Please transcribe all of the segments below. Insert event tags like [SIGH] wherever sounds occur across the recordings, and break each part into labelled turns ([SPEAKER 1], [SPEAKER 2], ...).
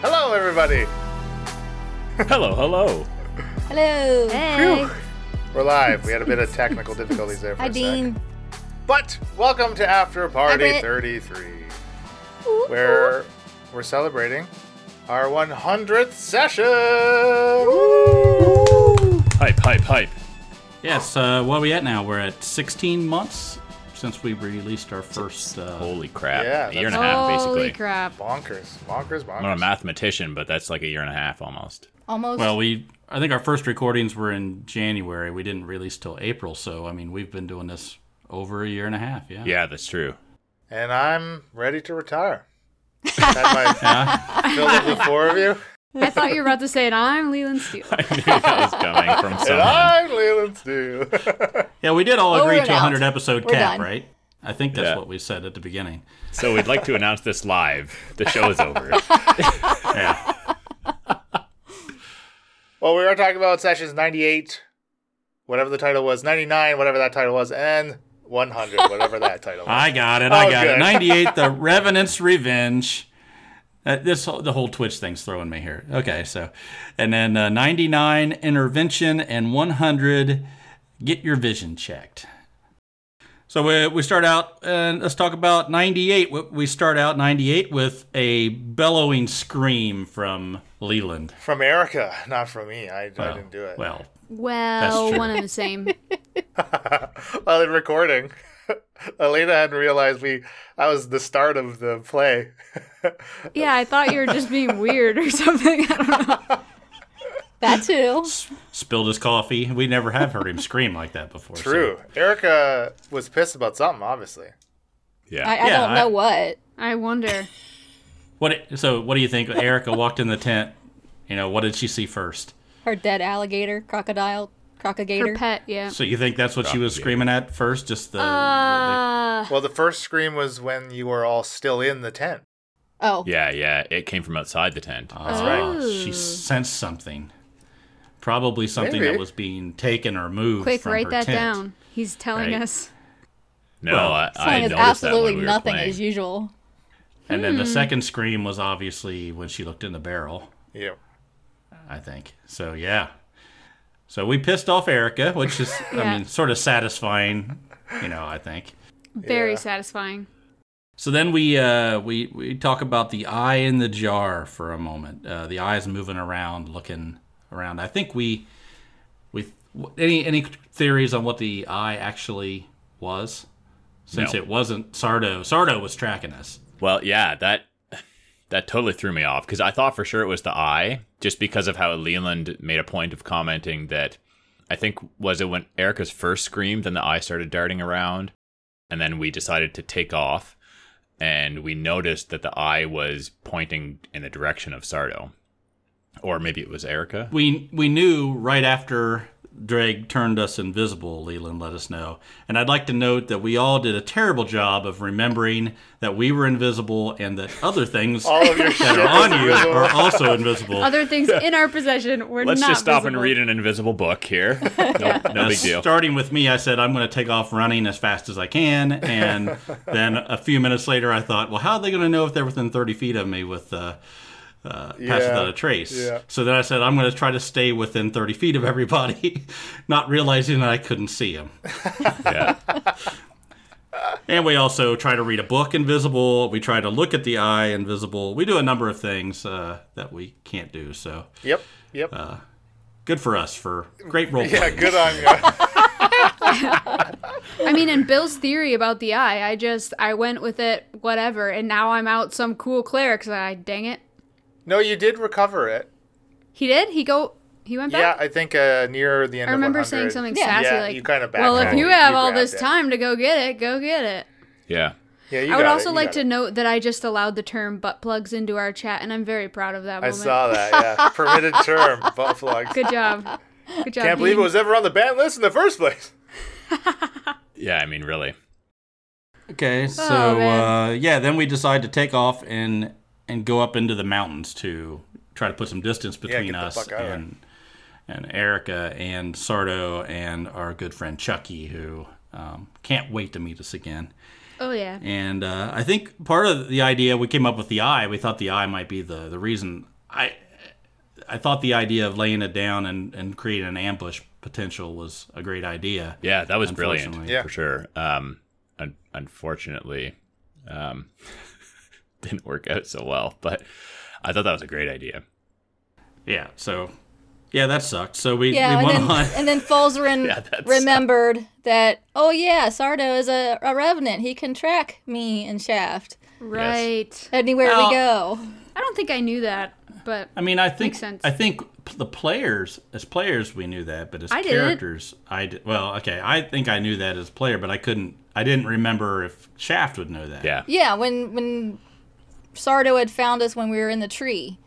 [SPEAKER 1] Hello, everybody.
[SPEAKER 2] Hello, hello.
[SPEAKER 3] Hello.
[SPEAKER 4] Hey.
[SPEAKER 1] We're live. We had a bit
[SPEAKER 3] [LAUGHS]
[SPEAKER 1] of technical difficulties there for
[SPEAKER 3] Hi,
[SPEAKER 1] a
[SPEAKER 3] Dean.
[SPEAKER 1] sec. But welcome to After Party
[SPEAKER 3] Britt.
[SPEAKER 1] 33, where we're celebrating our 100th session.
[SPEAKER 2] Hype, hype, hype.
[SPEAKER 5] Yes, uh, what are we at now? We're at 16 months since we released our first. Uh,
[SPEAKER 2] Holy crap.
[SPEAKER 1] Yeah,
[SPEAKER 2] a year and a
[SPEAKER 1] that's-
[SPEAKER 2] half,
[SPEAKER 4] Holy
[SPEAKER 2] basically.
[SPEAKER 4] crap.
[SPEAKER 1] Bonkers, bonkers, bonkers.
[SPEAKER 2] I'm not a mathematician, but that's like a year and a half almost.
[SPEAKER 3] Almost.
[SPEAKER 5] well, we I think our first recordings were in January. We didn't release till April, so I mean we've been doing this over a year and a half. Yeah.
[SPEAKER 2] Yeah, that's true. [LAUGHS]
[SPEAKER 1] and I'm ready to
[SPEAKER 3] [LAUGHS]
[SPEAKER 1] retire. Had my fill of the four of
[SPEAKER 2] [LAUGHS]
[SPEAKER 1] you.
[SPEAKER 4] I thought you were about to say it. I'm Leland Steele.
[SPEAKER 2] I knew that was
[SPEAKER 1] [LAUGHS]
[SPEAKER 2] coming from
[SPEAKER 1] And
[SPEAKER 2] someone.
[SPEAKER 1] I'm Leland Steele. [LAUGHS]
[SPEAKER 5] Yeah, we did all
[SPEAKER 3] Over
[SPEAKER 5] agree
[SPEAKER 3] and
[SPEAKER 5] to a
[SPEAKER 3] out.
[SPEAKER 5] 100 episode
[SPEAKER 3] We're
[SPEAKER 5] cap,
[SPEAKER 3] done.
[SPEAKER 5] right? I think that's
[SPEAKER 2] Yeah.
[SPEAKER 5] what we said at the beginning.
[SPEAKER 2] So we'd like to announce this live. The show is
[SPEAKER 3] [LAUGHS]
[SPEAKER 2] over.
[SPEAKER 5] Yeah.
[SPEAKER 1] well, we were talking about sessions 98, whatever the title was, 99, whatever that title was, and 100, whatever that
[SPEAKER 5] [LAUGHS]
[SPEAKER 1] title was.
[SPEAKER 5] I got it. I
[SPEAKER 1] Oh,
[SPEAKER 5] got
[SPEAKER 1] [LAUGHS] good.
[SPEAKER 5] it. 98, The Revenant's Revenge. Uh, this whole- the whole Twitch thing's throwing me here. Okay, so, and then uh, 99 intervention and 100 get your vision checked. So we, we start out and let's talk about 98. We- We start out 98 with a bellowing scream from Leland.
[SPEAKER 1] From Erica, not from me. I, I
[SPEAKER 5] Well,
[SPEAKER 1] didn't do it.
[SPEAKER 5] Well, That's
[SPEAKER 4] Well,
[SPEAKER 5] true.
[SPEAKER 4] one and the same.
[SPEAKER 1] [LAUGHS] While in recording, [LAUGHS] Elena hadn't realized we that was the start of the play.
[SPEAKER 4] Yeah, I thought you were just [LAUGHS] being weird or something. I don't know.
[SPEAKER 3] [LAUGHS] that too.
[SPEAKER 5] spilled his coffee. We never have heard him scream like that before. so-
[SPEAKER 1] True. Erica was pissed about something, obviously.
[SPEAKER 3] I,
[SPEAKER 2] Yeah.
[SPEAKER 3] I
[SPEAKER 5] Yeah,
[SPEAKER 3] don't
[SPEAKER 5] I-
[SPEAKER 3] know what.
[SPEAKER 4] I wonder.
[SPEAKER 5] What? So, what do you think? Erica walked in the tent. You know, what did she see first?
[SPEAKER 3] Her dead alligator, crocodile, crocagator.
[SPEAKER 4] Her pet, yeah.
[SPEAKER 5] So you think that's what she was screaming at first? Just the,
[SPEAKER 4] Uh,
[SPEAKER 1] Well, the first scream was when you were all still in the tent.
[SPEAKER 3] oh,
[SPEAKER 2] Yeah, yeah. It came from outside the tent.
[SPEAKER 5] that's
[SPEAKER 1] right.
[SPEAKER 5] She sensed something, probably something
[SPEAKER 1] Maybe.
[SPEAKER 5] that was being taken or moved.
[SPEAKER 4] quick,
[SPEAKER 5] from
[SPEAKER 4] write
[SPEAKER 5] her
[SPEAKER 4] that
[SPEAKER 5] tent.
[SPEAKER 4] down. He's telling
[SPEAKER 5] Right.
[SPEAKER 4] us.
[SPEAKER 2] No,
[SPEAKER 5] Well,
[SPEAKER 2] I, I
[SPEAKER 3] Song is
[SPEAKER 2] noticed that
[SPEAKER 3] absolutely
[SPEAKER 2] when we were
[SPEAKER 3] nothing
[SPEAKER 2] playing.
[SPEAKER 3] as usual.
[SPEAKER 5] And then the
[SPEAKER 4] Hmm.
[SPEAKER 5] second scream was obviously when she looked in the barrel.
[SPEAKER 1] Yeah.
[SPEAKER 5] I think so. Yeah. So we pissed off Erica, which is, I
[SPEAKER 4] Yeah.
[SPEAKER 5] mean, sort of satisfying. You know, I think.
[SPEAKER 4] Very
[SPEAKER 1] Yeah.
[SPEAKER 4] satisfying.
[SPEAKER 5] So then we uh, we we talk about the eye in the jar for a moment. Uh, the eye's moving around, looking around. I think we we any any theories on what the eye actually was, since
[SPEAKER 2] No.
[SPEAKER 5] it wasn't Sardo. Sardo was tracking us.
[SPEAKER 2] Well, yeah, that that totally threw me off because I thought for sure it was the eye, just because of how Leland made a point of commenting that I think was it when Erica's first scream, then the eye started darting around, and then we decided to take off, and we noticed that the eye was pointing in the direction of Sardo, or maybe it was Erica.
[SPEAKER 5] We we knew right after Dreg turned us invisible. Leland let us know, and I'd like to note that we all did a terrible job of remembering that we were invisible and that other things.
[SPEAKER 1] All
[SPEAKER 5] [LAUGHS]
[SPEAKER 1] of your shit
[SPEAKER 5] that are
[SPEAKER 1] was
[SPEAKER 5] on you
[SPEAKER 1] invisible.
[SPEAKER 5] are also invisible.
[SPEAKER 4] Other things in our possession were
[SPEAKER 2] Let's
[SPEAKER 4] not
[SPEAKER 2] just stop and
[SPEAKER 4] visible.
[SPEAKER 2] read an invisible book
[SPEAKER 4] [LAUGHS]
[SPEAKER 2] here. No, no
[SPEAKER 5] Uh,
[SPEAKER 2] big deal.
[SPEAKER 5] Starting with me, I said I'm going to take off running as fast as I can,
[SPEAKER 1] [LAUGHS]
[SPEAKER 5] and then a few minutes later, I thought, well, how are they going to know if they're within 30 feet of me with uh, uh, pass
[SPEAKER 1] Yeah,
[SPEAKER 5] without a trace?
[SPEAKER 1] yeah.
[SPEAKER 5] So then I said I'm going to try to stay within 30 feet of everybody, [LAUGHS] not realizing that I couldn't see them.
[SPEAKER 2] Yeah.
[SPEAKER 5] And we also try to read a book invisible. We try to look at the eye invisible. We do a number of things uh, that we can't do. So
[SPEAKER 1] Yep. Yep.
[SPEAKER 5] Uh. good for us for great
[SPEAKER 1] [LAUGHS]
[SPEAKER 5] role
[SPEAKER 1] yeah, [LAUGHS]
[SPEAKER 5] playing.
[SPEAKER 1] good on you.
[SPEAKER 4] I mean, in Bill's theory about the eye, I just I went with it, whatever, and now I'm out some cool cleric's eye. Dang it!
[SPEAKER 1] no, you did recover it.
[SPEAKER 4] He did. He go. He went
[SPEAKER 1] Yeah,
[SPEAKER 4] back.
[SPEAKER 1] I think uh, near the end
[SPEAKER 4] I
[SPEAKER 1] of
[SPEAKER 4] remember
[SPEAKER 1] 100.
[SPEAKER 4] saying something
[SPEAKER 3] Yeah.
[SPEAKER 4] sassy
[SPEAKER 1] Yeah,
[SPEAKER 4] like,
[SPEAKER 1] you kinda
[SPEAKER 4] "Well, if
[SPEAKER 1] backpedaled.
[SPEAKER 4] you
[SPEAKER 1] You
[SPEAKER 4] have all
[SPEAKER 1] grabbed
[SPEAKER 4] this
[SPEAKER 1] it."
[SPEAKER 4] time to go get it, go get it."
[SPEAKER 2] Yeah.
[SPEAKER 1] Yeah, you
[SPEAKER 4] I would
[SPEAKER 1] got it,
[SPEAKER 4] also
[SPEAKER 1] you
[SPEAKER 4] like
[SPEAKER 1] got
[SPEAKER 4] to
[SPEAKER 1] it.
[SPEAKER 4] note that I just allowed the term butt plugs into our chat, and I'm very proud of that
[SPEAKER 1] I
[SPEAKER 4] moment.
[SPEAKER 1] saw that.
[SPEAKER 4] [LAUGHS]
[SPEAKER 1] Yeah, permitted term, butt plugs.
[SPEAKER 4] Good job. Good job.
[SPEAKER 1] Can't believe it
[SPEAKER 4] Dean.
[SPEAKER 1] was ever on the ban list in the first
[SPEAKER 4] [LAUGHS]
[SPEAKER 1] place.
[SPEAKER 2] Yeah, I mean, really.
[SPEAKER 3] Oh,
[SPEAKER 5] Okay, so
[SPEAKER 4] man.
[SPEAKER 5] uh, yeah, then we decide to take off and and go up into the mountains to try to put some distance between
[SPEAKER 1] the
[SPEAKER 5] us
[SPEAKER 1] fuck out of there.
[SPEAKER 5] and and Erica and Sardo and our good friend Chucky, who um, can't wait to meet us again.
[SPEAKER 4] Oh yeah.
[SPEAKER 5] And uh, I think part of the idea we came up with the eye. We thought the eye might be the the reason I I thought the idea of laying it down and, and creating an ambush potential was a great idea.
[SPEAKER 2] Yeah, that was brilliant
[SPEAKER 5] Unfortunately.
[SPEAKER 1] Yeah.
[SPEAKER 2] for sure. Um, un- unfortunately, um, [LAUGHS] didn't work out so well, but I thought that was a great idea.
[SPEAKER 5] Yeah. So yeah, that sucked. So we,
[SPEAKER 3] Yeah,
[SPEAKER 5] we
[SPEAKER 3] and
[SPEAKER 5] went
[SPEAKER 3] then,
[SPEAKER 5] on.
[SPEAKER 3] and then Fulzerin
[SPEAKER 2] [LAUGHS] Yeah, that's-
[SPEAKER 3] remembered that, oh yeah, Sardo is a, a revenant. He can track me and Shaft
[SPEAKER 4] Right.
[SPEAKER 3] anywhere
[SPEAKER 5] Now-
[SPEAKER 3] we go.
[SPEAKER 4] I don't think I knew that, but
[SPEAKER 5] I mean, I think
[SPEAKER 4] Makes sense.
[SPEAKER 5] I think p- the players as players we knew that, but as
[SPEAKER 4] I did.
[SPEAKER 5] characters, I did. Well, okay, I think I knew that as player, but I couldn't. I didn't remember if Shaft would know that.
[SPEAKER 2] Yeah.
[SPEAKER 3] Yeah, when when Sardo had found us when we were in the tree.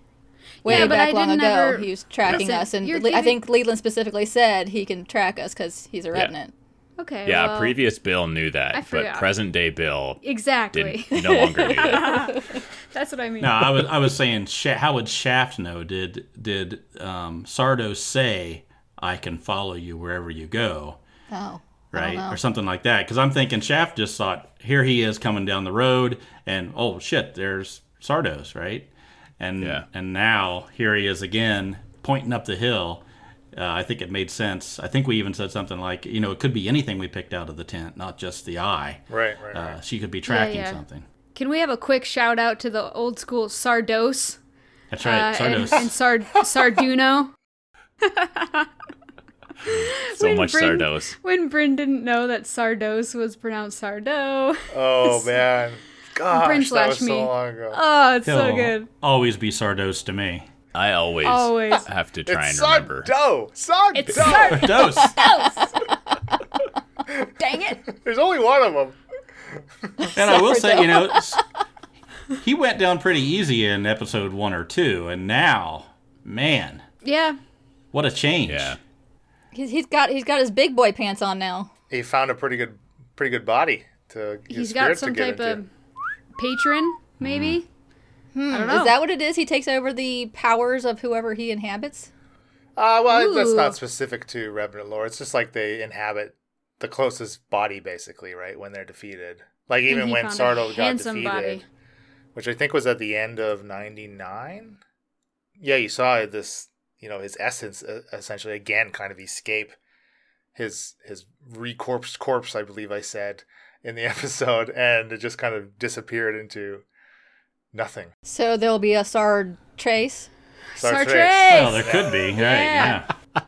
[SPEAKER 3] Way
[SPEAKER 4] Yeah, but
[SPEAKER 3] back
[SPEAKER 4] I
[SPEAKER 3] long
[SPEAKER 4] didn't
[SPEAKER 3] ago,
[SPEAKER 4] ever-
[SPEAKER 3] he was tracking
[SPEAKER 4] Listen,
[SPEAKER 3] us, and
[SPEAKER 4] you're
[SPEAKER 3] Le- I
[SPEAKER 4] giving-
[SPEAKER 3] think Leland specifically said he can track us because he's a revenant.
[SPEAKER 4] okay.
[SPEAKER 2] Yeah,
[SPEAKER 4] well,
[SPEAKER 2] previous Bill knew that,
[SPEAKER 4] I
[SPEAKER 2] but
[SPEAKER 4] forgot.
[SPEAKER 2] present day Bill
[SPEAKER 4] Exactly.
[SPEAKER 2] didn't, [LAUGHS] no longer knew that.
[SPEAKER 4] [LAUGHS] That's what I mean.
[SPEAKER 5] No, I was I was saying, Sha- how would Shaft know? Did did um, Sardo say, "I can follow you wherever you go,"
[SPEAKER 3] Oh,
[SPEAKER 5] right, or something like that? Because I'm thinking Shaft just thought, here he is coming down the road, and oh shit, there's Sardos, right? And
[SPEAKER 2] Yeah.
[SPEAKER 5] and now here he is again, pointing up the hill. Uh, I think it made sense. I think we even said something like, you know, it could be anything we picked out of the tent, not just the eye.
[SPEAKER 1] Right, right, right.
[SPEAKER 5] Uh, she could be tracking
[SPEAKER 4] yeah.
[SPEAKER 5] something.
[SPEAKER 4] Can we have a quick shout out to the old school Sardos
[SPEAKER 5] That's
[SPEAKER 4] uh,
[SPEAKER 5] right,
[SPEAKER 4] and,
[SPEAKER 5] Sardos. [LAUGHS]
[SPEAKER 4] and Sard- Sarduno?
[SPEAKER 2] So
[SPEAKER 4] When
[SPEAKER 2] much
[SPEAKER 4] Bryn-
[SPEAKER 2] Sardos.
[SPEAKER 4] When Bryn didn't know that Sardos was pronounced Sardo.
[SPEAKER 1] Oh man, gosh, that
[SPEAKER 4] Brainflash
[SPEAKER 1] was
[SPEAKER 4] me.
[SPEAKER 1] so long ago.
[SPEAKER 4] Oh, it's [LAUGHS] so
[SPEAKER 5] He'll
[SPEAKER 4] good.
[SPEAKER 5] Always be Sardos to me.
[SPEAKER 2] I always,
[SPEAKER 4] Always.
[SPEAKER 2] have to try
[SPEAKER 1] it's
[SPEAKER 2] and remember.
[SPEAKER 1] Sardo. Sardo.
[SPEAKER 4] It's Sardo.
[SPEAKER 5] Dos.
[SPEAKER 3] dang it!
[SPEAKER 1] There's only one of them.
[SPEAKER 5] And I will say, you know, s- he went down pretty easy in episode one or two, and now, man,
[SPEAKER 4] Yeah.
[SPEAKER 5] what a change!
[SPEAKER 2] Yeah.
[SPEAKER 3] He's, he's got he's got his big boy pants on now.
[SPEAKER 1] He found a pretty good, pretty good body to. His
[SPEAKER 4] He's
[SPEAKER 1] spirit
[SPEAKER 4] got
[SPEAKER 1] to
[SPEAKER 4] some
[SPEAKER 1] get
[SPEAKER 4] type
[SPEAKER 1] into.
[SPEAKER 4] of patron, maybe? I don't know.
[SPEAKER 3] Hmm, Is that what it is? He takes over the powers of whoever he inhabits.
[SPEAKER 1] Uh, well, that's
[SPEAKER 4] Ooh.
[SPEAKER 1] not specific to Revenant lore. It's just like they inhabit the closest body, basically, right? When they're defeated. Like, even
[SPEAKER 4] he
[SPEAKER 1] when
[SPEAKER 4] found a
[SPEAKER 1] Sardo got
[SPEAKER 4] handsome
[SPEAKER 1] defeated,
[SPEAKER 4] body.
[SPEAKER 1] which I think was at the end of 99. Yeah, you saw this, you know, his essence uh, essentially again kind of escape his his recorpsed corpse, I believe I said in the [LAUGHS] episode, and it just kind of disappeared into nothing.
[SPEAKER 3] So there'll be a Sard Trace.
[SPEAKER 1] Sartre.
[SPEAKER 4] Sartre!
[SPEAKER 5] Well, there could be, right? Yeah.
[SPEAKER 4] Yeah.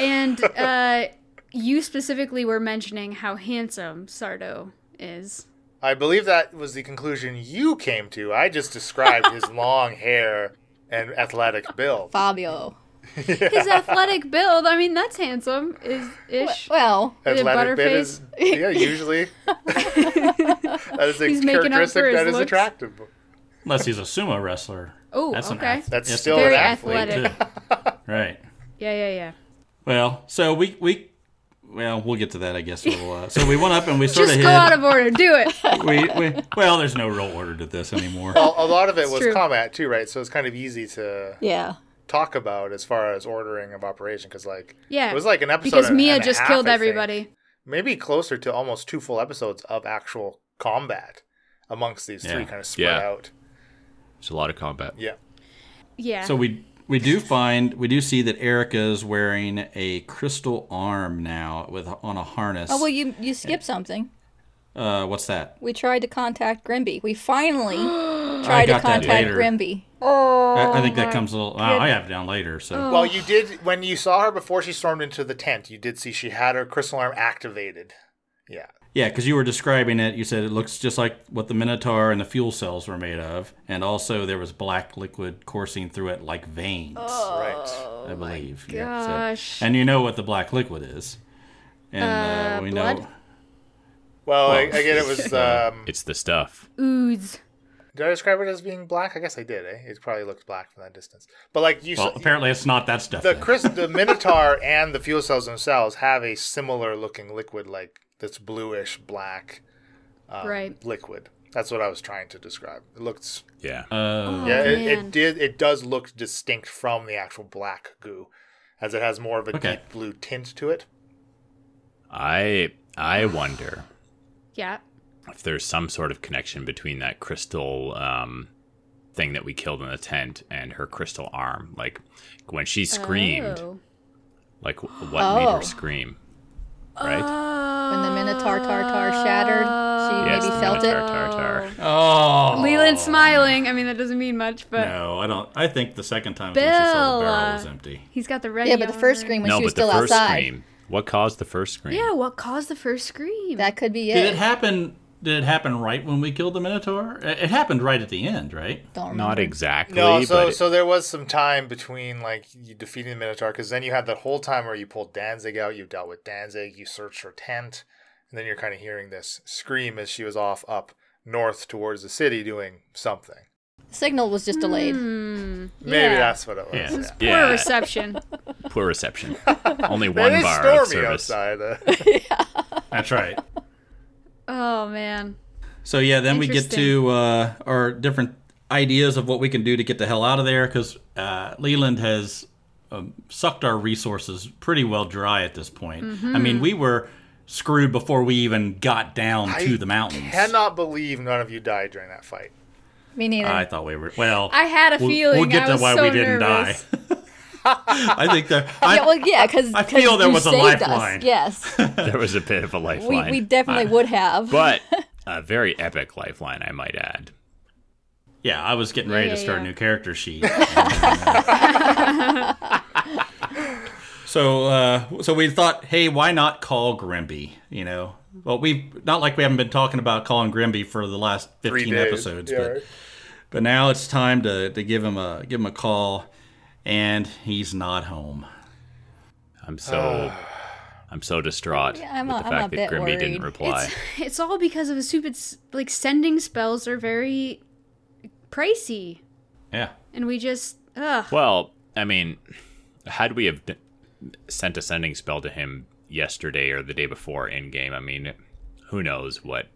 [SPEAKER 4] And uh, you specifically were mentioning how handsome Sardo is.
[SPEAKER 1] I believe that was the conclusion you came to. I just described
[SPEAKER 4] [LAUGHS]
[SPEAKER 1] his long hair and athletic build.
[SPEAKER 3] Fabio.
[SPEAKER 4] His
[SPEAKER 1] [LAUGHS]
[SPEAKER 4] athletic build, I mean, that's handsome, is ish.
[SPEAKER 3] Well,
[SPEAKER 4] Is it
[SPEAKER 1] Athletic bit is yeah, usually
[SPEAKER 4] [LAUGHS]
[SPEAKER 1] that is a
[SPEAKER 4] He's making up
[SPEAKER 1] characteristic
[SPEAKER 4] for his
[SPEAKER 1] that is
[SPEAKER 4] looks.
[SPEAKER 1] attractive.
[SPEAKER 5] Unless he's a sumo wrestler.
[SPEAKER 4] Oh,
[SPEAKER 5] That's an
[SPEAKER 4] okay.
[SPEAKER 5] ath-
[SPEAKER 1] That's
[SPEAKER 5] Yes,
[SPEAKER 1] still
[SPEAKER 4] Very
[SPEAKER 1] an athlete.
[SPEAKER 4] athletic.
[SPEAKER 5] too. right.
[SPEAKER 4] Yeah, yeah, yeah.
[SPEAKER 5] Well, so we we. Well, we'll get to that, I guess. We'll, uh, so we went up
[SPEAKER 4] [LAUGHS]
[SPEAKER 5] and we sort
[SPEAKER 4] Just
[SPEAKER 5] of
[SPEAKER 4] go
[SPEAKER 5] hit.
[SPEAKER 4] out of Oh. order. Do it.
[SPEAKER 3] [LAUGHS]
[SPEAKER 5] we, we, well, there's no real order to this anymore.
[SPEAKER 1] A a lot of it was
[SPEAKER 4] true.
[SPEAKER 1] combat too, right? So it's kind of easy to
[SPEAKER 3] yeah.
[SPEAKER 1] talk about as far as ordering of operation because, like,
[SPEAKER 4] Yeah.
[SPEAKER 1] it was like an episode
[SPEAKER 4] because
[SPEAKER 1] and-
[SPEAKER 4] Mia
[SPEAKER 1] and a
[SPEAKER 4] just
[SPEAKER 1] half,
[SPEAKER 4] killed
[SPEAKER 1] I think.
[SPEAKER 4] everybody.
[SPEAKER 1] Maybe closer to almost two full episodes of actual combat amongst these three,
[SPEAKER 5] Yeah.
[SPEAKER 1] kind of spread
[SPEAKER 2] Yeah.
[SPEAKER 1] out.
[SPEAKER 2] There's a lot of combat.
[SPEAKER 1] Yeah.
[SPEAKER 4] Yeah.
[SPEAKER 5] So we we do find we do see that Erica's wearing a crystal arm now with on a harness.
[SPEAKER 3] Oh well, you you skipped something.
[SPEAKER 5] uh, what's that?
[SPEAKER 3] We tried to contact Grimby. We finally tried to
[SPEAKER 5] got that
[SPEAKER 3] contact
[SPEAKER 5] later.
[SPEAKER 3] Grimby.
[SPEAKER 5] I, I think that comes a little. Wow, I have it down later. So
[SPEAKER 1] Well, you did when you saw her before she stormed into the tent. You did see she had her crystal arm activated. Yeah,
[SPEAKER 5] yeah, because you were describing it, you said it looks just like what the Minotaur and the fuel cells were made of, and also there was black liquid coursing through it like veins.
[SPEAKER 1] right.
[SPEAKER 5] I believe.
[SPEAKER 4] gosh.
[SPEAKER 5] and you know what the black liquid is, and uh, we know.
[SPEAKER 4] blood?
[SPEAKER 1] Well, I, again,
[SPEAKER 5] [LAUGHS]
[SPEAKER 1] it was. Um,
[SPEAKER 2] It's the stuff.
[SPEAKER 4] Ooze.
[SPEAKER 1] did I describe it as being black? I guess I did. Eh? It probably looked black from that distance. But like you,
[SPEAKER 5] Well,
[SPEAKER 1] saw,
[SPEAKER 5] apparently it's not that stuff.
[SPEAKER 1] the
[SPEAKER 5] then.
[SPEAKER 1] Chris,
[SPEAKER 5] [LAUGHS]
[SPEAKER 1] the Minotaur, and the fuel cells themselves have a similar looking liquid, like this bluish black Oh.
[SPEAKER 4] right.
[SPEAKER 1] liquid. That's what I was trying to describe. It looks
[SPEAKER 2] Yeah.
[SPEAKER 5] Uh,
[SPEAKER 1] Yeah, it,
[SPEAKER 4] Oh, man.
[SPEAKER 1] it did. It does look distinct from the actual black goo, as it has more of a
[SPEAKER 5] Okay.
[SPEAKER 1] deep blue tint to it.
[SPEAKER 2] I I wonder
[SPEAKER 4] Yeah.
[SPEAKER 2] if there's some sort of connection between that crystal um, thing that we killed in the tent and her crystal arm. Like when she screamed,
[SPEAKER 4] Oh.
[SPEAKER 2] like what made
[SPEAKER 3] Oh.
[SPEAKER 2] her scream, right?
[SPEAKER 4] Oh.
[SPEAKER 3] When the Minotaur Tartar shattered, she
[SPEAKER 2] yes,
[SPEAKER 3] maybe
[SPEAKER 2] the
[SPEAKER 3] felt
[SPEAKER 2] Minotaur
[SPEAKER 3] it.
[SPEAKER 2] Tartar.
[SPEAKER 5] Oh.
[SPEAKER 4] Leland smiling. I mean, that doesn't mean much, but
[SPEAKER 5] No, I don't. I think the second time is when she saw the barrel
[SPEAKER 4] Bella.
[SPEAKER 5] was empty.
[SPEAKER 4] he's got the ready.
[SPEAKER 3] Yeah, but the first scream
[SPEAKER 4] scream.
[SPEAKER 3] when
[SPEAKER 2] No,
[SPEAKER 3] she was
[SPEAKER 2] but
[SPEAKER 3] still
[SPEAKER 2] the first
[SPEAKER 3] outside.
[SPEAKER 2] scream. What caused the first scream?
[SPEAKER 4] Yeah, what caused the first scream?
[SPEAKER 3] That could be it.
[SPEAKER 5] Did it happen? Did it happen right when we killed the Minotaur? It it happened right at the end, right?
[SPEAKER 3] Don't remember.
[SPEAKER 2] Not exactly.
[SPEAKER 1] No, so
[SPEAKER 2] but
[SPEAKER 1] so there was some time between like you defeating the Minotaur, because then you had that whole time where you pulled Danzig out, you dealt with Danzig, you searched her tent, and then you're kind of hearing this scream as she was off up north towards the city doing something.
[SPEAKER 3] Signal was just delayed.
[SPEAKER 4] Hmm.
[SPEAKER 1] Maybe
[SPEAKER 4] Yeah.
[SPEAKER 1] that's what it was.
[SPEAKER 2] Yeah.
[SPEAKER 1] Yeah.
[SPEAKER 4] Poor
[SPEAKER 5] [LAUGHS]
[SPEAKER 2] Yeah.
[SPEAKER 4] reception.
[SPEAKER 2] poor
[SPEAKER 3] [LAUGHS]
[SPEAKER 2] reception. Only one
[SPEAKER 1] It is
[SPEAKER 2] bar of
[SPEAKER 1] stormy
[SPEAKER 2] service.
[SPEAKER 1] outside. [LAUGHS] uh,
[SPEAKER 5] That's right.
[SPEAKER 4] oh man.
[SPEAKER 5] So yeah, then we get
[SPEAKER 4] Interesting.
[SPEAKER 5] to uh, our different ideas of what we can do to get the hell out of there because uh, Leland has um, sucked our resources pretty well dry at this point. I
[SPEAKER 4] Mm-hmm.
[SPEAKER 5] mean, we were screwed before we even got down
[SPEAKER 1] I
[SPEAKER 5] to the mountains.
[SPEAKER 1] Cannot believe none of you died during that fight.
[SPEAKER 3] Me neither.
[SPEAKER 5] I thought we were well.
[SPEAKER 4] I had a
[SPEAKER 5] we'll-
[SPEAKER 4] feeling.
[SPEAKER 5] We'll get
[SPEAKER 4] I
[SPEAKER 5] to
[SPEAKER 4] was
[SPEAKER 5] why
[SPEAKER 4] so
[SPEAKER 5] we didn't [LAUGHS]
[SPEAKER 4] nervous.
[SPEAKER 5] die. I think
[SPEAKER 4] [LAUGHS]
[SPEAKER 5] that. I,
[SPEAKER 3] yeah, well, yeah, because
[SPEAKER 5] I feel there was a lifeline.
[SPEAKER 3] Us. Yes,
[SPEAKER 2] [LAUGHS] There was a bit of a
[SPEAKER 3] we,
[SPEAKER 2] lifeline.
[SPEAKER 3] we definitely would have. [LAUGHS]
[SPEAKER 2] but a very epic lifeline, I might add.
[SPEAKER 5] yeah, I was getting ready
[SPEAKER 4] Yeah,
[SPEAKER 5] to start a
[SPEAKER 4] yeah.
[SPEAKER 5] new character
[SPEAKER 4] [LAUGHS]
[SPEAKER 5] sheet. uh, so, uh, so we thought, hey, why not call Grimby? You know, well, we not like we haven't been talking about calling Grimby for the last
[SPEAKER 1] Three
[SPEAKER 5] fifteen
[SPEAKER 1] days.
[SPEAKER 5] episodes,
[SPEAKER 1] Yeah,
[SPEAKER 5] but
[SPEAKER 1] right.
[SPEAKER 5] but now it's time to to give him a give him a call, and he's not home.
[SPEAKER 2] I'm so
[SPEAKER 1] [SIGHS]
[SPEAKER 2] I'm so distraught
[SPEAKER 3] Yeah, I'm
[SPEAKER 2] with
[SPEAKER 3] a-
[SPEAKER 2] the
[SPEAKER 3] I'm
[SPEAKER 2] fact
[SPEAKER 3] a
[SPEAKER 2] that
[SPEAKER 3] bit
[SPEAKER 2] Grimby didn't
[SPEAKER 3] worried.
[SPEAKER 2] reply.
[SPEAKER 3] [LAUGHS]
[SPEAKER 4] It's all because of his stupid s- like sending spells are very pricey,
[SPEAKER 5] Yeah.
[SPEAKER 4] and we just ugh.
[SPEAKER 2] Well, I mean, had we have d- sent a sending spell to him yesterday or the day before in game, I mean, who knows what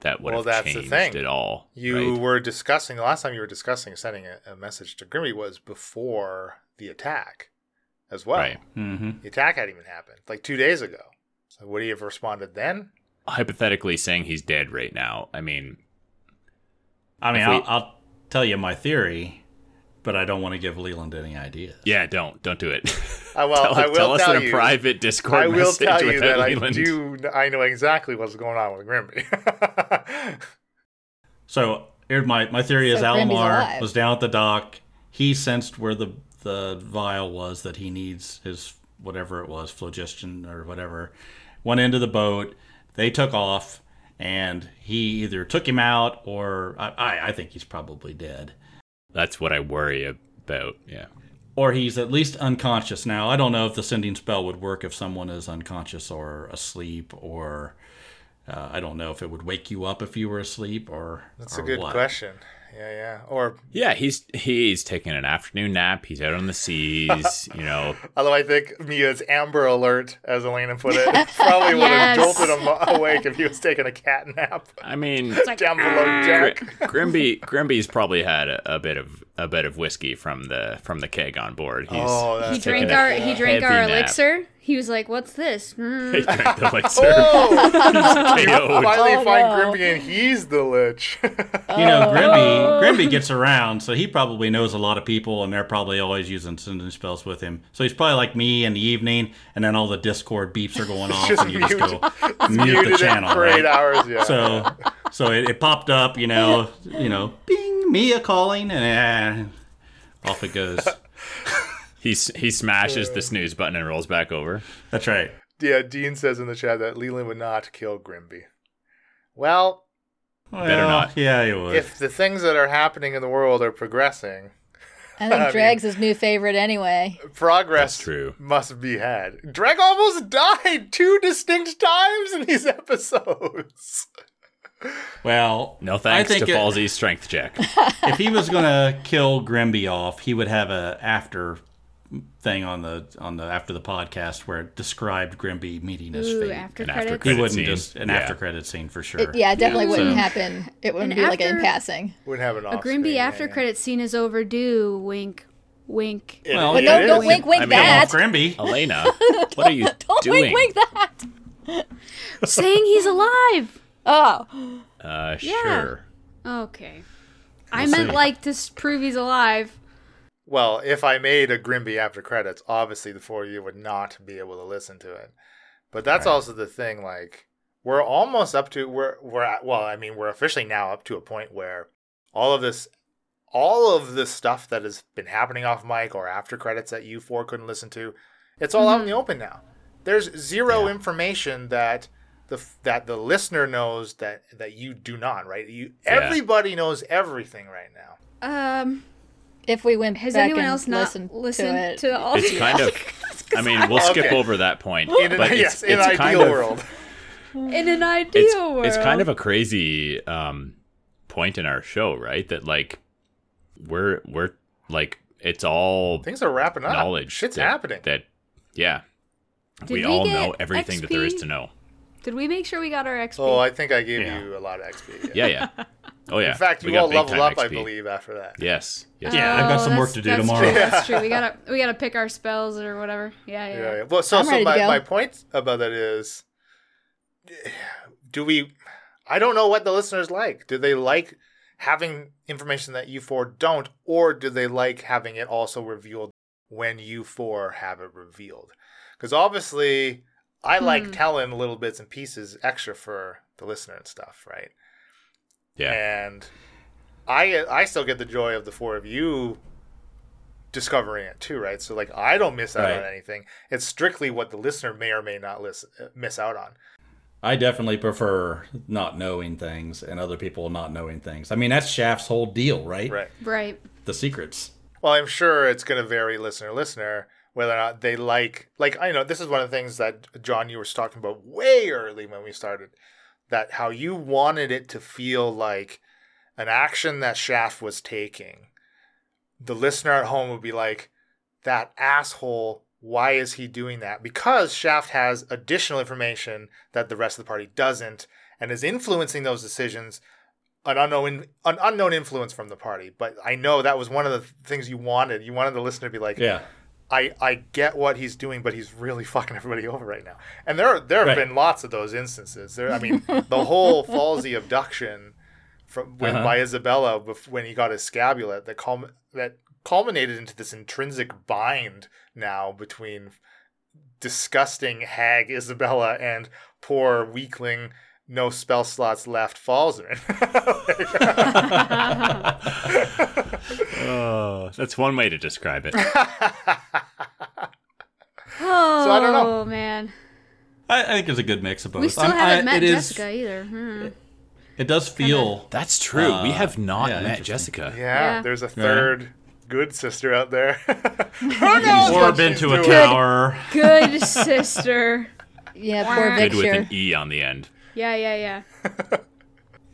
[SPEAKER 2] that would
[SPEAKER 1] Well,
[SPEAKER 2] have
[SPEAKER 1] that's the
[SPEAKER 2] changed
[SPEAKER 1] thing.
[SPEAKER 2] at all.
[SPEAKER 1] You
[SPEAKER 2] right?
[SPEAKER 1] were discussing the last time you were discussing sending a, a message to Grimmy was before the attack, as well.
[SPEAKER 2] Right.
[SPEAKER 5] Mm-hmm.
[SPEAKER 1] The attack hadn't even happened, like two days ago. So would he have responded then?
[SPEAKER 2] hypothetically saying he's dead right now. I mean,
[SPEAKER 5] I mean,
[SPEAKER 2] If we-
[SPEAKER 5] I'll, I'll tell you my theory, but I don't want to give Leland any ideas.
[SPEAKER 2] yeah, don't don't do it. [LAUGHS]
[SPEAKER 1] I Uh, well,
[SPEAKER 2] tell,
[SPEAKER 1] I will
[SPEAKER 2] tell us
[SPEAKER 1] tell
[SPEAKER 2] in
[SPEAKER 1] you.
[SPEAKER 2] a private Discord
[SPEAKER 1] I will
[SPEAKER 2] message
[SPEAKER 1] tell you
[SPEAKER 2] without
[SPEAKER 1] that
[SPEAKER 2] Leland.
[SPEAKER 1] I do. I know exactly what's going on with Grimby. [LAUGHS]
[SPEAKER 5] So here, my my theory is
[SPEAKER 3] So Granby's
[SPEAKER 5] Almar
[SPEAKER 3] alive.
[SPEAKER 5] was down at the dock. He sensed where the the vial was that he needs his whatever it was, phlogiston or whatever. Went into the boat. They took off, and he either took him out or I I, I think he's probably dead,
[SPEAKER 2] That's what I worry about. Yeah.
[SPEAKER 5] or he's at least unconscious. Now I don't know if the sending spell would work if someone is unconscious or asleep or. Uh, I don't know if it would wake you up if you were asleep or.
[SPEAKER 1] That's a
[SPEAKER 5] or
[SPEAKER 1] good
[SPEAKER 5] what.
[SPEAKER 1] question. Yeah, yeah. Or
[SPEAKER 2] Yeah, he's he's taking an afternoon nap. He's out on
[SPEAKER 1] [LAUGHS]
[SPEAKER 2] the seas, you know.
[SPEAKER 1] although I think Mia's Amber Alert, as Elena put it, [LAUGHS] probably would have
[SPEAKER 4] Yes.
[SPEAKER 1] jolted him [LAUGHS] awake if he was taking a cat nap
[SPEAKER 2] I mean,
[SPEAKER 1] down below deck.
[SPEAKER 2] Grimby Grimby's probably had a, a bit of a bit of whiskey from the from the keg on board. He's,
[SPEAKER 1] Oh, that's
[SPEAKER 4] he
[SPEAKER 2] taking
[SPEAKER 4] drank
[SPEAKER 2] a
[SPEAKER 4] our he drank
[SPEAKER 2] heavy
[SPEAKER 4] our
[SPEAKER 2] nap.
[SPEAKER 4] elixir. He was like, "What's this?"
[SPEAKER 2] [LAUGHS]
[SPEAKER 4] Mm.
[SPEAKER 2] he drank the elixir.
[SPEAKER 1] [LAUGHS] Oh! [LAUGHS]
[SPEAKER 2] KO'd.
[SPEAKER 1] Finally,
[SPEAKER 3] Oh,
[SPEAKER 1] find
[SPEAKER 3] no.
[SPEAKER 1] Grimby and he's the lich. [LAUGHS]
[SPEAKER 5] You
[SPEAKER 1] Oh,
[SPEAKER 5] know, Grimby Grimby gets around, so he probably knows a lot of people, and they're probably always using sending spells with him. So he's probably like me in the evening, and then all the Discord beeps are going off,
[SPEAKER 1] Just
[SPEAKER 5] and you just
[SPEAKER 1] mute-
[SPEAKER 5] go mute
[SPEAKER 1] Muted
[SPEAKER 5] the
[SPEAKER 1] him
[SPEAKER 5] channel.
[SPEAKER 1] for eight
[SPEAKER 5] Right?
[SPEAKER 1] hours. Yeah.
[SPEAKER 5] So, so it, it popped up, you know, you know, bing, Mia calling, and eh, off
[SPEAKER 1] [LAUGHS]
[SPEAKER 5] it goes.
[SPEAKER 2] He s- he smashes the snooze button and rolls back over.
[SPEAKER 5] That's right.
[SPEAKER 1] yeah, Dean says in the chat that Leland would not kill Grimby. Well,
[SPEAKER 5] Well,
[SPEAKER 2] not.
[SPEAKER 5] Yeah, you would.
[SPEAKER 1] if the things that are happening in the world are progressing,
[SPEAKER 3] I
[SPEAKER 1] I
[SPEAKER 3] think
[SPEAKER 1] mean-
[SPEAKER 3] Drag's his new favorite anyway.
[SPEAKER 1] progress
[SPEAKER 2] That's true.
[SPEAKER 1] must be had. Dreg almost died two distinct times in these [LAUGHS] episodes.
[SPEAKER 5] well,
[SPEAKER 2] No thanks
[SPEAKER 5] I think
[SPEAKER 2] to
[SPEAKER 5] it-
[SPEAKER 2] Falsey's strength
[SPEAKER 5] [LAUGHS]
[SPEAKER 2] check.
[SPEAKER 5] if he was gonna kill Grimby off, he would have a after thing on the on the after the podcast where it described Grimby meeting his
[SPEAKER 4] Ooh,
[SPEAKER 5] fate.
[SPEAKER 4] after
[SPEAKER 2] An after
[SPEAKER 4] credits.
[SPEAKER 5] he
[SPEAKER 2] credit
[SPEAKER 5] wouldn't
[SPEAKER 2] scene.
[SPEAKER 5] just an
[SPEAKER 2] Yeah.
[SPEAKER 5] after credit scene for sure.
[SPEAKER 3] It, yeah, it definitely wouldn't
[SPEAKER 5] so-
[SPEAKER 3] happen. It wouldn't
[SPEAKER 4] And
[SPEAKER 3] be like in
[SPEAKER 4] after- [LAUGHS]
[SPEAKER 3] passing.
[SPEAKER 1] Wouldn't have an off.
[SPEAKER 4] A Grimby after credit scene is overdue. Wink,
[SPEAKER 5] [LAUGHS]
[SPEAKER 4] wink.
[SPEAKER 5] Well,
[SPEAKER 1] it,
[SPEAKER 5] But
[SPEAKER 1] it
[SPEAKER 3] No,
[SPEAKER 1] is.
[SPEAKER 3] don't wink, wink
[SPEAKER 2] I mean,
[SPEAKER 5] Off
[SPEAKER 3] that.
[SPEAKER 5] Grimby. [LAUGHS]
[SPEAKER 2] Elena, what are you
[SPEAKER 4] Oh,
[SPEAKER 3] Don't
[SPEAKER 2] doing?
[SPEAKER 3] wink, wink that.
[SPEAKER 4] Saying he's alive.
[SPEAKER 3] Oh,
[SPEAKER 2] Uh,
[SPEAKER 4] Yeah.
[SPEAKER 2] sure.
[SPEAKER 4] Okay. I
[SPEAKER 5] We'll
[SPEAKER 4] meant
[SPEAKER 5] see.
[SPEAKER 4] like to s- prove he's alive.
[SPEAKER 1] Well, if I made a Grimby after credits, obviously the four of you would not be able to listen to it. But that's also the thing. Like we're almost up to we're we're at, well, I mean we're officially now up to a point where all of this, all of this stuff that has been happening off mic or after credits that you four couldn't listen to, it's all
[SPEAKER 2] Mm-hmm.
[SPEAKER 1] out in the open now. There's zero
[SPEAKER 5] Yeah.
[SPEAKER 1] information that the f- that the listener knows that that you do not. Right? You
[SPEAKER 2] Yeah.
[SPEAKER 1] everybody knows everything right now.
[SPEAKER 4] Um,
[SPEAKER 3] If we went
[SPEAKER 4] has
[SPEAKER 3] back
[SPEAKER 4] anyone
[SPEAKER 3] and
[SPEAKER 4] else not
[SPEAKER 3] listened
[SPEAKER 4] listened,
[SPEAKER 3] to
[SPEAKER 4] to,
[SPEAKER 3] it,
[SPEAKER 4] all
[SPEAKER 2] It's
[SPEAKER 5] [LAUGHS]
[SPEAKER 4] the
[SPEAKER 2] kind of. I mean, we'll skip
[SPEAKER 1] Okay.
[SPEAKER 2] over that point,
[SPEAKER 1] In an, [LAUGHS]
[SPEAKER 2] but
[SPEAKER 1] yes,
[SPEAKER 2] it's,
[SPEAKER 1] in
[SPEAKER 2] it's
[SPEAKER 1] an
[SPEAKER 2] kind
[SPEAKER 1] ideal
[SPEAKER 2] of
[SPEAKER 1] world.
[SPEAKER 4] [LAUGHS] in an ideal
[SPEAKER 2] it's,
[SPEAKER 4] world?
[SPEAKER 2] it's kind of a crazy um, point in our show, right? That like we're we're like it's all
[SPEAKER 1] Things are wrapping up.
[SPEAKER 2] knowledge.
[SPEAKER 1] Shit's
[SPEAKER 2] that-
[SPEAKER 1] happening.
[SPEAKER 2] That yeah,
[SPEAKER 4] Did
[SPEAKER 2] we,
[SPEAKER 4] we
[SPEAKER 2] all
[SPEAKER 4] get
[SPEAKER 2] know everything that there is
[SPEAKER 4] XP?
[SPEAKER 2] to know.
[SPEAKER 4] Did we make sure we got our XP?
[SPEAKER 1] oh, I think I gave
[SPEAKER 5] Yeah.
[SPEAKER 1] you a lot of XP. [LAUGHS]
[SPEAKER 2] Yeah, yeah. Oh yeah.
[SPEAKER 1] In fact,
[SPEAKER 2] We
[SPEAKER 1] you
[SPEAKER 2] got
[SPEAKER 1] all
[SPEAKER 2] big
[SPEAKER 1] leveled
[SPEAKER 2] time
[SPEAKER 1] up, I
[SPEAKER 2] XP.
[SPEAKER 1] believe, after that.
[SPEAKER 2] Yes. yes.
[SPEAKER 5] Yeah, I've got
[SPEAKER 4] Oh,
[SPEAKER 5] some work
[SPEAKER 4] that's-
[SPEAKER 5] to do
[SPEAKER 4] that's
[SPEAKER 5] tomorrow.
[SPEAKER 4] True,
[SPEAKER 1] [LAUGHS]
[SPEAKER 4] that's true. We gotta we gotta pick our spells or whatever. Yeah, yeah.
[SPEAKER 1] Yeah, yeah. Well, so,
[SPEAKER 3] I'm
[SPEAKER 1] so
[SPEAKER 3] ready to
[SPEAKER 1] my,
[SPEAKER 3] go.
[SPEAKER 1] my point about that is do we, I don't know what the listeners like. Do they like having information that you four don't, or do they like having it also revealed when you four have it revealed? Because obviously, I
[SPEAKER 3] Hmm.
[SPEAKER 1] like telling little bits and pieces extra for the listener and stuff, right?
[SPEAKER 2] Yeah.
[SPEAKER 1] and I I still get the joy of the four of you discovering it too, right? So like I don't miss out on
[SPEAKER 5] Right.
[SPEAKER 1] anything. It's strictly what the listener may or may not listen, uh, miss out on.
[SPEAKER 5] I definitely prefer not knowing things and other people not knowing things. I mean, that's Shaft's whole deal, right?
[SPEAKER 1] Right.
[SPEAKER 4] Right.
[SPEAKER 5] The secrets.
[SPEAKER 1] Well, I'm sure it's going to vary listener to listener whether or not they like like I know this is one of the things that John you were talking about way early when we started that how you wanted it to feel like an action that Shaft was taking. The listener at home would be like that asshole why is he doing that? Because Shaft has additional information that the rest of the party doesn't and is influencing those decisions an unknown an unknown influence from the party. But I know that was one of the things you wanted. You wanted the listener to be like,
[SPEAKER 5] Yeah.
[SPEAKER 1] I, I get what he's doing, but he's really [LAUGHS] fucking everybody over right now. And there are, there have
[SPEAKER 5] Right.
[SPEAKER 1] been lots of those instances. There, I mean, the whole Falsey abduction from when,
[SPEAKER 5] Uh-huh.
[SPEAKER 1] by Isabella bef- when he got his scabulet that culm- that culminated into this intrinsic bind now between disgusting hag Isabella and poor weakling no spell slots left Falzer. [LAUGHS]
[SPEAKER 2] Oh, that's one way to describe it.
[SPEAKER 4] Oh,
[SPEAKER 1] I don't know.
[SPEAKER 4] man.
[SPEAKER 5] I, I think it's a good mix of both.
[SPEAKER 4] We still
[SPEAKER 5] I'm-
[SPEAKER 4] haven't
[SPEAKER 5] I-
[SPEAKER 4] met
[SPEAKER 5] it is-
[SPEAKER 4] Jessica either. Hmm.
[SPEAKER 5] it does feel.
[SPEAKER 2] That's true. we have not
[SPEAKER 5] yeah,
[SPEAKER 2] met
[SPEAKER 5] interesting.
[SPEAKER 2] Jessica.
[SPEAKER 1] Yeah,
[SPEAKER 4] Yeah.
[SPEAKER 1] there's a third good sister out there. [LAUGHS] Who knows?
[SPEAKER 5] Or
[SPEAKER 1] what
[SPEAKER 5] been
[SPEAKER 1] she's
[SPEAKER 5] to a
[SPEAKER 1] doing?
[SPEAKER 5] tower. [LAUGHS]
[SPEAKER 4] Good sister.
[SPEAKER 3] yeah, poor
[SPEAKER 2] Good with
[SPEAKER 3] Victor.
[SPEAKER 2] an E on the end.
[SPEAKER 4] Yeah, yeah, yeah.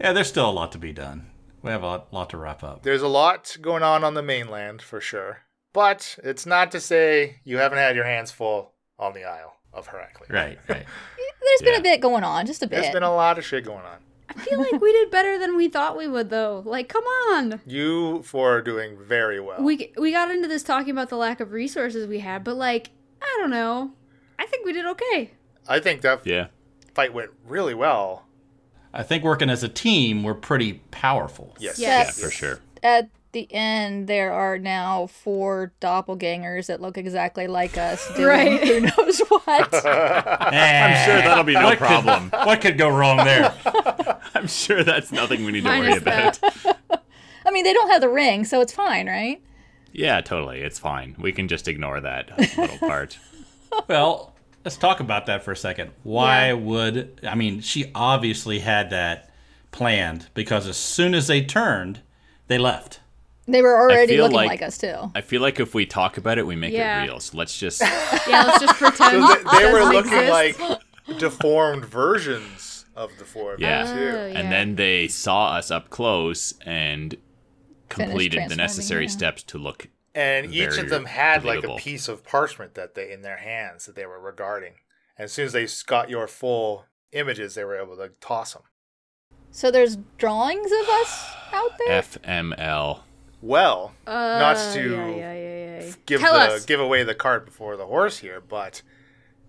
[SPEAKER 5] Yeah, there's still a lot to be done. We have a lot, lot to wrap up.
[SPEAKER 1] There's a lot going on on the mainland for sure, but it's not to say you haven't had your hands full on the Isle of Heracles.
[SPEAKER 5] [LAUGHS] Right, right.
[SPEAKER 3] There's been
[SPEAKER 2] Yeah.
[SPEAKER 3] a bit going on, just a
[SPEAKER 1] There's
[SPEAKER 3] bit.
[SPEAKER 1] been a lot of shit going on.
[SPEAKER 4] I feel like we did better than we thought we would, though. Like, come on.
[SPEAKER 1] You four are doing very well.
[SPEAKER 4] We we got into this talking about the lack of resources we had, but like, I don't know. I think we did okay.
[SPEAKER 1] I think that
[SPEAKER 2] Yeah.
[SPEAKER 1] fight went really well.
[SPEAKER 5] I think working as a team, we're pretty powerful.
[SPEAKER 1] Yes.
[SPEAKER 3] Yeah,
[SPEAKER 2] Yeah, for sure. [LAUGHS]
[SPEAKER 3] At the end, there are now four doppelgangers that look exactly like
[SPEAKER 4] [LAUGHS]
[SPEAKER 3] us. Doing
[SPEAKER 4] Right.
[SPEAKER 3] Who knows what?
[SPEAKER 5] [LAUGHS] I'm
[SPEAKER 2] sure that'll be no
[SPEAKER 5] what could-
[SPEAKER 2] problem.
[SPEAKER 5] [LAUGHS] what could go wrong there?
[SPEAKER 2] I'm sure that's nothing we need to
[SPEAKER 4] Mine
[SPEAKER 2] worry
[SPEAKER 4] is
[SPEAKER 2] about.
[SPEAKER 3] I mean, they don't have the ring, so it's fine, right?
[SPEAKER 2] [LAUGHS] Yeah, totally. It's fine. We can just ignore that little part.
[SPEAKER 5] Well, let's talk about that for a second. Why would I mean, she obviously had that planned because as soon as they turned, they left.
[SPEAKER 3] They were already
[SPEAKER 2] feel
[SPEAKER 3] looking
[SPEAKER 2] like-
[SPEAKER 3] like, us too.
[SPEAKER 2] I feel like if we talk about it, we make
[SPEAKER 4] Yeah.
[SPEAKER 2] it real. So let's
[SPEAKER 4] [LAUGHS]
[SPEAKER 2] just.
[SPEAKER 4] Yeah, let's just pretend.
[SPEAKER 1] So they, they
[SPEAKER 4] it
[SPEAKER 1] were
[SPEAKER 4] doesn't
[SPEAKER 1] looking
[SPEAKER 4] exist.
[SPEAKER 1] like deformed versions of the four of
[SPEAKER 2] Yeah.
[SPEAKER 1] you,
[SPEAKER 4] Oh,
[SPEAKER 1] too.
[SPEAKER 4] yeah.
[SPEAKER 2] And then they saw us up close and completed the
[SPEAKER 3] transforming,
[SPEAKER 2] necessary
[SPEAKER 3] yeah.
[SPEAKER 2] steps to look.
[SPEAKER 1] And each
[SPEAKER 2] Very
[SPEAKER 1] of them had
[SPEAKER 2] believable.
[SPEAKER 1] like a piece of parchment that they in their hands that they were regarding. And as soon as they s- got your full images, they were able to toss them.
[SPEAKER 3] So there's drawings of us out there.
[SPEAKER 2] FML.
[SPEAKER 1] Well,
[SPEAKER 4] Uh,
[SPEAKER 1] not to
[SPEAKER 4] yeah, yeah, yeah, yeah.
[SPEAKER 1] give
[SPEAKER 4] Tell
[SPEAKER 1] the
[SPEAKER 4] us.
[SPEAKER 1] give away the cart before the horse here, but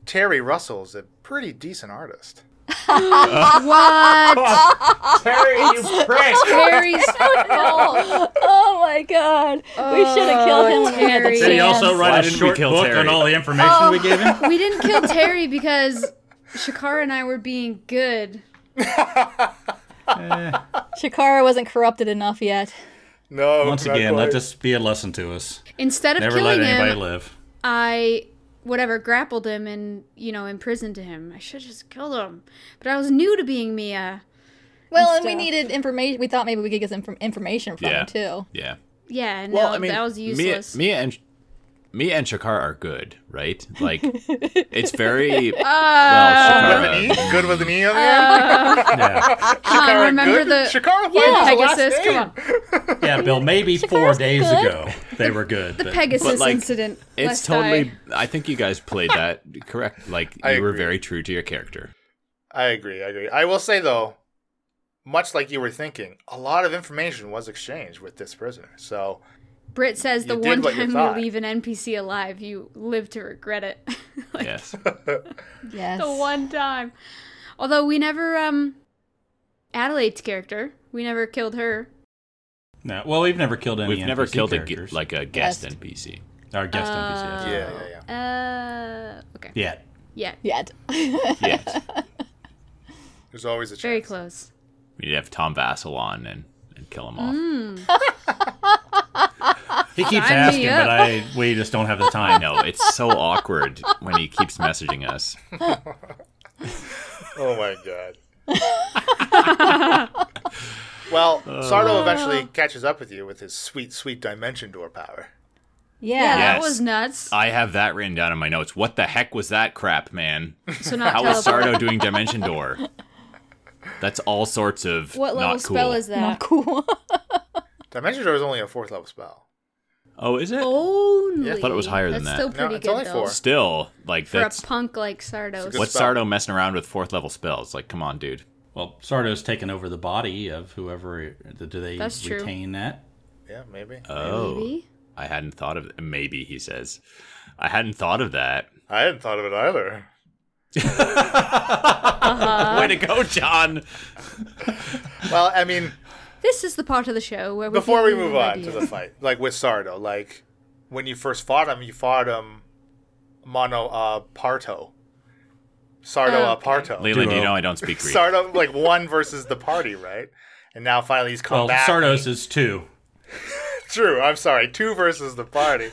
[SPEAKER 1] Terry Russell's a pretty decent artist.
[SPEAKER 4] [LAUGHS]
[SPEAKER 1] [LAUGHS]
[SPEAKER 4] What?
[SPEAKER 6] Terry, you prick!
[SPEAKER 4] [LAUGHS]
[SPEAKER 3] [LAUGHS]
[SPEAKER 4] Terry's.
[SPEAKER 3] oh, oh my god. we should have killed him when we had the
[SPEAKER 4] Oh, Terry.
[SPEAKER 5] Did he
[SPEAKER 4] Yes.
[SPEAKER 5] also
[SPEAKER 3] chance.
[SPEAKER 5] write
[SPEAKER 2] Why
[SPEAKER 5] a
[SPEAKER 2] didn't we
[SPEAKER 5] short
[SPEAKER 2] kill
[SPEAKER 5] book
[SPEAKER 2] Terry?
[SPEAKER 5] on all the information we
[SPEAKER 2] [LAUGHS]
[SPEAKER 5] gave him?
[SPEAKER 4] [LAUGHS] we didn't kill Terry because Shakara and I were being good.
[SPEAKER 3] Shakara wasn't corrupted enough yet.
[SPEAKER 1] No.
[SPEAKER 5] Once
[SPEAKER 1] not
[SPEAKER 5] again,
[SPEAKER 1] quite.
[SPEAKER 5] let this be a lesson to us.
[SPEAKER 4] Instead of
[SPEAKER 5] Never let
[SPEAKER 4] killing
[SPEAKER 5] anybody
[SPEAKER 4] him,
[SPEAKER 5] live.
[SPEAKER 4] I whatever grappled him and you know imprisoned him. I should have just killed him, but I was new to being Mia.
[SPEAKER 3] Well, and we
[SPEAKER 4] stuff.
[SPEAKER 3] needed information. We thought maybe we could get some inf- information from
[SPEAKER 2] Yeah.
[SPEAKER 3] him too.
[SPEAKER 2] Yeah.
[SPEAKER 4] Yeah, no,
[SPEAKER 2] Well, I mean,
[SPEAKER 4] that was useless.
[SPEAKER 2] Mia, Mia and Mia and Shakar are good, right?
[SPEAKER 4] [LAUGHS]
[SPEAKER 2] Like, it's very
[SPEAKER 1] Good
[SPEAKER 2] well.
[SPEAKER 5] Uh,
[SPEAKER 1] with an
[SPEAKER 2] Shakara,
[SPEAKER 1] E? Good with an E on the end?
[SPEAKER 4] [LAUGHS]
[SPEAKER 5] Yeah,
[SPEAKER 4] Come on, Uh, Um, remember
[SPEAKER 1] good?
[SPEAKER 4] the
[SPEAKER 1] Shakara
[SPEAKER 4] yeah,
[SPEAKER 1] yeah, last
[SPEAKER 4] Pegasus.
[SPEAKER 1] name.
[SPEAKER 4] Come on,
[SPEAKER 5] yeah, Bill. Maybe four days
[SPEAKER 3] good.
[SPEAKER 5] ago they were good. but-
[SPEAKER 4] Pegasus
[SPEAKER 2] like,
[SPEAKER 4] incident.
[SPEAKER 2] it's
[SPEAKER 4] lest
[SPEAKER 2] totally.
[SPEAKER 4] I-
[SPEAKER 2] I think you guys
[SPEAKER 4] [LAUGHS]
[SPEAKER 2] played that correct. Like,
[SPEAKER 1] I
[SPEAKER 2] you were
[SPEAKER 1] agree.
[SPEAKER 2] very true to your character.
[SPEAKER 1] I agree. I agree. I will say though, much like you were thinking, a lot of information was exchanged with this prisoner. So
[SPEAKER 4] Britt says the
[SPEAKER 1] you did
[SPEAKER 4] one
[SPEAKER 1] what you
[SPEAKER 4] time
[SPEAKER 1] thought.
[SPEAKER 4] you leave an NPC alive, you live to regret it. [LAUGHS] like
[SPEAKER 2] Yes.
[SPEAKER 3] Yes.
[SPEAKER 4] the one time. Although we never um Adelaide's character, we never killed her.
[SPEAKER 5] No, well, we've never killed any.
[SPEAKER 2] We've never
[SPEAKER 5] NPC
[SPEAKER 2] killed a, gu-
[SPEAKER 5] characters.
[SPEAKER 2] like a guest
[SPEAKER 3] Guest.
[SPEAKER 4] [LAUGHS]
[SPEAKER 2] NPC.
[SPEAKER 5] our guest NPCs.
[SPEAKER 1] yeah, yeah, yeah.
[SPEAKER 4] Uh okay.
[SPEAKER 5] Yeah.
[SPEAKER 4] Yeah.
[SPEAKER 3] Yet. [LAUGHS]
[SPEAKER 2] Yes.
[SPEAKER 1] There's always a chance.
[SPEAKER 4] Very close.
[SPEAKER 2] We'd have Tom Vassell on and, and kill him off.
[SPEAKER 4] Mm.
[SPEAKER 5] He keeps
[SPEAKER 4] Sign me
[SPEAKER 5] asking,
[SPEAKER 4] up.
[SPEAKER 5] but I we just don't have the
[SPEAKER 2] I
[SPEAKER 5] time.
[SPEAKER 2] know it's
[SPEAKER 4] [LAUGHS]
[SPEAKER 2] so awkward when he keeps messaging us.
[SPEAKER 1] Oh my god. well, Sardo eventually catches up with you with his sweet, sweet dimension door power.
[SPEAKER 3] Yeah.
[SPEAKER 4] Yeah, that
[SPEAKER 2] Yes.
[SPEAKER 4] was nuts.
[SPEAKER 2] I have that written down in my notes. What the heck was that crap, man? [LAUGHS]
[SPEAKER 4] So not
[SPEAKER 2] How was
[SPEAKER 4] teleport.
[SPEAKER 2] Sardo doing Dimension Door? That's all sorts of
[SPEAKER 4] What level
[SPEAKER 2] not cool.
[SPEAKER 4] spell is that?
[SPEAKER 3] Not cool.
[SPEAKER 1] Dimension door is only a fourth level spell.
[SPEAKER 2] Oh, is it?
[SPEAKER 4] Only.
[SPEAKER 2] thought it was higher than
[SPEAKER 4] That's
[SPEAKER 2] that.
[SPEAKER 4] Still
[SPEAKER 2] No,
[SPEAKER 4] pretty
[SPEAKER 1] it's
[SPEAKER 4] good
[SPEAKER 1] only
[SPEAKER 4] though.
[SPEAKER 1] four.
[SPEAKER 2] Still, like
[SPEAKER 4] For
[SPEAKER 2] that's
[SPEAKER 4] a punk like Sardos.
[SPEAKER 1] good
[SPEAKER 2] what's
[SPEAKER 1] spell.
[SPEAKER 2] Sardo messing around with fourth level spells? Like, come on, dude.
[SPEAKER 5] [LAUGHS] Well, Sardo's taken over the body of whoever. Do they
[SPEAKER 4] That's true.
[SPEAKER 5] retain that?
[SPEAKER 1] Yeah, maybe.
[SPEAKER 2] Oh,
[SPEAKER 4] Maybe.
[SPEAKER 2] I hadn't thought of. Maybe he says, I hadn't thought of that.
[SPEAKER 1] I hadn't thought of it either.
[SPEAKER 4] Uh.
[SPEAKER 2] [LAUGHS] Way to go, John.
[SPEAKER 1] Well, I
[SPEAKER 4] [LAUGHS]
[SPEAKER 1] mean,
[SPEAKER 4] This is the part of the show where we
[SPEAKER 1] before
[SPEAKER 4] give
[SPEAKER 1] we
[SPEAKER 4] you
[SPEAKER 1] move
[SPEAKER 4] an
[SPEAKER 1] on to
[SPEAKER 4] idea.
[SPEAKER 1] the fight, like with Sardo, like when you first fought him, you fought him mono uh, parto. Sardo
[SPEAKER 4] Oh,
[SPEAKER 1] uh,
[SPEAKER 4] okay.
[SPEAKER 1] parto.
[SPEAKER 2] Leland, you
[SPEAKER 5] Duo.
[SPEAKER 2] know I don't speak Greek.
[SPEAKER 1] Sardo like one versus the party, right? And now finally he's come
[SPEAKER 5] Well,
[SPEAKER 1] back.
[SPEAKER 5] Sardos is two.
[SPEAKER 1] True. I'm sorry. Two versus the party.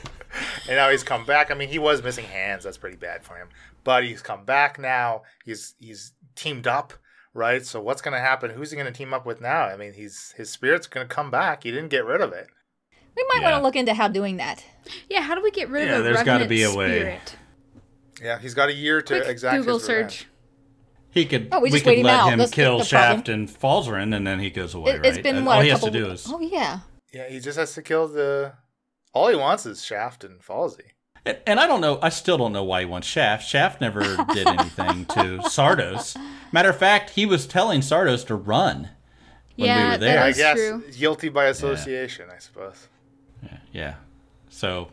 [SPEAKER 1] And now he's come back. I mean, he was missing hands. That's pretty bad for him. But he's come back now. He's he's teamed up, right? So what's going to happen? Who's he going to team up with now? I mean, he's his spirit's going to come back. He didn't get rid of it.
[SPEAKER 3] We might want
[SPEAKER 2] Yeah.
[SPEAKER 3] to look into how doing that.
[SPEAKER 4] Yeah, how do we get rid
[SPEAKER 5] Yeah,
[SPEAKER 4] of a
[SPEAKER 5] there's
[SPEAKER 4] got
[SPEAKER 5] gotta
[SPEAKER 4] to
[SPEAKER 5] be a way.
[SPEAKER 4] Spirit?
[SPEAKER 1] Yeah, he's got a year to
[SPEAKER 4] Quick
[SPEAKER 1] exact
[SPEAKER 4] Google
[SPEAKER 1] his revenge.
[SPEAKER 4] search.
[SPEAKER 5] He could.
[SPEAKER 3] Oh, we
[SPEAKER 5] we
[SPEAKER 3] just wait
[SPEAKER 5] could
[SPEAKER 3] him
[SPEAKER 5] let
[SPEAKER 3] out.
[SPEAKER 5] him
[SPEAKER 3] That's the-
[SPEAKER 5] kill
[SPEAKER 3] the problem.
[SPEAKER 5] Shaft and Falzarin, and then he goes away.
[SPEAKER 3] It,
[SPEAKER 5] right?
[SPEAKER 3] has been
[SPEAKER 5] And
[SPEAKER 3] what
[SPEAKER 5] all
[SPEAKER 3] a
[SPEAKER 5] he has
[SPEAKER 3] couple.
[SPEAKER 5] to do is.
[SPEAKER 3] Oh yeah.
[SPEAKER 1] Yeah, he just has to kill the. All he wants is Shaft and Falsey.
[SPEAKER 5] And- And I don't know. I still don't know why he wants Shaft. Shaft
[SPEAKER 3] [LAUGHS]
[SPEAKER 5] never did anything to Sardos. Matter of fact, he was telling Sardos to run. we
[SPEAKER 4] yeah,
[SPEAKER 5] were there.
[SPEAKER 4] that
[SPEAKER 1] I
[SPEAKER 4] is
[SPEAKER 1] guess
[SPEAKER 4] true.
[SPEAKER 1] guilty by association, I suppose.
[SPEAKER 5] Yeah. So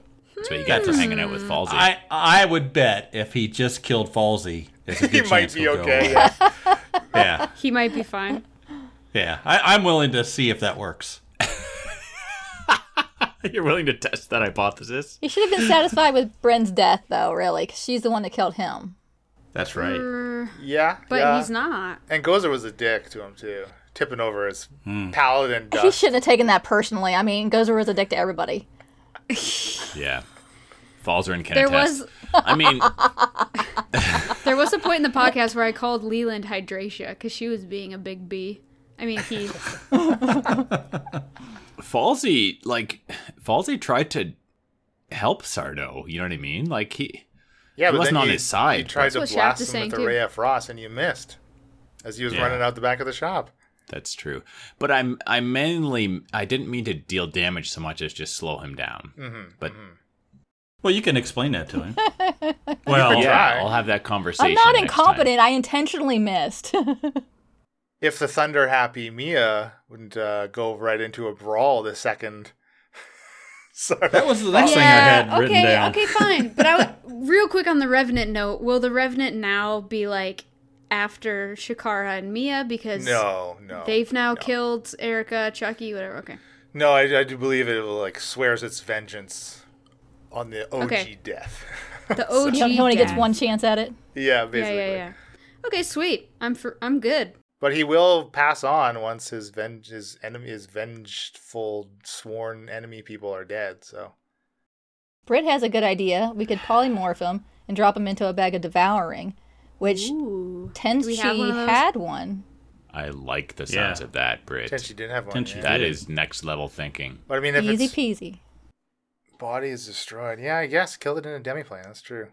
[SPEAKER 2] So you got for hanging out with Falsey.
[SPEAKER 5] I I would bet if he just killed Falsey, [LAUGHS] there's a
[SPEAKER 1] He
[SPEAKER 5] good
[SPEAKER 1] might
[SPEAKER 5] chance
[SPEAKER 1] be
[SPEAKER 5] he'll go
[SPEAKER 1] okay. [LAUGHS]
[SPEAKER 5] [LAUGHS] away.
[SPEAKER 1] Yeah.
[SPEAKER 5] Yeah,
[SPEAKER 4] He might be
[SPEAKER 1] [LAUGHS]
[SPEAKER 4] fine.
[SPEAKER 5] yeah. I, I'm willing to see if that works.
[SPEAKER 2] [LAUGHS] You're willing to test that hypothesis?
[SPEAKER 3] You should have been satisfied with Bren's death, though. Really, 'cause she's the one that killed him.
[SPEAKER 5] That's right.
[SPEAKER 4] Er,
[SPEAKER 1] yeah
[SPEAKER 4] But
[SPEAKER 1] yeah.
[SPEAKER 4] he's not.
[SPEAKER 1] And Gozer was a dick to him too, tipping over his
[SPEAKER 2] Hmm.
[SPEAKER 1] paladin
[SPEAKER 3] He
[SPEAKER 1] dust.
[SPEAKER 3] shouldn't have taken that personally. I mean, Gozer was a dick to everybody.
[SPEAKER 2] Yeah. Falzarin can
[SPEAKER 4] There
[SPEAKER 2] attest.
[SPEAKER 4] was
[SPEAKER 2] I mean,
[SPEAKER 4] there was a point in the podcast where I called Leland Hydratia because she was being a big bee. I mean,
[SPEAKER 5] [LAUGHS]
[SPEAKER 4] he.
[SPEAKER 2] Falsey, like, Falsey tried to help Sardo. You know what I mean? Like, he.
[SPEAKER 1] yeah, but
[SPEAKER 2] wasn't
[SPEAKER 1] then
[SPEAKER 2] on
[SPEAKER 1] you-
[SPEAKER 2] his side,
[SPEAKER 1] You
[SPEAKER 2] but-
[SPEAKER 1] tried to
[SPEAKER 4] That's what Shaft
[SPEAKER 1] blast
[SPEAKER 4] is
[SPEAKER 1] him
[SPEAKER 4] saying,
[SPEAKER 1] with the
[SPEAKER 4] too.
[SPEAKER 1] ray of frost, and you missed, as he was
[SPEAKER 2] Yeah.
[SPEAKER 1] running out the back of the shop.
[SPEAKER 2] That's true. But I'm I mainly I didn't mean to deal damage so much as just slow him down. But
[SPEAKER 5] Well, you can explain that
[SPEAKER 4] [LAUGHS]
[SPEAKER 5] to him. well,
[SPEAKER 1] can
[SPEAKER 2] yeah,
[SPEAKER 1] try.
[SPEAKER 2] I'll have that conversation.
[SPEAKER 3] I'm not
[SPEAKER 2] next time.
[SPEAKER 3] incompetent. I intentionally missed. [LAUGHS]
[SPEAKER 1] If the thunder happy Mia wouldn't uh, go right into a brawl the second. Sorry.
[SPEAKER 5] that was the next thing I
[SPEAKER 4] yeah.
[SPEAKER 5] had written
[SPEAKER 4] okay.
[SPEAKER 5] down.
[SPEAKER 4] Okay. Fine. But I w- real quick on the Revenant note. Will the Revenant now be like? after Shakara and Mia because
[SPEAKER 1] No, no.
[SPEAKER 4] they've now killed Erica, Chucky, whatever. Okay.
[SPEAKER 1] No, I, I do believe it like swears its vengeance on the OG
[SPEAKER 4] Okay.
[SPEAKER 1] death. [LAUGHS]
[SPEAKER 4] The OG.
[SPEAKER 3] He only gets
[SPEAKER 4] death.
[SPEAKER 3] one chance at it.
[SPEAKER 1] yeah,
[SPEAKER 4] Yeah,
[SPEAKER 1] basically.
[SPEAKER 4] yeah, yeah. Okay, sweet. I'm for, I'm good.
[SPEAKER 1] But he will pass on once his venge his enemy his vengeful sworn enemy people are dead. So
[SPEAKER 3] Britt has a good idea. We could polymorph him and drop him into a bag of devouring, which
[SPEAKER 4] Ooh.
[SPEAKER 3] Tenchi
[SPEAKER 4] we have one of those?
[SPEAKER 3] had one.
[SPEAKER 2] I like the sounds
[SPEAKER 5] Yeah.
[SPEAKER 2] of that, Brit.
[SPEAKER 1] Tenchi didn't have one.
[SPEAKER 5] Tenchi
[SPEAKER 1] yeah.
[SPEAKER 2] That
[SPEAKER 5] did.
[SPEAKER 2] is next level thinking.
[SPEAKER 1] But I mean, if
[SPEAKER 4] E
[SPEAKER 3] Easy
[SPEAKER 1] its
[SPEAKER 3] peasy.
[SPEAKER 1] body is destroyed, yeah, I guess kill it in a demiplane. That's true.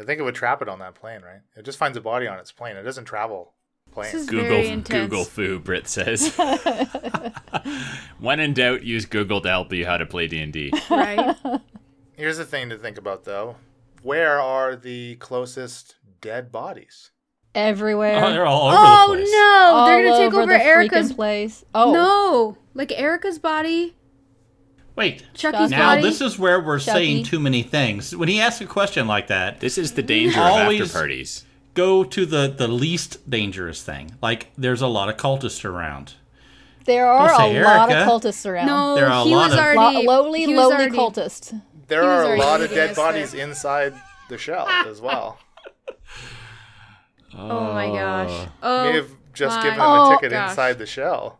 [SPEAKER 1] I think it would trap it on that plane, right? It just finds a body on its plane. It doesn't travel planes.
[SPEAKER 4] This is very
[SPEAKER 2] Google
[SPEAKER 4] intense.
[SPEAKER 2] Google foo, Brit says. [LAUGHS] when in doubt, use Google to help you how to play D and D.
[SPEAKER 3] [LAUGHS]
[SPEAKER 4] Right.
[SPEAKER 1] Here's the thing to think about, though: where are the closest dead bodies?
[SPEAKER 3] [LAUGHS] Everywhere.
[SPEAKER 5] Oh, they're all over
[SPEAKER 4] oh
[SPEAKER 5] the place.
[SPEAKER 4] no,
[SPEAKER 3] All
[SPEAKER 4] they're gonna take over,
[SPEAKER 3] the freaking
[SPEAKER 4] Erica's.
[SPEAKER 3] place. Oh,
[SPEAKER 4] No, like Erica's body,
[SPEAKER 5] Wait.
[SPEAKER 4] Chucky's
[SPEAKER 5] Now
[SPEAKER 4] body.
[SPEAKER 5] this is where we're
[SPEAKER 3] Chucky.
[SPEAKER 5] saying too many things. When he asks a question like that,
[SPEAKER 2] This is the danger of
[SPEAKER 5] Always-
[SPEAKER 2] after parties.
[SPEAKER 5] go to the the least dangerous thing. Like there's a lot of cultists around.
[SPEAKER 3] there are
[SPEAKER 5] Don't
[SPEAKER 3] a
[SPEAKER 5] say
[SPEAKER 3] lot of
[SPEAKER 5] Erica.
[SPEAKER 3] cultists around.
[SPEAKER 4] no,
[SPEAKER 5] There are a
[SPEAKER 4] he
[SPEAKER 5] lot
[SPEAKER 4] was
[SPEAKER 5] of-
[SPEAKER 3] Lo-
[SPEAKER 4] already
[SPEAKER 3] lowly,
[SPEAKER 4] he was
[SPEAKER 3] lowly
[SPEAKER 4] already-
[SPEAKER 3] cultists.
[SPEAKER 1] There
[SPEAKER 4] He
[SPEAKER 1] are
[SPEAKER 4] was
[SPEAKER 1] a
[SPEAKER 4] already
[SPEAKER 1] lot of
[SPEAKER 4] leading
[SPEAKER 1] dead
[SPEAKER 4] us
[SPEAKER 1] bodies
[SPEAKER 4] there.
[SPEAKER 1] inside the
[SPEAKER 4] [LAUGHS]
[SPEAKER 1] shell as well.
[SPEAKER 4] Oh my gosh. Oh,
[SPEAKER 1] may have just
[SPEAKER 4] my
[SPEAKER 1] given him
[SPEAKER 3] Oh,
[SPEAKER 1] a ticket
[SPEAKER 4] gosh.
[SPEAKER 1] inside the shell.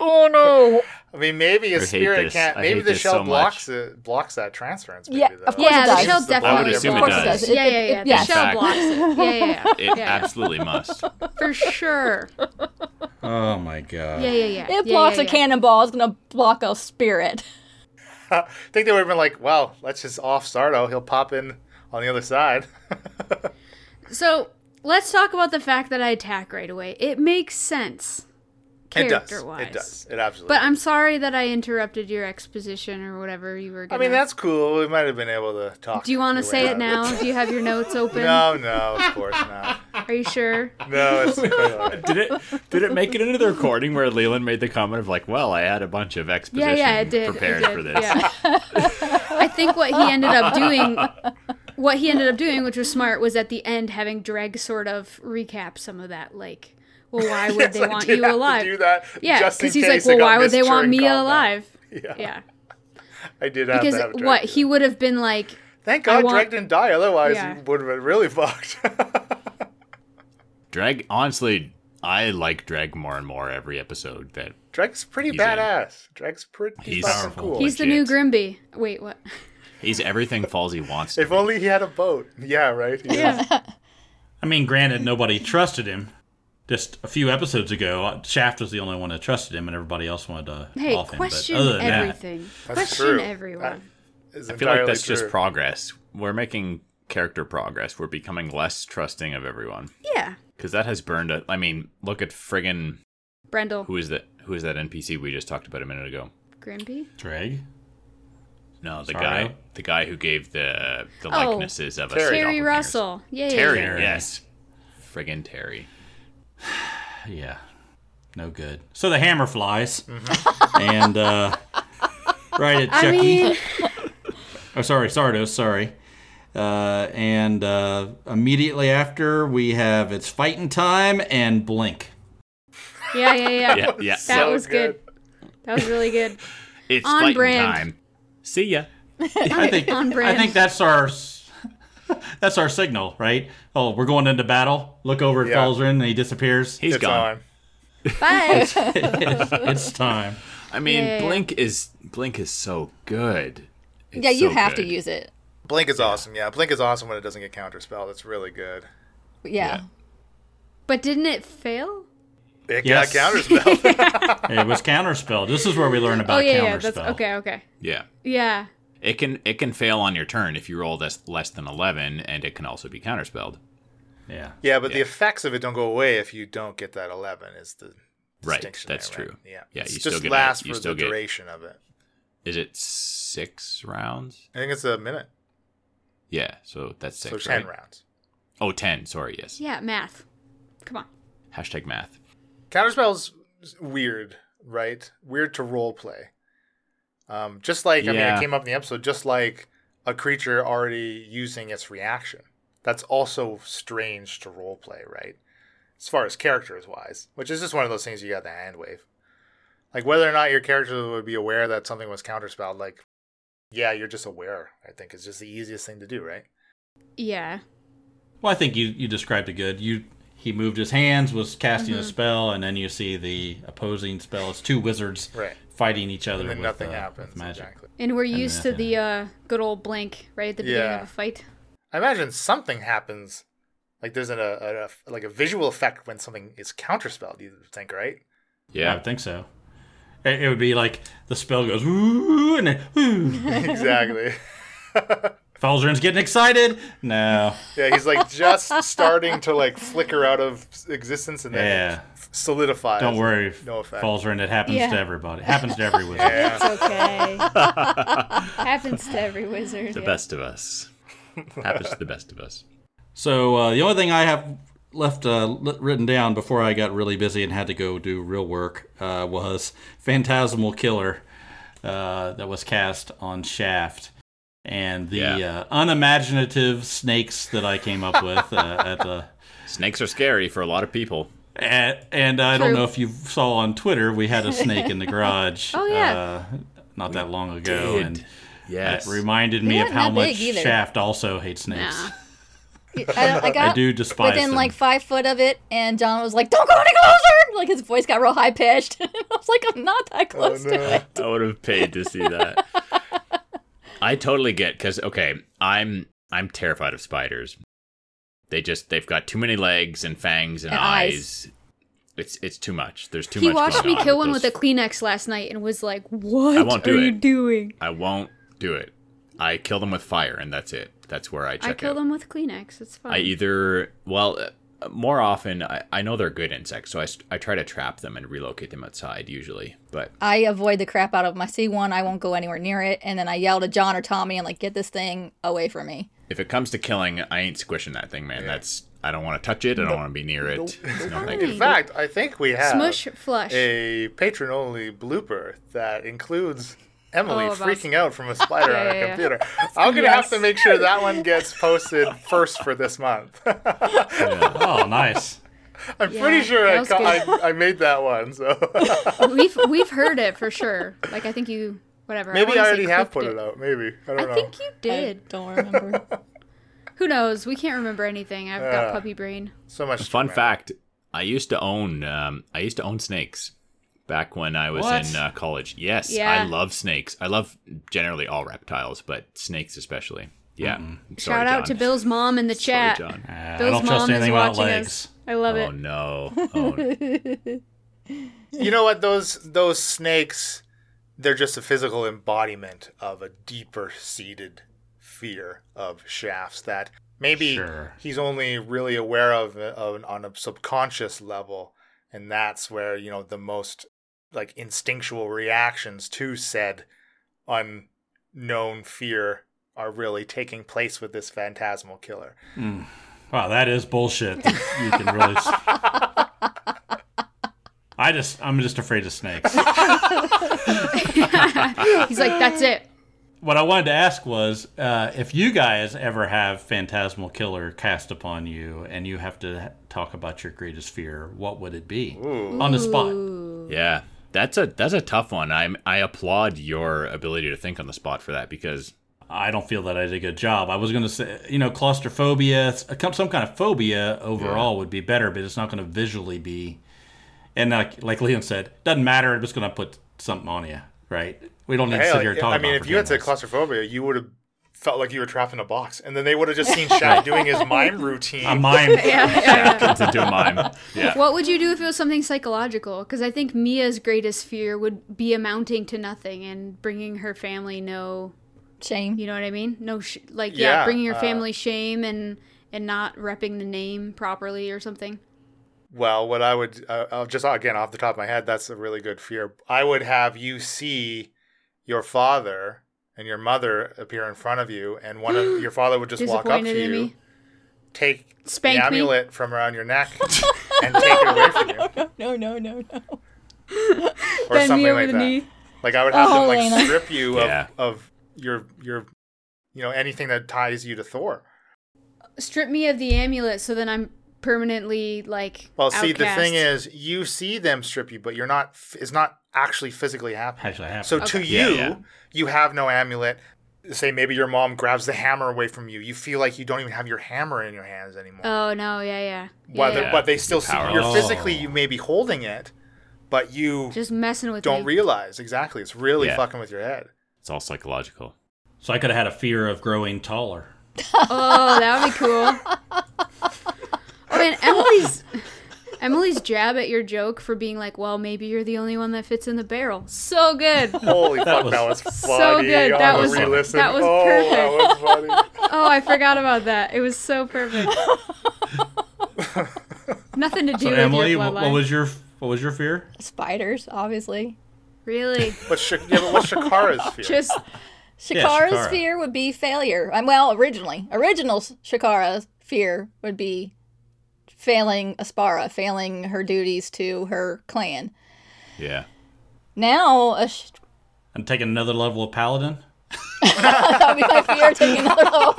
[SPEAKER 3] Oh no!
[SPEAKER 1] I mean, maybe a
[SPEAKER 2] hate
[SPEAKER 1] spirit
[SPEAKER 2] this.
[SPEAKER 1] can't.
[SPEAKER 2] I
[SPEAKER 1] Maybe
[SPEAKER 2] hate
[SPEAKER 1] the
[SPEAKER 2] this
[SPEAKER 1] shell
[SPEAKER 2] so much.
[SPEAKER 1] blocks it, blocks that transference. Maybe,
[SPEAKER 3] Yeah,
[SPEAKER 1] though.
[SPEAKER 3] of course
[SPEAKER 4] yeah,
[SPEAKER 3] it
[SPEAKER 4] the
[SPEAKER 3] does.
[SPEAKER 4] shell
[SPEAKER 1] Uses the
[SPEAKER 4] definitely.
[SPEAKER 2] I would assume it
[SPEAKER 4] blocks
[SPEAKER 2] does.
[SPEAKER 3] It-
[SPEAKER 4] Yeah, yeah,
[SPEAKER 3] it-
[SPEAKER 4] yeah. The
[SPEAKER 3] yes.
[SPEAKER 4] shell
[SPEAKER 2] In fact-
[SPEAKER 4] blocks it. Yeah, yeah, yeah.
[SPEAKER 2] It
[SPEAKER 4] yeah, yeah.
[SPEAKER 2] absolutely must.
[SPEAKER 4] [LAUGHS] For sure.
[SPEAKER 5] Oh my god.
[SPEAKER 4] Yeah, yeah, yeah.
[SPEAKER 3] It
[SPEAKER 4] Yeah,
[SPEAKER 3] blocks
[SPEAKER 4] yeah,
[SPEAKER 3] a
[SPEAKER 4] yeah.
[SPEAKER 3] cannonball. It's gonna block a spirit.
[SPEAKER 1] I think they would have been like, "Well, let's just off Sardo. He'll pop in on the other
[SPEAKER 4] [LAUGHS]
[SPEAKER 1] side."
[SPEAKER 4] So let's talk about the fact that I attack right away. It makes sense.
[SPEAKER 1] it does.
[SPEAKER 4] Character wise.
[SPEAKER 1] It does. It absolutely.
[SPEAKER 4] But I'm sorry that I interrupted your exposition or whatever you were.
[SPEAKER 1] I
[SPEAKER 4] Gonna...
[SPEAKER 1] mean, that's cool. We might have been able to talk.
[SPEAKER 4] Do you want to
[SPEAKER 1] your way
[SPEAKER 4] say
[SPEAKER 1] out
[SPEAKER 4] it
[SPEAKER 1] of
[SPEAKER 4] now? Do you have
[SPEAKER 1] [LAUGHS]
[SPEAKER 4] your notes open?
[SPEAKER 1] No, no,
[SPEAKER 4] [LAUGHS]
[SPEAKER 1] of course not.
[SPEAKER 4] Are you sure? [LAUGHS]
[SPEAKER 1] No, it's quite [LAUGHS] all right.
[SPEAKER 2] [LAUGHS] did it did it make it into the recording where Leland made the comment of like, well, I had a bunch of
[SPEAKER 4] Yeah,
[SPEAKER 2] exposition
[SPEAKER 4] yeah, it did. it
[SPEAKER 2] prepared
[SPEAKER 4] did,
[SPEAKER 2] for this.
[SPEAKER 4] Yeah. I think what he ended up doing, what he ended up doing, which was smart, was at the end having Dreg sort of recap some of that. Like, well, why would
[SPEAKER 1] Yes,
[SPEAKER 4] they
[SPEAKER 1] I
[SPEAKER 4] want
[SPEAKER 1] did
[SPEAKER 4] you
[SPEAKER 1] have to
[SPEAKER 4] alive?
[SPEAKER 1] do that
[SPEAKER 4] yeah,
[SPEAKER 1] just in
[SPEAKER 4] he's like,
[SPEAKER 1] case I
[SPEAKER 4] well,
[SPEAKER 1] got
[SPEAKER 4] why would
[SPEAKER 1] missed
[SPEAKER 4] they want
[SPEAKER 1] during
[SPEAKER 4] me
[SPEAKER 1] combat."
[SPEAKER 4] alive?
[SPEAKER 1] Yeah.
[SPEAKER 4] Yeah,
[SPEAKER 1] I did have
[SPEAKER 4] because
[SPEAKER 1] to have Drake
[SPEAKER 4] what
[SPEAKER 1] do
[SPEAKER 4] he
[SPEAKER 1] that.
[SPEAKER 4] would have been like,
[SPEAKER 1] Thank
[SPEAKER 4] I
[SPEAKER 1] God
[SPEAKER 4] want-
[SPEAKER 1] Drake didn't die. Otherwise,
[SPEAKER 4] Yeah.
[SPEAKER 1] he would have been really [LAUGHS] fucked.
[SPEAKER 2] Drag honestly, I like Drag more and more every episode that
[SPEAKER 1] Drake's pretty
[SPEAKER 2] He's in.
[SPEAKER 1] badass. Drake's pretty
[SPEAKER 2] He's
[SPEAKER 1] fucking
[SPEAKER 5] powerful.
[SPEAKER 1] cool.
[SPEAKER 4] he's the
[SPEAKER 2] Legit.
[SPEAKER 4] new Grimby. Wait, what?
[SPEAKER 2] he's everything falls he wants to.
[SPEAKER 1] If only he had a boat. Yeah, right. He is.
[SPEAKER 5] I mean, granted, nobody trusted him. Just a few episodes ago, uh, Shaft was the only one that trusted him, and everybody else wanted to
[SPEAKER 4] Hey,
[SPEAKER 5] off him.
[SPEAKER 4] question
[SPEAKER 5] but other than
[SPEAKER 4] everything. question
[SPEAKER 1] true.
[SPEAKER 4] everyone.
[SPEAKER 1] It's
[SPEAKER 2] I feel like
[SPEAKER 1] entirely
[SPEAKER 2] that's just
[SPEAKER 1] true.
[SPEAKER 2] progress. We're making character progress. We're becoming less trusting of everyone.
[SPEAKER 4] yeah,
[SPEAKER 2] Because that has burned a, I mean, look at friggin'
[SPEAKER 4] Brendel
[SPEAKER 2] who is that who is that NPC we just talked about a minute ago?
[SPEAKER 4] Grimby.
[SPEAKER 5] that, Dreg.
[SPEAKER 2] No, the
[SPEAKER 5] Sorry.
[SPEAKER 2] guy the guy who gave the the
[SPEAKER 4] Oh,
[SPEAKER 2] likenesses of us.
[SPEAKER 1] Terry.
[SPEAKER 2] to
[SPEAKER 4] Terry
[SPEAKER 2] doppelgangers.
[SPEAKER 4] Russell. Yeah, yeah,
[SPEAKER 2] Terry,
[SPEAKER 4] yeah.
[SPEAKER 2] yes. Friggin' Terry.
[SPEAKER 5] Yeah, no good. So the hammer flies, [LAUGHS] and uh, right at Chucky.
[SPEAKER 4] Mm-hmm. I mean,
[SPEAKER 1] [LAUGHS]
[SPEAKER 5] Oh, sorry, Sardos, sorry. Uh, and uh, immediately after, we have it's fighting time and blink.
[SPEAKER 4] yeah, yeah, yeah.
[SPEAKER 2] Yeah, yeah.
[SPEAKER 4] That
[SPEAKER 1] So
[SPEAKER 4] was good. That was really good.
[SPEAKER 1] [LAUGHS]
[SPEAKER 2] It's
[SPEAKER 4] On
[SPEAKER 2] fighting
[SPEAKER 4] brand.
[SPEAKER 2] time. See ya.
[SPEAKER 5] I think
[SPEAKER 4] on brand.
[SPEAKER 5] I think that's our s- [LAUGHS] that's our signal, right? Oh, we're going into battle. Look over at
[SPEAKER 1] Yeah.
[SPEAKER 5] Felzrin, and he disappears.
[SPEAKER 2] He's
[SPEAKER 1] It's
[SPEAKER 2] gone.
[SPEAKER 1] on.
[SPEAKER 4] Bye.
[SPEAKER 5] [LAUGHS] it's time.
[SPEAKER 2] I mean,
[SPEAKER 4] Yeah, yeah, yeah.
[SPEAKER 2] Blink is Blink is so good. It's
[SPEAKER 3] [LAUGHS] yeah, you
[SPEAKER 2] so
[SPEAKER 3] have
[SPEAKER 2] good.
[SPEAKER 3] to use it.
[SPEAKER 1] Blink is awesome. Yeah, Blink is awesome when it doesn't get counterspelled. It's really good.
[SPEAKER 3] Yeah.
[SPEAKER 4] But didn't it fail?
[SPEAKER 1] It
[SPEAKER 5] Yes.
[SPEAKER 1] got
[SPEAKER 2] [LAUGHS]
[SPEAKER 1] counterspelled.
[SPEAKER 5] It was counterspell. This is where we learn about
[SPEAKER 4] oh yeah, yeah.
[SPEAKER 5] counterspell.
[SPEAKER 4] That's okay. Okay.
[SPEAKER 2] Yeah.
[SPEAKER 4] Yeah.
[SPEAKER 2] It can it can fail on your turn if you roll this less than eleven, and it can also be counterspelled.
[SPEAKER 5] Yeah.
[SPEAKER 1] yeah, but the effects of it don't go away if you don't get that eleven. Is the
[SPEAKER 2] Right,
[SPEAKER 1] distinction
[SPEAKER 2] that's
[SPEAKER 1] there, right?
[SPEAKER 2] true.
[SPEAKER 1] Yeah,
[SPEAKER 2] Yeah,
[SPEAKER 1] It's
[SPEAKER 2] you still
[SPEAKER 1] just
[SPEAKER 2] get a-
[SPEAKER 1] lasts
[SPEAKER 2] you
[SPEAKER 1] for
[SPEAKER 2] still
[SPEAKER 1] the
[SPEAKER 2] get-
[SPEAKER 1] duration of it.
[SPEAKER 2] Is it six rounds?
[SPEAKER 1] I think it's a minute,
[SPEAKER 2] Yeah, so that's six.
[SPEAKER 1] so ten
[SPEAKER 2] right?
[SPEAKER 1] rounds.
[SPEAKER 2] Oh, 10, Sorry, yes.
[SPEAKER 4] Yeah. Math. Come on.
[SPEAKER 2] Hashtag math.
[SPEAKER 1] Counterspell's weird, right? Weird to role play. Um, just like I mean,
[SPEAKER 2] Yeah.
[SPEAKER 1] it came up in the episode. Just like a creature already using its reaction. That's also strange to role play, right? as far as characters wise, which is just one of those things you got the hand wave. Like whether or not your character would be aware that something was counterspelled, like yeah, you're just aware. I think is just the easiest thing to do, right?
[SPEAKER 4] Yeah.
[SPEAKER 5] Well, I think you, you described it good. You he moved his hands, was casting
[SPEAKER 4] Mm-hmm.
[SPEAKER 5] a spell, and then you see the opposing spell. It's two wizards
[SPEAKER 1] Right.
[SPEAKER 5] fighting each other.
[SPEAKER 1] And then
[SPEAKER 5] with,
[SPEAKER 1] nothing
[SPEAKER 5] uh, with
[SPEAKER 1] happens.
[SPEAKER 5] Magic.
[SPEAKER 1] Exactly.
[SPEAKER 4] And we're
[SPEAKER 5] And
[SPEAKER 4] used
[SPEAKER 5] then-
[SPEAKER 4] to the uh, good old blank right at the beginning
[SPEAKER 1] Yeah.
[SPEAKER 4] of
[SPEAKER 1] [LAUGHS]
[SPEAKER 4] a fight.
[SPEAKER 1] I imagine something happens. Like there's an, a, a like a visual effect when something is counterspelled. You would think,
[SPEAKER 5] [LAUGHS]
[SPEAKER 1] right?
[SPEAKER 5] I would think so. It, it would be like the spell goes ooh, and then ooh.
[SPEAKER 4] [LAUGHS]
[SPEAKER 1] exactly.
[SPEAKER 5] Falzern's getting excited. No,
[SPEAKER 1] Yeah, he's like just starting to like flicker out of existence and then
[SPEAKER 5] yeah.
[SPEAKER 1] solidifies.
[SPEAKER 5] Don't worry,
[SPEAKER 1] No effect.
[SPEAKER 5] Falzern. It happens
[SPEAKER 3] Yeah.
[SPEAKER 5] to everybody. It happens to
[SPEAKER 1] [LAUGHS]
[SPEAKER 5] every wizard.
[SPEAKER 3] It's okay.
[SPEAKER 2] [LAUGHS]
[SPEAKER 3] Happens to every wizard.
[SPEAKER 2] The
[SPEAKER 3] yeah.
[SPEAKER 2] best of
[SPEAKER 5] [LAUGHS]
[SPEAKER 2] us. Happens to the best of us.
[SPEAKER 5] So uh, the only thing I have left uh, li- written down before I got really busy and had to go do real work uh, was Phantasmal Killer uh, that was cast on Shaft. And the
[SPEAKER 2] Yeah.
[SPEAKER 5] uh, unimaginative snakes that I came up with uh,
[SPEAKER 4] [LAUGHS]
[SPEAKER 5] at the
[SPEAKER 2] Snakes are scary for a lot of people.
[SPEAKER 5] and, and I don't
[SPEAKER 4] True.
[SPEAKER 5] know if you saw on Twitter we had a snake
[SPEAKER 4] [LAUGHS]
[SPEAKER 5] in the garage.
[SPEAKER 4] Oh, yeah.
[SPEAKER 5] uh, not that long ago,
[SPEAKER 2] did.
[SPEAKER 5] and
[SPEAKER 2] Yes.
[SPEAKER 5] it reminded me
[SPEAKER 3] They
[SPEAKER 5] of
[SPEAKER 3] weren't
[SPEAKER 5] how
[SPEAKER 3] that
[SPEAKER 5] much
[SPEAKER 3] big either.
[SPEAKER 5] Shaft also hates snakes.
[SPEAKER 4] Nah.
[SPEAKER 3] I, don't- I got
[SPEAKER 5] I do despise
[SPEAKER 3] within
[SPEAKER 5] them.
[SPEAKER 3] like five foot of it, and John was like, "Don't go any closer!" Like his voice got real high pitched. [LAUGHS] I was like, "I'm not that close
[SPEAKER 1] Oh, no.
[SPEAKER 3] to it."
[SPEAKER 2] I would have paid to see that.
[SPEAKER 5] [LAUGHS]
[SPEAKER 2] I totally get because okay, I'm I'm terrified of spiders. They just they've got too many legs and fangs and,
[SPEAKER 3] And eyes.
[SPEAKER 2] eyes. It's it's too much. There's too
[SPEAKER 4] He
[SPEAKER 2] much.
[SPEAKER 4] watched
[SPEAKER 2] going
[SPEAKER 4] me
[SPEAKER 2] on
[SPEAKER 4] kill one
[SPEAKER 2] those-
[SPEAKER 4] with a Kleenex last night and was like, "What
[SPEAKER 2] won't
[SPEAKER 4] are
[SPEAKER 2] do
[SPEAKER 4] you
[SPEAKER 2] it.
[SPEAKER 4] doing?"
[SPEAKER 2] I won't do it. I kill them with fire, and that's it. That's where I check
[SPEAKER 4] I kill
[SPEAKER 2] out.
[SPEAKER 4] them with Kleenex. It's fine.
[SPEAKER 2] I either well, uh, more often I, I know they're good insects, so I, s- I try to trap them and relocate them outside usually. But
[SPEAKER 3] I avoid the crap out of them. I see one, I won't go anywhere near it, and then I yell to John or Tommy and like, "Get this thing away from me!"
[SPEAKER 2] if it comes to killing, I ain't squishing that thing, man. That's I don't want to touch it. I don't want to be near it. No, thank you.
[SPEAKER 1] In fact, I think we have
[SPEAKER 4] Smush flush.
[SPEAKER 1] a patron only blooper that includes Emily
[SPEAKER 4] Oh, about-
[SPEAKER 1] freaking out from a spider on her
[SPEAKER 4] [LAUGHS] yeah, yeah.
[SPEAKER 1] computer. I'm gonna have to make sure that one gets posted first for this month.
[SPEAKER 5] [LAUGHS]
[SPEAKER 1] [LAUGHS]
[SPEAKER 5] oh, nice.
[SPEAKER 1] I'm pretty sure I,
[SPEAKER 4] that was
[SPEAKER 1] ca- I I made that one, so
[SPEAKER 4] we've we've heard it for sure. Like I think you whatever.
[SPEAKER 1] maybe
[SPEAKER 4] wanna
[SPEAKER 1] I
[SPEAKER 4] say
[SPEAKER 1] already have
[SPEAKER 4] clipped
[SPEAKER 1] put it out. Maybe I don't
[SPEAKER 4] I
[SPEAKER 1] know.
[SPEAKER 4] think you
[SPEAKER 3] I
[SPEAKER 4] did.
[SPEAKER 3] don't remember.
[SPEAKER 4] Who knows? We can't remember anything. I've
[SPEAKER 1] Uh,
[SPEAKER 4] got puppy brain.
[SPEAKER 1] so much
[SPEAKER 2] Fun
[SPEAKER 1] to remember.
[SPEAKER 2] fact: I used to own um, I used to own snakes back when I was
[SPEAKER 5] What?
[SPEAKER 2] in uh, college. Yes, I
[SPEAKER 4] Yeah.
[SPEAKER 2] love snakes. I love generally all reptiles, but snakes especially. Yeah. Sorry,
[SPEAKER 4] Shout out
[SPEAKER 2] John.
[SPEAKER 4] to Bill's mom in the
[SPEAKER 2] Sorry,
[SPEAKER 4] chat.
[SPEAKER 2] John.
[SPEAKER 5] Uh, I
[SPEAKER 4] Bill's
[SPEAKER 5] don't trust
[SPEAKER 4] mom is
[SPEAKER 5] anything about
[SPEAKER 4] watching
[SPEAKER 5] legs.
[SPEAKER 4] us. I love
[SPEAKER 2] Oh
[SPEAKER 4] it.
[SPEAKER 2] no. Oh,
[SPEAKER 1] You know what? Those those snakes, they're just a physical embodiment of a deeper seated fear of shafts that maybe
[SPEAKER 5] Sure.
[SPEAKER 1] he's only really aware of, of on a subconscious level, and that's where you know the most like instinctual reactions to said unknown fear are really taking place with this phantasmal killer.
[SPEAKER 5] Wow, that is bullshit. You can really. [LAUGHS] I just, I'm just afraid of snakes.
[SPEAKER 4] [LAUGHS] He's like, that's it.
[SPEAKER 5] what I wanted to ask was uh, if you guys ever have Phantasmal Killer cast upon you and you have to ha- talk about your greatest fear, what would it be? On the spot.
[SPEAKER 2] yeah. That's a that's a tough one. I'm I applaud your ability to think on the spot for that
[SPEAKER 4] [LAUGHS]
[SPEAKER 2] because
[SPEAKER 5] I don't feel that I did a good job. I was going to say, you know, claustrophobia, s- some kind of phobia overall would be better, but it's not going to visually be. And like, like Leon said, doesn't matter. I'm just going to put something on you, right? We don't need to
[SPEAKER 1] Hey,
[SPEAKER 5] sit here
[SPEAKER 1] like,
[SPEAKER 5] talking
[SPEAKER 1] I
[SPEAKER 5] about
[SPEAKER 1] mean, if you had said
[SPEAKER 5] forgiveness.
[SPEAKER 1] claustrophobia, you would have felt like you were trapped in a box, and then they would have just seen
[SPEAKER 5] [LAUGHS]
[SPEAKER 1] Shaq doing his mime routine.
[SPEAKER 5] a [LAUGHS] mime.
[SPEAKER 4] Yeah, yeah, yeah.
[SPEAKER 2] it's into a mime. Yeah.
[SPEAKER 4] What would you do if it was something psychological? Because I think Mia's greatest fear would be amounting to nothing and bringing her family no
[SPEAKER 3] [LAUGHS] Shame.
[SPEAKER 4] You know what I mean? No, sh- like yeah,
[SPEAKER 1] Yeah,
[SPEAKER 4] bringing your
[SPEAKER 1] uh,
[SPEAKER 4] family shame and and not repping the name properly or something.
[SPEAKER 1] well, what I would, uh, I'll just again off the top of my head, that's a really good fear. I would have you see your father and your mother appear in front of you, and one
[SPEAKER 5] [GASPS]
[SPEAKER 1] of your father would just walk up
[SPEAKER 4] Disappointed
[SPEAKER 1] to
[SPEAKER 4] in
[SPEAKER 1] you,
[SPEAKER 4] me.
[SPEAKER 1] take
[SPEAKER 4] Spank
[SPEAKER 1] the
[SPEAKER 4] me.
[SPEAKER 1] amulet from around your
[SPEAKER 4] [LAUGHS]
[SPEAKER 1] neck, and take it away from you,
[SPEAKER 3] [LAUGHS] No, no, no, no.
[SPEAKER 1] or something like that. Like I would have
[SPEAKER 3] Oh,
[SPEAKER 1] them like
[SPEAKER 3] Lena.
[SPEAKER 1] strip you
[SPEAKER 2] Yeah.
[SPEAKER 1] of, of your your you know anything that ties you to Thor.
[SPEAKER 4] Strip me of the amulet, so then I'm permanently like.
[SPEAKER 1] Well, see, the thing
[SPEAKER 4] outcast.
[SPEAKER 1] is, you see them strip you, but you're not. It's not actually physically happening.
[SPEAKER 5] Actually happening.
[SPEAKER 1] So to you,
[SPEAKER 2] yeah.
[SPEAKER 1] you have no amulet. Say maybe your mom grabs the hammer away from you. You feel like you don't even have your hammer in your hands anymore.
[SPEAKER 4] Oh no! Yeah, yeah.
[SPEAKER 1] Whether,
[SPEAKER 4] yeah.
[SPEAKER 1] but they still see
[SPEAKER 2] powerless.
[SPEAKER 1] you're physically.
[SPEAKER 2] Oh.
[SPEAKER 1] You may be holding it, but you
[SPEAKER 4] just messing with
[SPEAKER 1] don't
[SPEAKER 4] me.
[SPEAKER 1] realize exactly. It's really
[SPEAKER 2] Yeah.
[SPEAKER 1] fucking with your head.
[SPEAKER 2] It's all psychological.
[SPEAKER 5] So I could have had a fear of growing taller.
[SPEAKER 4] Oh, that would be cool.
[SPEAKER 3] [LAUGHS]
[SPEAKER 4] Oh man, Emily's Emily's jab at your joke for being like, "Well, maybe you're the only one that fits in the barrel." So good.
[SPEAKER 1] Holy fuck,
[SPEAKER 5] was
[SPEAKER 1] that was
[SPEAKER 4] [LAUGHS]
[SPEAKER 1] funny.
[SPEAKER 4] good.
[SPEAKER 1] I'm
[SPEAKER 4] That
[SPEAKER 1] gonna
[SPEAKER 4] was-
[SPEAKER 1] re-listen.
[SPEAKER 4] that was
[SPEAKER 1] oh, That was funny.
[SPEAKER 4] Oh, I forgot about that. It was
[SPEAKER 3] [LAUGHS]
[SPEAKER 4] so perfect. Nothing to do
[SPEAKER 5] So
[SPEAKER 4] with
[SPEAKER 5] Emily,
[SPEAKER 4] your
[SPEAKER 5] what,
[SPEAKER 4] bloodline.
[SPEAKER 5] what was your what was your fear?
[SPEAKER 3] Spiders, obviously.
[SPEAKER 4] really
[SPEAKER 1] What's, Sha- yeah, but what's
[SPEAKER 4] [LAUGHS]
[SPEAKER 1] Shakara's fear?
[SPEAKER 4] just
[SPEAKER 3] Shakara's
[SPEAKER 5] Shakara.
[SPEAKER 3] fear would be failure. Um, well, originally, original Shakara's fear would be failing Aspara, failing her duties to her clan.
[SPEAKER 2] Yeah.
[SPEAKER 3] Now, a sh-
[SPEAKER 5] I'm taking another level of paladin.
[SPEAKER 3] that would be my
[SPEAKER 4] [LAUGHS]
[SPEAKER 3] fear taking another level.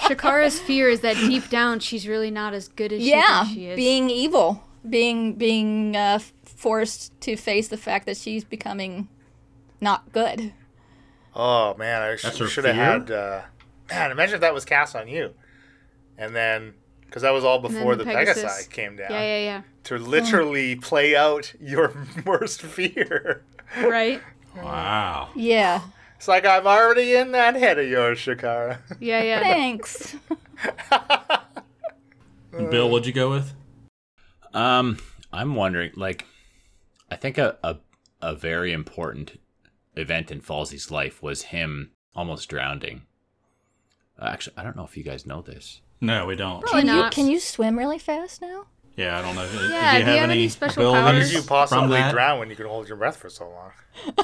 [SPEAKER 4] Shakara's fear is that deep down she's really not as good as
[SPEAKER 3] yeah,
[SPEAKER 4] she thinks she is.
[SPEAKER 3] being evil, being being uh, forced to face the fact that she's becoming not good.
[SPEAKER 1] Oh man, I
[SPEAKER 5] That's her
[SPEAKER 1] should have
[SPEAKER 5] fear?
[SPEAKER 1] had. Uh, man, imagine if that was cast on you, and then because that was all
[SPEAKER 4] then
[SPEAKER 1] before
[SPEAKER 4] the
[SPEAKER 1] the Pegasi
[SPEAKER 4] Pegasus.
[SPEAKER 1] came down
[SPEAKER 4] yeah, yeah,
[SPEAKER 1] to literally play out your [LAUGHS] worst fear.
[SPEAKER 4] yeah. Right?
[SPEAKER 5] Wow.
[SPEAKER 1] Uh.
[SPEAKER 4] [SIGHS]
[SPEAKER 3] Yeah,
[SPEAKER 1] It's like I'm already in that head of yours,
[SPEAKER 2] [LAUGHS]
[SPEAKER 1] Shakara.
[SPEAKER 4] Yeah, yeah.
[SPEAKER 3] thanks.
[SPEAKER 5] And Bill, what'd you go with?
[SPEAKER 2] Um, I'm wondering, like, I think a, a a very important event in Falsey's life was him almost drowning. Uh, Actually, I don't know if you guys know this.
[SPEAKER 5] No, we don't.
[SPEAKER 4] Probably
[SPEAKER 3] Can you
[SPEAKER 4] not.
[SPEAKER 3] can you swim really fast now?
[SPEAKER 5] Yeah, I don't know.
[SPEAKER 4] Yeah,
[SPEAKER 5] do you have any
[SPEAKER 4] special
[SPEAKER 1] How
[SPEAKER 5] abilities
[SPEAKER 1] did
[SPEAKER 4] powers?
[SPEAKER 1] you
[SPEAKER 5] from
[SPEAKER 1] possibly
[SPEAKER 5] that?
[SPEAKER 1] drown when you can hold your breath for so long?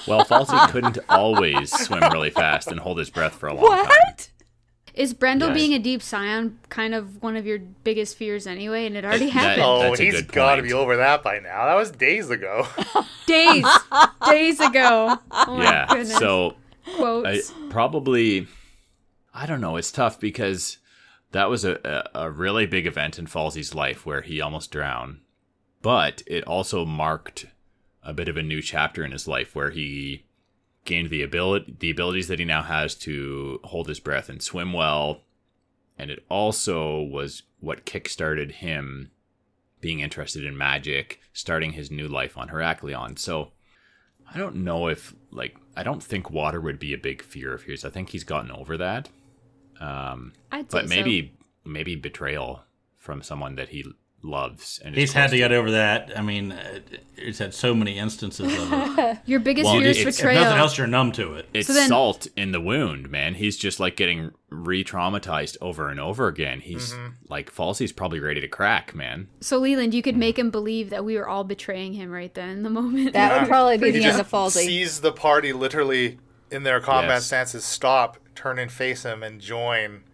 [SPEAKER 2] Well, Falsey
[SPEAKER 4] [LAUGHS]
[SPEAKER 2] couldn't always swim really fast and hold his breath for a long time.
[SPEAKER 4] Is Brendel
[SPEAKER 2] Yes.
[SPEAKER 4] being a deep scion kind of one of your biggest fears anyway? And it already
[SPEAKER 2] That-
[SPEAKER 4] happened.
[SPEAKER 1] Oh,
[SPEAKER 2] That's a
[SPEAKER 1] he's
[SPEAKER 2] good
[SPEAKER 1] got to
[SPEAKER 2] point.
[SPEAKER 1] be over that by now. That was days
[SPEAKER 4] [LAUGHS]
[SPEAKER 1] ago.
[SPEAKER 4] Days. days ago. Oh my
[SPEAKER 2] yeah.
[SPEAKER 4] goodness.
[SPEAKER 2] So I,
[SPEAKER 4] Quotes.
[SPEAKER 2] probably, I don't know. It's tough because that was a, a, a really big event in Falsey's life where he almost drowned, but it also marked a bit of a new chapter in his life where he gained the ability the abilities that he now has to hold his breath and swim well, and it also was what kickstarted him being interested in magic, starting his new life on Heraklion. So. I don't know if like I don't think water would be a big fear of his. I think he's gotten over that. Um,
[SPEAKER 4] I'd say
[SPEAKER 2] but maybe maybe betrayal from someone that he loves and is
[SPEAKER 5] He's had
[SPEAKER 2] close
[SPEAKER 5] to get over that. I mean, uh, he's had so many instances of it.
[SPEAKER 4] so. your biggest
[SPEAKER 2] Well,
[SPEAKER 4] fear is
[SPEAKER 2] it's- if
[SPEAKER 5] If
[SPEAKER 4] betrayal.
[SPEAKER 5] nothing else, you're numb to it.
[SPEAKER 2] It's
[SPEAKER 4] So then-
[SPEAKER 2] salt in the wound, man. He's just like getting re-traumatized over and over again. He's
[SPEAKER 4] Mm-hmm.
[SPEAKER 2] like Falsey's probably ready to crack, man.
[SPEAKER 4] so Leland, you could make him believe that we were all betraying him right then in the moment.
[SPEAKER 3] That would probably
[SPEAKER 1] [LAUGHS]
[SPEAKER 3] be
[SPEAKER 1] He
[SPEAKER 3] the end
[SPEAKER 1] just
[SPEAKER 3] of Falsey.
[SPEAKER 1] Sees the party literally in their combat
[SPEAKER 2] Yes.
[SPEAKER 1] stances, stop, turn and face him, and join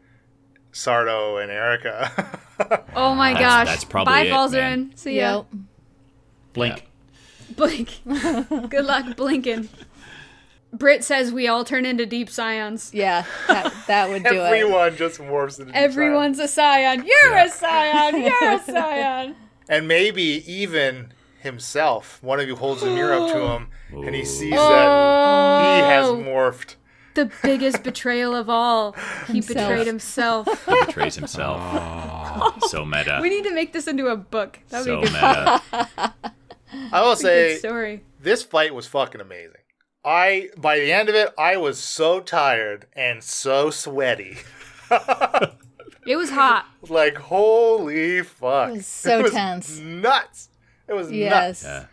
[SPEAKER 1] Sardo and Erica.
[SPEAKER 4] [LAUGHS]
[SPEAKER 1] [LAUGHS]
[SPEAKER 4] oh my gosh.
[SPEAKER 2] that's probably
[SPEAKER 4] Bye,
[SPEAKER 2] it,
[SPEAKER 4] Falzarin.
[SPEAKER 2] man.
[SPEAKER 4] See ya.
[SPEAKER 3] Yep.
[SPEAKER 5] Blink.
[SPEAKER 4] [LAUGHS] Blink. Good luck blinking. Britt says we all turn into deep scions.
[SPEAKER 3] Yeah, that, that would do it.
[SPEAKER 1] Everyone just warps into deep
[SPEAKER 4] Everyone's a scion. You're
[SPEAKER 2] Yeah.
[SPEAKER 4] a scion. You're a scion.
[SPEAKER 1] silence. and maybe even himself. One of you holds a mirror up to him, and he sees that
[SPEAKER 3] Oh.
[SPEAKER 1] he has morphed.
[SPEAKER 4] the biggest betrayal of all. He betrayed himself.
[SPEAKER 2] He betrays
[SPEAKER 5] [LAUGHS]
[SPEAKER 2] himself. so meta.
[SPEAKER 4] [LAUGHS] we need to make this into a book. That would
[SPEAKER 2] so
[SPEAKER 4] be a good,
[SPEAKER 2] meta.
[SPEAKER 4] [LAUGHS]
[SPEAKER 1] I will
[SPEAKER 4] good
[SPEAKER 1] say
[SPEAKER 4] story.
[SPEAKER 1] this fight was fucking amazing. I by the end of it, I was so tired and so sweaty. [LAUGHS]
[SPEAKER 4] It was hot.
[SPEAKER 1] Like holy fuck! It
[SPEAKER 3] was so tense.
[SPEAKER 1] Nuts. It was nuts.
[SPEAKER 3] Yes.
[SPEAKER 2] Yeah.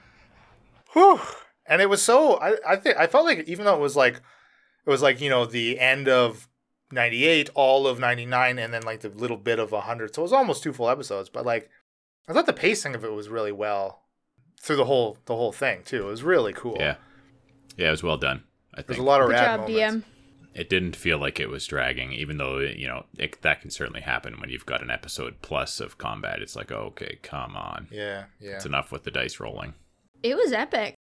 [SPEAKER 1] Whew. And it was so I, I think I felt like even though it was like it was like, you know, the end of ninety eight, all of ninety nine, and then like the little bit of hundred. So it was almost two full episodes, but like I thought the pacing of it was really well through the whole the whole thing too. It was really cool.
[SPEAKER 2] yeah. Yeah, it was well done. I
[SPEAKER 1] There's
[SPEAKER 2] think
[SPEAKER 1] a lot of
[SPEAKER 4] Good
[SPEAKER 1] rad
[SPEAKER 4] job,
[SPEAKER 1] moments.
[SPEAKER 4] DM.
[SPEAKER 2] it didn't feel like it was dragging, even though you know it, that can certainly happen when you've got an episode plus of combat. It's like, oh, okay, come on,
[SPEAKER 1] Yeah, yeah.
[SPEAKER 2] it's enough with the dice rolling.
[SPEAKER 4] It was epic.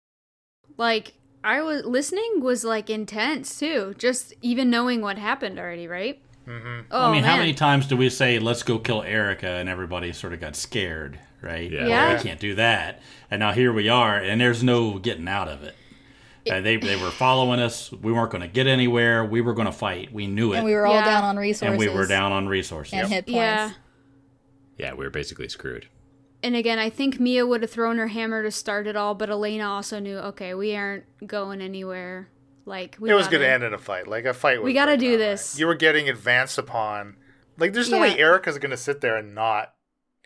[SPEAKER 4] Like I was listening was like intense too. Just even knowing what happened already, right? Oh
[SPEAKER 1] Mm-hmm.
[SPEAKER 5] I mean,
[SPEAKER 4] man.
[SPEAKER 5] how many times do we say "Let's go kill Erica" and everybody sort of got scared, right?
[SPEAKER 2] Yeah.
[SPEAKER 4] Yeah.
[SPEAKER 5] we can't do that. And now here we are, and there's no getting out of it. Uh, they they were following us. We weren't going to get anywhere. We were going to fight. We knew it,
[SPEAKER 3] And we were all
[SPEAKER 4] Yeah.
[SPEAKER 3] down on resources.
[SPEAKER 5] And we were down on resources.
[SPEAKER 3] and hit points.
[SPEAKER 4] Yeah.
[SPEAKER 2] Yeah, we were basically screwed.
[SPEAKER 4] And again, I think Mia would have thrown her hammer to start it all, but Elena also knew, okay, we aren't going anywhere. Like we
[SPEAKER 1] it was
[SPEAKER 4] gotta-
[SPEAKER 1] going to end in a fight. Like a fight. Was
[SPEAKER 4] We gotta
[SPEAKER 1] breaking out,
[SPEAKER 4] do
[SPEAKER 1] right?
[SPEAKER 4] this.
[SPEAKER 1] You were getting advanced upon. Like, there's no
[SPEAKER 4] Yeah.
[SPEAKER 1] way Erica's going to sit there and not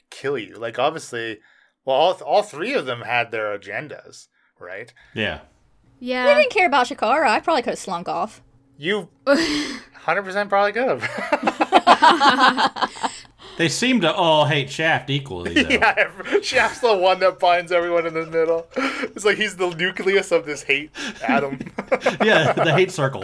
[SPEAKER 1] kill you. Like, obviously, well, all, all three of them had their agendas, right?
[SPEAKER 5] Yeah.
[SPEAKER 3] I
[SPEAKER 4] Yeah.
[SPEAKER 3] didn't care about Shakara. I probably could have slunk off.
[SPEAKER 4] [LAUGHS]
[SPEAKER 1] You, hundred percent, probably could have. [LAUGHS]
[SPEAKER 5] They seem to all hate Shaft equally,
[SPEAKER 2] [LAUGHS]
[SPEAKER 5] though.
[SPEAKER 1] yeah, Shaft's the one that binds everyone in the middle. It's like he's the nucleus of this hate
[SPEAKER 4] [LAUGHS]
[SPEAKER 1] atom.
[SPEAKER 5] yeah, the hate circle.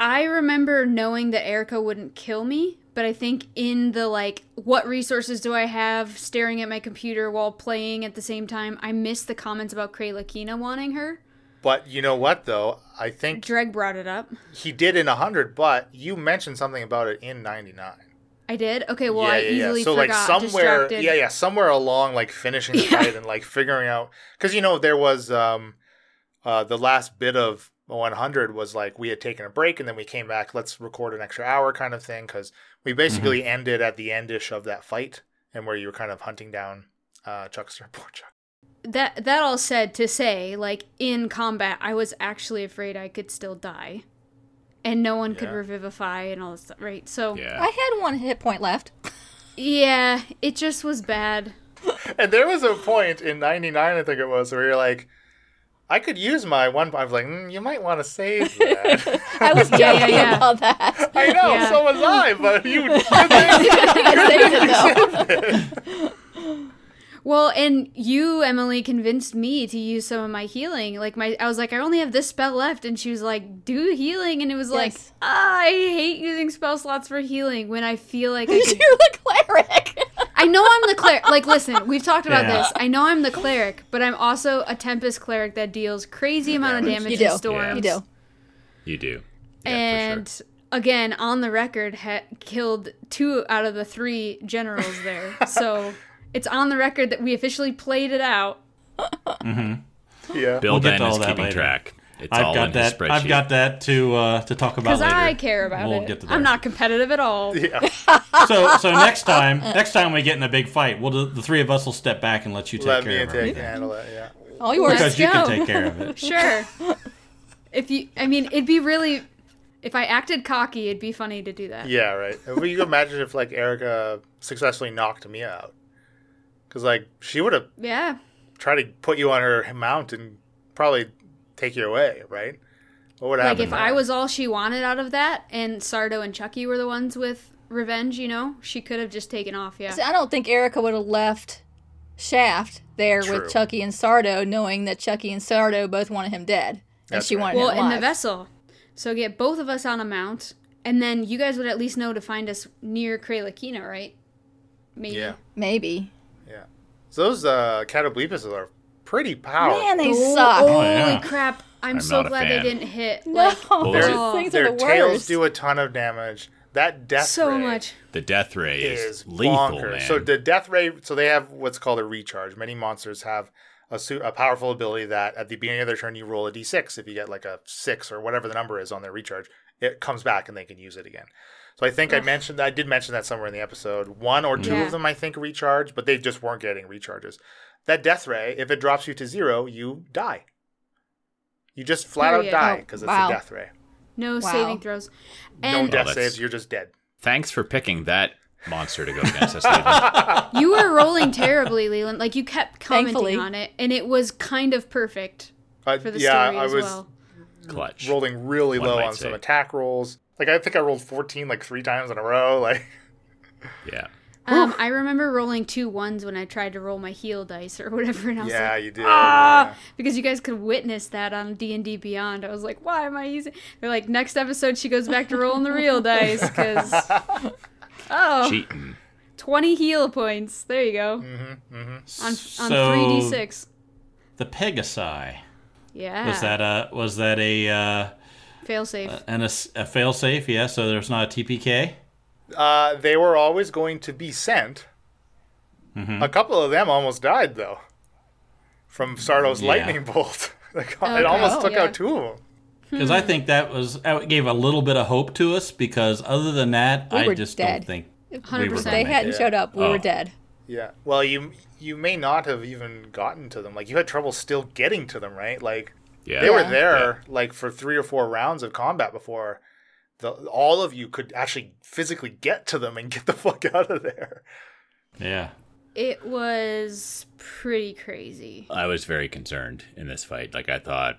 [SPEAKER 4] I remember knowing that Erica wouldn't kill me, but I think in the like what resources do I have staring at my computer while playing at the same time, I missed the comments about Krayla Kina wanting her.
[SPEAKER 1] but you know what, though, I think
[SPEAKER 4] Dreg brought it up.
[SPEAKER 1] he did in hundred. But you mentioned something about it in ninety nine.
[SPEAKER 4] I did? Okay, well I easily
[SPEAKER 1] So like
[SPEAKER 4] forgot.
[SPEAKER 1] somewhere,
[SPEAKER 4] distracted.
[SPEAKER 1] yeah, yeah, somewhere along like finishing
[SPEAKER 4] [LAUGHS]
[SPEAKER 1] the fight and like figuring out because you know there was um, uh, the last bit of 100 was like we had taken a break and then we came back. Let's record an extra hour kind of thing because
[SPEAKER 4] Mm-hmm.
[SPEAKER 1] we basically ended at the endish of that fight and where you were kind of hunting down uh, Chuckster, [LAUGHS] poor Chuck.
[SPEAKER 4] That that all said to say, like in combat, I was actually afraid I could still die, and no one could
[SPEAKER 1] Yeah.
[SPEAKER 4] revivify and all this stuff, right? So yeah,
[SPEAKER 2] Yeah.
[SPEAKER 3] I had one hit point left.
[SPEAKER 4] it just was bad.
[SPEAKER 1] And there was a point in '99, I think it was, where you're like. I could use my one. I was like, mm, you might want to save
[SPEAKER 4] [LAUGHS]
[SPEAKER 1] that.
[SPEAKER 3] [LAUGHS] I [LAUGHS] was joking
[SPEAKER 4] yeah, yeah.
[SPEAKER 3] about [LAUGHS] that.
[SPEAKER 1] I know,
[SPEAKER 4] Yeah.
[SPEAKER 1] so was I, but you.
[SPEAKER 4] [LAUGHS]
[SPEAKER 3] I saved it though.
[SPEAKER 4] Well, and you, Emily, convinced me to use some of my healing. Like my, I was like, I only have this spell left, and she was like, do healing, and it was like,
[SPEAKER 3] Yes.
[SPEAKER 4] ah, I hate using spell slots for healing when I feel
[SPEAKER 3] [LAUGHS]
[SPEAKER 4] like I
[SPEAKER 3] You're
[SPEAKER 4] could
[SPEAKER 3] the [LAUGHS] cleric.
[SPEAKER 4] I know I'm the cleric. Like, listen, we've talked about
[SPEAKER 5] Yeah.
[SPEAKER 4] this. I know I'm the cleric, but I'm also a tempest cleric that deals crazy amount of damage
[SPEAKER 3] You do.
[SPEAKER 4] in storms.
[SPEAKER 2] Yeah. You
[SPEAKER 3] You do.
[SPEAKER 2] do. Yeah,
[SPEAKER 4] And again, on the record, ha- killed two out of the three generals
[SPEAKER 2] [LAUGHS]
[SPEAKER 4] there. so it's on the record that we officially played it out.
[SPEAKER 1] [LAUGHS] yeah.
[SPEAKER 2] Bill
[SPEAKER 5] We'll get
[SPEAKER 2] Ben
[SPEAKER 5] to all
[SPEAKER 2] is
[SPEAKER 5] that
[SPEAKER 2] keeping
[SPEAKER 5] later.
[SPEAKER 2] track. It's all
[SPEAKER 5] I've
[SPEAKER 2] in his
[SPEAKER 5] got that.
[SPEAKER 2] spreadsheet.
[SPEAKER 5] I've got that to uh, to talk about
[SPEAKER 4] Because
[SPEAKER 5] later.
[SPEAKER 4] I care about
[SPEAKER 5] We'll
[SPEAKER 4] it.
[SPEAKER 5] get to
[SPEAKER 4] I'm
[SPEAKER 5] there.
[SPEAKER 4] not competitive at all.
[SPEAKER 5] so so next time, next time we get in a big fight, we'll the three of us will step back and let you take
[SPEAKER 1] Let
[SPEAKER 5] care
[SPEAKER 1] me
[SPEAKER 5] of
[SPEAKER 1] take
[SPEAKER 5] it
[SPEAKER 1] handle it. Yeah.
[SPEAKER 3] All yours.
[SPEAKER 5] because you
[SPEAKER 4] Let's
[SPEAKER 5] can
[SPEAKER 4] go.
[SPEAKER 5] take care of
[SPEAKER 4] [LAUGHS]
[SPEAKER 5] it.
[SPEAKER 4] Sure. if you, I mean, it'd be really, if I acted cocky, it'd be funny to do that.
[SPEAKER 1] Yeah, right. Well, you can imagine if like Erica successfully knocked me out, because like she would have
[SPEAKER 4] yeah.
[SPEAKER 1] tried to put you on her mount and probably take you away, right? What would
[SPEAKER 4] like
[SPEAKER 1] happen?
[SPEAKER 4] if I was all she wanted out of that, and Sardo and Chucky were the ones with revenge, you know, she could have just taken off. Yeah,
[SPEAKER 3] I don't think Erica would have left Shaft there
[SPEAKER 1] True.
[SPEAKER 3] with Chucky and Sardo, knowing that Chucky and Sardo both wanted him dead, and
[SPEAKER 1] That's
[SPEAKER 3] she
[SPEAKER 1] right.
[SPEAKER 3] wanted
[SPEAKER 4] well,
[SPEAKER 3] him
[SPEAKER 4] in
[SPEAKER 3] alive.
[SPEAKER 4] the vessel, so get both of us on a mount, and then you guys would at least know to find us near Kralakina, right? Maybe.
[SPEAKER 1] yeah,
[SPEAKER 3] Maybe.
[SPEAKER 1] yeah. So those uh, catablepis are pretty powerful.
[SPEAKER 3] Man, they
[SPEAKER 4] Oh,
[SPEAKER 3] suck.
[SPEAKER 4] Holy
[SPEAKER 5] yeah.
[SPEAKER 4] crap! I'm,
[SPEAKER 2] I'm
[SPEAKER 4] so
[SPEAKER 2] not a
[SPEAKER 4] glad they
[SPEAKER 2] fan.
[SPEAKER 4] didn't hit.
[SPEAKER 3] no,
[SPEAKER 4] Like,
[SPEAKER 2] Those
[SPEAKER 3] those
[SPEAKER 1] Their,
[SPEAKER 3] things
[SPEAKER 1] their
[SPEAKER 3] are the
[SPEAKER 1] tails
[SPEAKER 3] worst.
[SPEAKER 1] do a ton of damage. That death
[SPEAKER 4] so
[SPEAKER 1] ray
[SPEAKER 4] much.
[SPEAKER 2] the death ray is,
[SPEAKER 1] is
[SPEAKER 2] lethal,
[SPEAKER 1] bonkers.
[SPEAKER 2] man.
[SPEAKER 1] So the death ray. So they have what's called a recharge. Many monsters have a, su- a powerful ability that at the beginning of their turn you roll a d6. If you get like a six or whatever the number is on their recharge, it comes back and they can use it again. So I think I mentioned I did mention that somewhere in the episode. One or two
[SPEAKER 4] Yeah.
[SPEAKER 1] of them I think recharge, but they just weren't getting recharges. That death ray, if it drops you to zero, you die. You just flat out
[SPEAKER 4] Period.
[SPEAKER 1] die
[SPEAKER 3] Oh,
[SPEAKER 1] because it's
[SPEAKER 3] wow.
[SPEAKER 1] a death ray.
[SPEAKER 4] No
[SPEAKER 3] Wow.
[SPEAKER 4] saving throws.
[SPEAKER 1] No
[SPEAKER 4] And
[SPEAKER 1] death
[SPEAKER 2] Oh, that's-
[SPEAKER 1] saves. You're just dead.
[SPEAKER 2] Thanks for picking that monster to go against us.
[SPEAKER 5] [LAUGHS]
[SPEAKER 2] Leland.
[SPEAKER 4] you were rolling terribly, Leland. Like you kept commenting
[SPEAKER 3] Thankfully.
[SPEAKER 4] on it, and it was kind of perfect
[SPEAKER 1] Uh,
[SPEAKER 4] for the
[SPEAKER 1] yeah,
[SPEAKER 4] story
[SPEAKER 1] I
[SPEAKER 4] as
[SPEAKER 1] was
[SPEAKER 4] well.
[SPEAKER 2] Clutch.
[SPEAKER 1] rolling really
[SPEAKER 2] One
[SPEAKER 1] low
[SPEAKER 2] might
[SPEAKER 1] on
[SPEAKER 2] say.
[SPEAKER 1] some attack rolls. Like I think I rolled 14 like three times in a row. [LAUGHS] Like
[SPEAKER 2] Yeah.
[SPEAKER 4] Um, I remember rolling two ones when I tried to roll my heal dice or whatever, and I was
[SPEAKER 1] yeah,
[SPEAKER 4] like,
[SPEAKER 1] you did.
[SPEAKER 4] ah, because you guys could witness that on D and D Beyond. I was like, why am I using? They're like, next episode she goes back to rolling the real dice
[SPEAKER 1] [LAUGHS]
[SPEAKER 4] because oh,
[SPEAKER 2] Cheating.
[SPEAKER 4] 20 heal points. There you go
[SPEAKER 1] Mm-hmm,
[SPEAKER 4] on
[SPEAKER 5] so,
[SPEAKER 4] on three d six.
[SPEAKER 5] The Pegasi
[SPEAKER 4] Yeah, Ah.
[SPEAKER 5] was that a was that a uh,
[SPEAKER 4] Failsafe.
[SPEAKER 5] and a, s- a failsafe. Yeah, so there's not a TPK.
[SPEAKER 1] Uh, they were always going to be sent.
[SPEAKER 2] Mm-hmm.
[SPEAKER 1] A couple of them almost died though, from Sardo's
[SPEAKER 5] Yeah.
[SPEAKER 1] lightning [LAUGHS] bolt. Like, it
[SPEAKER 4] Okay.
[SPEAKER 1] almost
[SPEAKER 4] Oh,
[SPEAKER 1] took
[SPEAKER 4] yeah.
[SPEAKER 1] out two of them.
[SPEAKER 5] Because I think that was that gave a little bit of hope to us. Because other than that,
[SPEAKER 3] We
[SPEAKER 5] I
[SPEAKER 3] were
[SPEAKER 5] just
[SPEAKER 3] dead.
[SPEAKER 5] don't think we were
[SPEAKER 4] 100%.
[SPEAKER 5] gonna
[SPEAKER 3] They
[SPEAKER 5] make
[SPEAKER 3] hadn't
[SPEAKER 5] it.
[SPEAKER 3] showed up. We
[SPEAKER 5] Oh.
[SPEAKER 3] were dead.
[SPEAKER 1] Yeah. Well, you you may not have even gotten to them. Like you had trouble still getting to them, right? Like
[SPEAKER 2] Yeah.
[SPEAKER 1] they were
[SPEAKER 3] Yeah.
[SPEAKER 1] there like for three or four rounds of combat before the all of you could actually physically get to them and get the [LAUGHS] fuck out of there.
[SPEAKER 5] Yeah.
[SPEAKER 4] It was pretty crazy.
[SPEAKER 2] I was very concerned in this fight. Like I thought,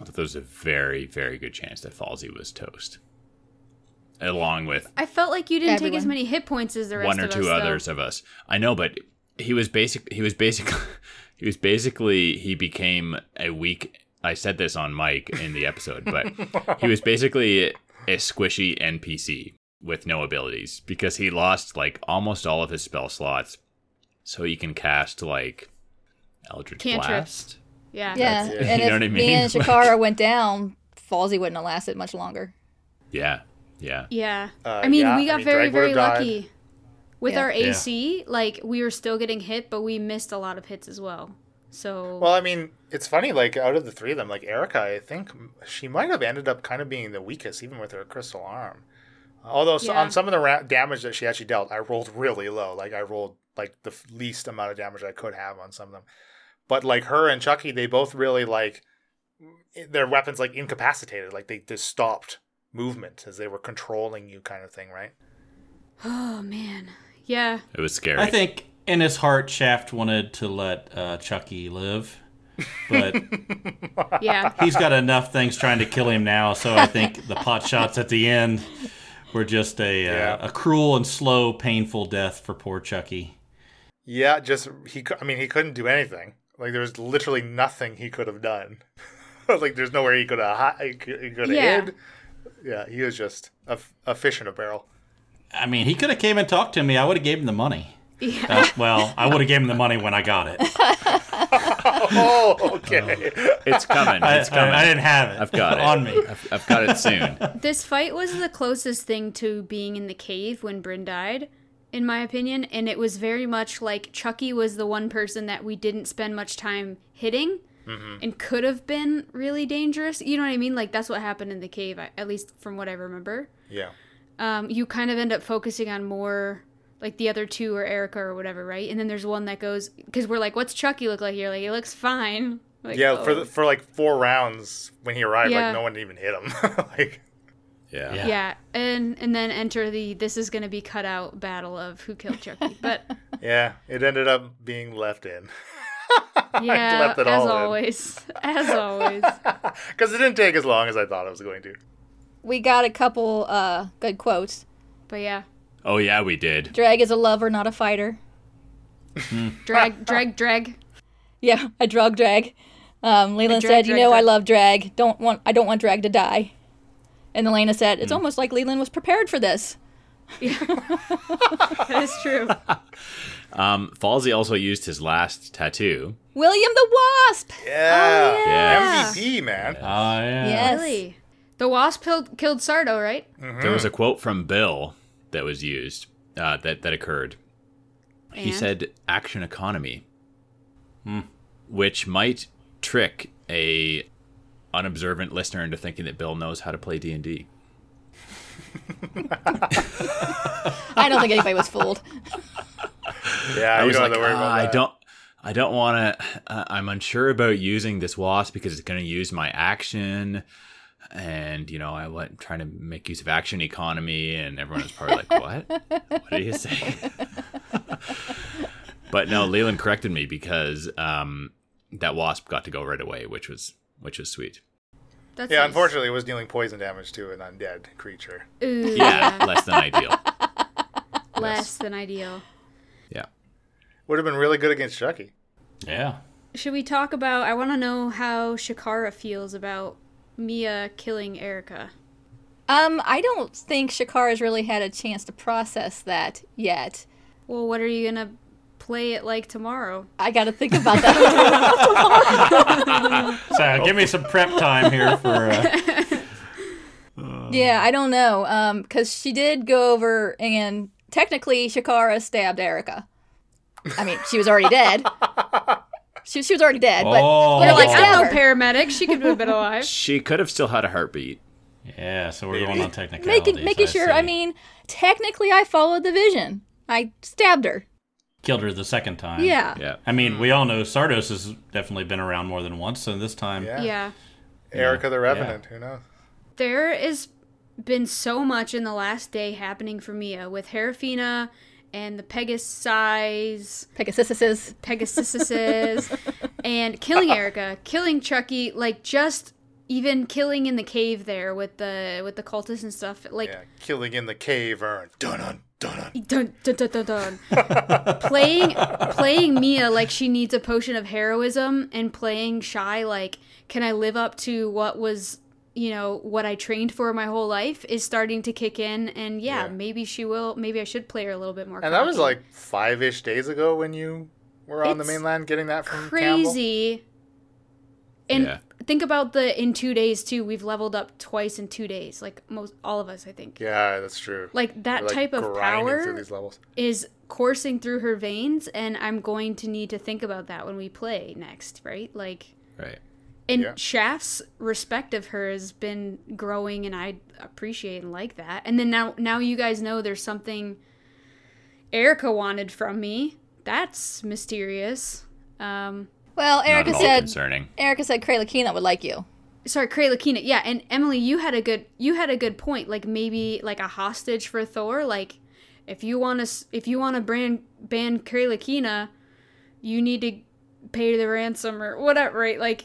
[SPEAKER 2] I thought there was a very, very good chance that Falsey was toast, along with
[SPEAKER 4] I felt like you didn't take as
[SPEAKER 3] Everyone.
[SPEAKER 4] many hit points as the rest
[SPEAKER 2] one or
[SPEAKER 4] of
[SPEAKER 2] two
[SPEAKER 4] us, though.
[SPEAKER 2] others of us. I know, but he was basic. He was basic. [LAUGHS] He was basically. He became a weak. I said this on Mike in the episode, but he was basically a squishy NPC with no abilities because he lost like almost all of his spell slots, so he can cast like Eldritch
[SPEAKER 4] Cantrips.
[SPEAKER 2] Blast.
[SPEAKER 4] Yeah.
[SPEAKER 3] Yeah,
[SPEAKER 2] [LAUGHS]
[SPEAKER 1] That's it.
[SPEAKER 3] and
[SPEAKER 2] You
[SPEAKER 3] if
[SPEAKER 2] know what I
[SPEAKER 3] me and
[SPEAKER 2] mean?
[SPEAKER 3] Shakara went down, Falsey wouldn't have lasted much longer.
[SPEAKER 2] Yeah, yeah.
[SPEAKER 4] Yeah.
[SPEAKER 1] Uh,
[SPEAKER 4] I mean,
[SPEAKER 1] yeah,
[SPEAKER 4] we
[SPEAKER 1] I
[SPEAKER 4] got
[SPEAKER 1] mean,
[SPEAKER 4] very,
[SPEAKER 1] Drake
[SPEAKER 4] very
[SPEAKER 1] would've died.
[SPEAKER 4] lucky. With
[SPEAKER 3] Yeah.
[SPEAKER 4] our
[SPEAKER 5] Yeah.
[SPEAKER 4] AC, like, we were still getting hit, but we missed a lot of hits as well. So,
[SPEAKER 1] Well, I mean, it's funny. Like out of the three of them, like Erica, I think she might have ended up kind of being the weakest, even with her crystal arm. Although so-
[SPEAKER 4] Yeah.
[SPEAKER 1] on some of the ra- damage that she actually dealt, I rolled really low. Like I rolled like the f- least amount of damage I could have on some of them. But like her and Chucky, they both really like eh, their weapons like incapacitated. Like they just stopped movement as they were controlling you, kind of thing, right?
[SPEAKER 4] [SIGHS] oh, man. Yeah.
[SPEAKER 2] It was scary.
[SPEAKER 5] I think in his heart, Shaft wanted to let uh, Chucky live, but
[SPEAKER 1] [LAUGHS]
[SPEAKER 4] Yeah.
[SPEAKER 5] he's got enough things trying to kill him now. So I think the pot shots at the end were just a
[SPEAKER 1] Yeah.
[SPEAKER 5] uh, a cruel and slow, painful death for poor Chucky.
[SPEAKER 1] Yeah, just he. cou- I mean, he couldn't do anything. Like there's literally nothing he could have done. [LAUGHS] like there's nowhere he could have hi- he could he could have
[SPEAKER 4] Yeah.
[SPEAKER 1] hid. Yeah, he was just a, f- a fish in a barrel. [LAUGHS]
[SPEAKER 5] I mean, he could have came and talked to me. I would have gave him the money.
[SPEAKER 4] Yeah.
[SPEAKER 5] Uh, well, I would have gave him the money when I got it.
[SPEAKER 1] Oh, okay.
[SPEAKER 2] it's coming.
[SPEAKER 5] I,
[SPEAKER 2] It's coming.
[SPEAKER 5] I, I didn't have it.
[SPEAKER 2] I've got it
[SPEAKER 5] on me.
[SPEAKER 2] I've, I've got it
[SPEAKER 5] [LAUGHS]
[SPEAKER 2] soon.
[SPEAKER 4] This fight was the closest thing to being in the cave when Bryn died, in my opinion, and it was very much like Chucky was the one person that we didn't spend much time hitting
[SPEAKER 1] Mm-hmm.
[SPEAKER 4] and could have been really dangerous. You know what I mean? Like, that's what happened in the cave, I- at least from what I remember.
[SPEAKER 1] yeah.
[SPEAKER 4] Um, you kind of end up focusing on more. Like the other two or Erica or whatever, right? And then there's one that goes because we're like, "What's Chucky look like?" You're like, "He looks fine." Like,
[SPEAKER 1] Yeah, for
[SPEAKER 4] oh.
[SPEAKER 1] the, for like four rounds when he arrived,
[SPEAKER 4] Yeah.
[SPEAKER 1] like no one even hit him. [LAUGHS]
[SPEAKER 2] [LAUGHS]
[SPEAKER 1] like
[SPEAKER 2] Yeah.
[SPEAKER 5] Yeah.
[SPEAKER 4] yeah, and and then enter the this is going to be cut out battle of who killed Chucky, but
[SPEAKER 1] yeah, it ended up being left in
[SPEAKER 4] Yeah,
[SPEAKER 1] left it
[SPEAKER 4] as
[SPEAKER 1] all in.
[SPEAKER 4] always. As always.
[SPEAKER 1] because it didn't take as long as I thought it was going to.
[SPEAKER 3] We got a couple uh, good quotes.
[SPEAKER 4] But yeah,
[SPEAKER 2] Oh yeah, we did.
[SPEAKER 3] Drag is a lover, not a fighter.
[SPEAKER 4] drag, drag, drag. [LAUGHS]
[SPEAKER 3] Yeah, [LAUGHS] I drug drag. Um, Leland
[SPEAKER 4] drug
[SPEAKER 3] said, "You
[SPEAKER 4] drag,
[SPEAKER 3] know, I
[SPEAKER 4] drag."
[SPEAKER 3] love drag. Don't want, I don't want drag to die." And Elena said,
[SPEAKER 2] Hmm.
[SPEAKER 3] "It's almost like Leland was prepared for this."
[SPEAKER 4] That is true.
[SPEAKER 2] Um, Falsey also used his last tattoo.
[SPEAKER 3] William the Wasp.
[SPEAKER 1] Yeah.
[SPEAKER 4] Oh,
[SPEAKER 2] yeah.
[SPEAKER 1] MVP man.
[SPEAKER 5] Oh yeah.
[SPEAKER 3] Yes.
[SPEAKER 4] Really? The wasp killed, killed Sardo, right?
[SPEAKER 2] There was a quote from Bill that was used uh, that that occurred. He
[SPEAKER 4] And?
[SPEAKER 2] said, "Action economy,"
[SPEAKER 5] Hmm.
[SPEAKER 2] which might trick a unobservant listener into thinking that Bill knows how to play D and D.
[SPEAKER 3] [LAUGHS] I don't think anybody was fooled. [LAUGHS]
[SPEAKER 1] Yeah,
[SPEAKER 2] I
[SPEAKER 1] you
[SPEAKER 2] was
[SPEAKER 1] don't
[SPEAKER 2] like,
[SPEAKER 1] have to worry
[SPEAKER 2] "Ah,
[SPEAKER 1] about
[SPEAKER 2] I
[SPEAKER 1] that."
[SPEAKER 2] don't, I don't want to. Uh, I'm unsure about using this wasp because it's going to use my action, and you know, I was trying to make use of action economy, and everyone was probably like, "What? what
[SPEAKER 1] [LAUGHS]
[SPEAKER 2] are you saying?" [LAUGHS] but no, Leland corrected me because um, that wasp got to go right away, which was which was sweet.
[SPEAKER 4] That's
[SPEAKER 1] Yeah,
[SPEAKER 4] nice.
[SPEAKER 1] unfortunately, it was dealing poison damage to an undead creature.
[SPEAKER 4] Ooh,
[SPEAKER 2] Yeah, less than ideal.
[SPEAKER 4] less than ideal.
[SPEAKER 2] Yeah.
[SPEAKER 1] Would have been really good against Chucky.
[SPEAKER 5] Yeah.
[SPEAKER 4] Should we talk about? I want to know how Shakara feels about Mia killing Erica.
[SPEAKER 3] Um, I don't think Shakara's really had a chance to process that yet.
[SPEAKER 4] Well, what are you gonna play it like tomorrow?
[SPEAKER 3] I got to think about that. [LAUGHS]
[SPEAKER 5] So give me some prep time here for uh,
[SPEAKER 3] Yeah, I don't know. Um, because she did go over and technically Shakara stabbed Erica. I mean, she was
[SPEAKER 2] [LAUGHS]
[SPEAKER 3] already dead. she, she was already dead, but
[SPEAKER 5] Oh.
[SPEAKER 3] they're
[SPEAKER 4] They're
[SPEAKER 3] like,
[SPEAKER 4] like, I'm
[SPEAKER 3] stab
[SPEAKER 4] no
[SPEAKER 3] her.
[SPEAKER 4] paramedic. She could have been alive.
[SPEAKER 2] She could have still had a heartbeat.
[SPEAKER 5] Yeah, so we're going on technicalities.
[SPEAKER 3] making making
[SPEAKER 5] I
[SPEAKER 3] sure.
[SPEAKER 5] see.
[SPEAKER 3] I mean, technically, I followed the vision. I stabbed her.
[SPEAKER 5] killed her the second time.
[SPEAKER 3] Yeah.
[SPEAKER 2] Yeah.
[SPEAKER 5] I mean, we all know Sardos has definitely been around more than once, and this time,
[SPEAKER 1] Yeah.
[SPEAKER 4] Yeah.
[SPEAKER 1] Erica the Revenant. Who knows?
[SPEAKER 4] There has been so much in the last day happening for Mia with Herafina and the Pegasus
[SPEAKER 3] Pegasus.
[SPEAKER 4] Pegasuses and killing Erica, killing Chucky, like just even killing in the cave there with the with the cultists and stuff. Like
[SPEAKER 1] Yeah, killing in the cave. Earn. Dun dun dun dun.
[SPEAKER 4] dun dun dun dun dun. playing playing Mia like she needs a potion of heroism and playing shy like can I live up to what was you know what I trained for my whole life is starting to kick in and yeah, maybe she will maybe I should play her a little bit more.
[SPEAKER 1] And that was
[SPEAKER 4] cocky.
[SPEAKER 1] like five ish days ago when you were on
[SPEAKER 4] It's
[SPEAKER 1] the mainland getting that from Campbell.
[SPEAKER 4] crazy. And
[SPEAKER 2] Yeah.
[SPEAKER 4] think about the in 2 days too. We've leveled up twice in 2 days like most all of us I think.
[SPEAKER 1] Yeah, that's true.
[SPEAKER 4] Like that
[SPEAKER 1] You're, like,
[SPEAKER 4] type of
[SPEAKER 1] grinding
[SPEAKER 4] power
[SPEAKER 1] through these levels.
[SPEAKER 4] is coursing through her veins and i'm going to need to think about that when we play next right like
[SPEAKER 2] Right.
[SPEAKER 4] and
[SPEAKER 1] Yeah.
[SPEAKER 4] shaft's respect of her has been growing and i appreciate and like that and then now now you guys know there's something erica wanted from me that's mysterious um
[SPEAKER 3] Well,
[SPEAKER 2] Not
[SPEAKER 3] Erica
[SPEAKER 2] at all
[SPEAKER 3] said. [LAUGHS]
[SPEAKER 2] concerning.
[SPEAKER 3] Erica said Kralakina would like you.
[SPEAKER 4] sorry Krayla Keenan. yeah and emily you had a good you had a good point like maybe like a hostage for thor like if you want to if you want to brand ban Krayla Keenan, you need to pay the ransom or whatever right like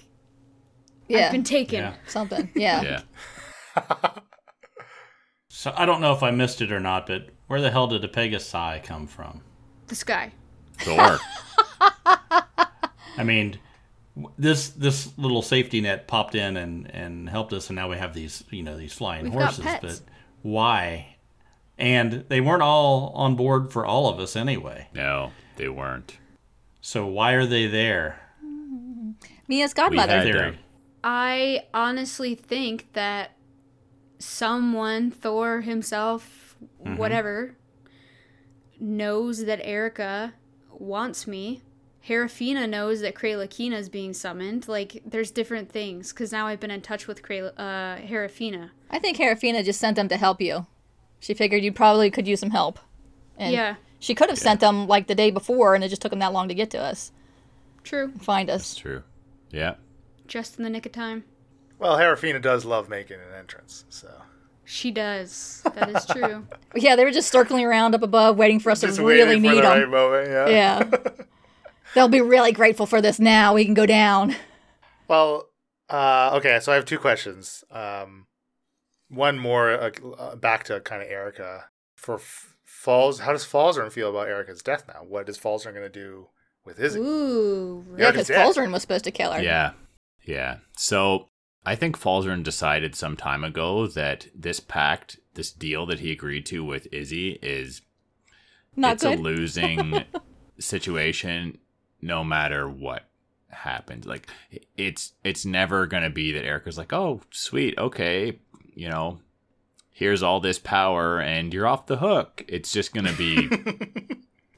[SPEAKER 3] Yeah.
[SPEAKER 4] i've been taken
[SPEAKER 5] Yeah.
[SPEAKER 3] Something. Yeah.
[SPEAKER 2] [LAUGHS] Yeah.
[SPEAKER 5] so I don't know if I missed it or not, but where the hell did the Pegasi come from?
[SPEAKER 4] this guy
[SPEAKER 2] Thor.
[SPEAKER 5] I mean, w- this this little safety net popped in and and helped us, and now we have these you know these flying
[SPEAKER 4] We've got
[SPEAKER 5] horses.
[SPEAKER 4] pets.
[SPEAKER 5] But why? And they weren't all on board for all of us anyway.
[SPEAKER 2] no, they weren't.
[SPEAKER 5] So why are they there?
[SPEAKER 3] Mia's
[SPEAKER 2] We
[SPEAKER 3] godmother.
[SPEAKER 2] had
[SPEAKER 5] Theory.
[SPEAKER 2] them.
[SPEAKER 4] i honestly think that someone thor himself whatever knows that erica wants me Herafina knows that Krayla Kina is being summoned. Like, there's different things because now I've been in touch with Krayla, uh, Herafina.
[SPEAKER 3] I think Herafina just sent them to help you. She figured you probably could use some help. And
[SPEAKER 4] Yeah,
[SPEAKER 3] She could have sent them like the day before, and it just took them that long to get to us,
[SPEAKER 4] true.
[SPEAKER 3] find
[SPEAKER 2] It's
[SPEAKER 3] us.
[SPEAKER 2] true. Yeah.
[SPEAKER 4] Just in the nick of time.
[SPEAKER 1] Well, Herafina does love making an entrance, so
[SPEAKER 4] She does. That is true.
[SPEAKER 3] Yeah, they were just circling around up above, waiting for us
[SPEAKER 1] Just
[SPEAKER 3] to really
[SPEAKER 1] waiting for
[SPEAKER 3] need
[SPEAKER 1] the right
[SPEAKER 3] them.
[SPEAKER 1] moment. Yeah.
[SPEAKER 3] Yeah.
[SPEAKER 1] [LAUGHS]
[SPEAKER 3] They'll be really grateful for this now. We can go down.
[SPEAKER 1] Well, uh, okay, so I have two questions. Um, one more uh, uh, back to kind of Erica for F- Falls. How does Falzern feel about Erica's death now? What is Falzern going to do with his?
[SPEAKER 4] Ooh,
[SPEAKER 1] Yeah,
[SPEAKER 3] Yeah,
[SPEAKER 1] just
[SPEAKER 3] because
[SPEAKER 1] dead.
[SPEAKER 3] Falzern was supposed to kill her.
[SPEAKER 2] Yeah. Yeah. So I think Falzern decided some time ago that this pact, this deal that he agreed to with Izzy is
[SPEAKER 3] Not
[SPEAKER 2] it's
[SPEAKER 3] good. [LAUGHS]
[SPEAKER 2] a losing situation no matter what happens. Like it's it's never gonna be that Erica's like, Oh, sweet, okay, you know, here's all this power and you're off the hook. It's just gonna
[SPEAKER 3] [LAUGHS]
[SPEAKER 2] be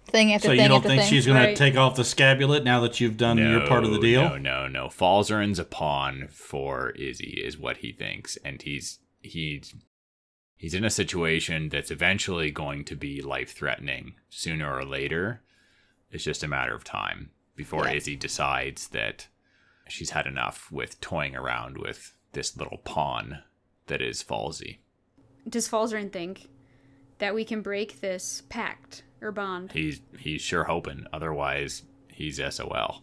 [SPEAKER 3] thing after
[SPEAKER 5] So
[SPEAKER 3] thing
[SPEAKER 5] you don't
[SPEAKER 3] after
[SPEAKER 5] think
[SPEAKER 3] thing.
[SPEAKER 5] she's going to
[SPEAKER 4] Right.
[SPEAKER 5] take off the scapulet now that you've done your part of the deal?
[SPEAKER 2] No, no, no. Falzern's a pawn for Izzy is what he thinks, and he's he's he's in a situation that's eventually going to be life threatening sooner or later. It's just a matter of time before
[SPEAKER 3] Yeah.
[SPEAKER 2] Izzy decides that she's had enough with toying around with this little pawn that is Falsey.
[SPEAKER 4] does Falzern think that we can break this pact or bond?
[SPEAKER 2] He's he's sure hoping. Otherwise, he's SOL.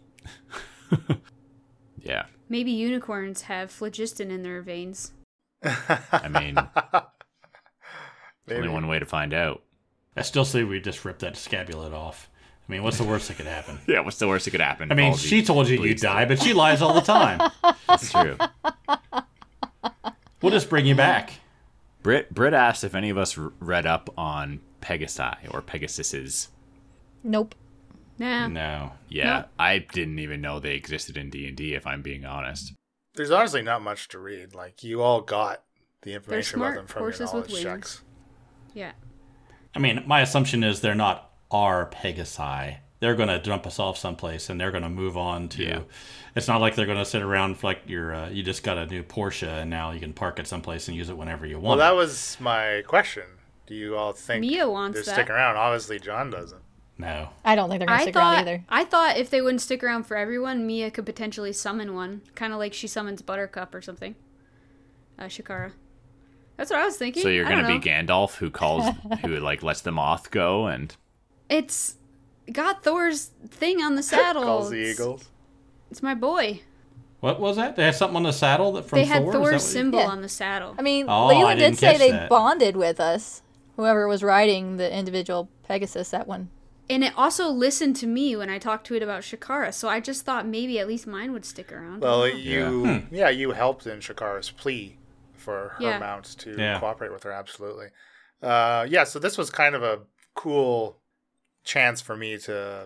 [SPEAKER 2] [LAUGHS] yeah.
[SPEAKER 4] Maybe unicorns have phlogiston in their veins.
[SPEAKER 2] I
[SPEAKER 5] [LAUGHS]
[SPEAKER 2] mean, only
[SPEAKER 1] Maybe.
[SPEAKER 2] one way to find out.
[SPEAKER 5] I still say we just rip that scapulet off. I mean, what's the worst that
[SPEAKER 2] [LAUGHS]
[SPEAKER 5] could happen?
[SPEAKER 2] Yeah, what's the worst that could happen?
[SPEAKER 5] I mean,
[SPEAKER 2] Falsey
[SPEAKER 5] she told you you'd
[SPEAKER 2] bleeds
[SPEAKER 5] die, but she lies all
[SPEAKER 2] [LAUGHS]
[SPEAKER 5] the time.
[SPEAKER 2] That's
[SPEAKER 4] [LAUGHS]
[SPEAKER 2] true.
[SPEAKER 5] We'll just bring you back.
[SPEAKER 2] Brit Brit asked if any of us r- read up on Pegasi or Pegasuses.
[SPEAKER 3] Nope.
[SPEAKER 4] Nah.
[SPEAKER 5] No.
[SPEAKER 2] Yeah,
[SPEAKER 4] No.
[SPEAKER 2] I didn't even know they existed in D and D. If I'm being honest,
[SPEAKER 1] There's honestly not much to read. Like you all got the information about
[SPEAKER 4] smart
[SPEAKER 1] them from
[SPEAKER 4] horses
[SPEAKER 1] your
[SPEAKER 4] with
[SPEAKER 1] knowledge
[SPEAKER 4] wings.
[SPEAKER 1] checks.
[SPEAKER 4] Yeah.
[SPEAKER 5] I mean, my assumption is they're not our Pegasi. They're going to dump us off someplace, and they're going to move on to.
[SPEAKER 2] Yeah.
[SPEAKER 5] It's not like they're going to sit around for like your. Uh, you just got a new Porsche, and now you can park it someplace and use it whenever you
[SPEAKER 1] Well,
[SPEAKER 5] want.
[SPEAKER 1] that was my question. Do you all think
[SPEAKER 4] Mia wants
[SPEAKER 1] they're
[SPEAKER 4] that.
[SPEAKER 1] sticking around? Obviously, John doesn't.
[SPEAKER 5] no.
[SPEAKER 3] I don't think they're gonna
[SPEAKER 4] I
[SPEAKER 3] stick
[SPEAKER 4] thought
[SPEAKER 3] around either.
[SPEAKER 4] I thought if they wouldn't stick around for everyone, Mia could potentially summon one, kind of like she summons Buttercup or something. Uh, Shakara. That's what I was thinking.
[SPEAKER 2] So you're
[SPEAKER 4] I don't
[SPEAKER 2] gonna be
[SPEAKER 4] know.
[SPEAKER 2] Gandalf who calls,
[SPEAKER 4] [LAUGHS]
[SPEAKER 2] who like lets the moth go, and
[SPEAKER 4] It's got Thor's thing on the saddle.
[SPEAKER 1] Calls the
[SPEAKER 4] It's-
[SPEAKER 1] eagles.
[SPEAKER 4] It's my boy.
[SPEAKER 5] What was that? They had something on the saddle that from
[SPEAKER 4] they had
[SPEAKER 5] Thor? Is that
[SPEAKER 4] Thor's
[SPEAKER 5] what-
[SPEAKER 4] symbol
[SPEAKER 3] Yeah.
[SPEAKER 4] on the saddle.
[SPEAKER 3] I mean,
[SPEAKER 5] Oh, I
[SPEAKER 3] Leland
[SPEAKER 5] didn't
[SPEAKER 3] did say
[SPEAKER 5] catch
[SPEAKER 3] they
[SPEAKER 5] that.
[SPEAKER 3] bonded with us. Whoever was riding the individual Pegasus that one.
[SPEAKER 4] And it also listened to me when I talked to it about Shakara, so I just thought maybe at least mine would stick around.
[SPEAKER 1] Well,
[SPEAKER 2] Yeah.
[SPEAKER 1] you yeah. you helped in Shakara's plea for her
[SPEAKER 4] Yeah.
[SPEAKER 1] mounts to
[SPEAKER 5] Yeah.
[SPEAKER 1] cooperate with her absolutely. Uh, yeah, so this was kind of a cool chance for me to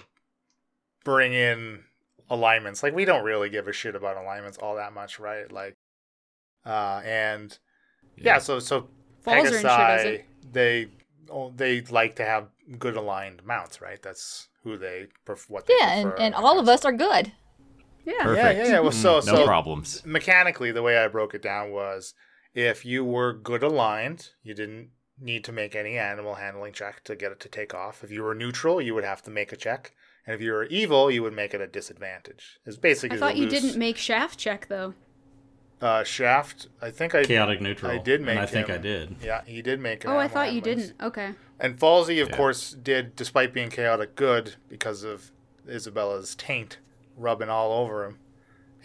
[SPEAKER 1] bring in alignments. Like we don't really give a shit about alignments all that much, right? Like uh and yeah, so so
[SPEAKER 4] Falzar and shit
[SPEAKER 1] Pegasi
[SPEAKER 4] doesn't.
[SPEAKER 1] they oh, they like to have good aligned mounts, right? That's who they pref- what they
[SPEAKER 3] yeah, and,
[SPEAKER 1] prefer.
[SPEAKER 3] and all of us are good.
[SPEAKER 4] yeah.
[SPEAKER 1] yeah,
[SPEAKER 2] perfect.
[SPEAKER 1] yeah, yeah. Well, so
[SPEAKER 2] no
[SPEAKER 1] Oh, so
[SPEAKER 2] problems.
[SPEAKER 1] mechanically the way i broke it down was if you were good aligned you didn't need to make any animal handling check to get it to take off if you were neutral you would have to make a check and if you were evil you would make it a disadvantage it's basically
[SPEAKER 4] I thought
[SPEAKER 1] the
[SPEAKER 4] you
[SPEAKER 1] loose-
[SPEAKER 4] didn't make Shaft check though.
[SPEAKER 1] uh, shaft i think i
[SPEAKER 5] chaotic neutral.
[SPEAKER 1] i did make
[SPEAKER 5] And I think
[SPEAKER 1] him-
[SPEAKER 5] I did.
[SPEAKER 1] yeah he did make an
[SPEAKER 4] Oh, I
[SPEAKER 1] animal
[SPEAKER 4] thought you
[SPEAKER 1] handling.
[SPEAKER 4] didn't. Okay.
[SPEAKER 1] and falsey of course did despite being chaotic good because of isabella's taint rubbing all over him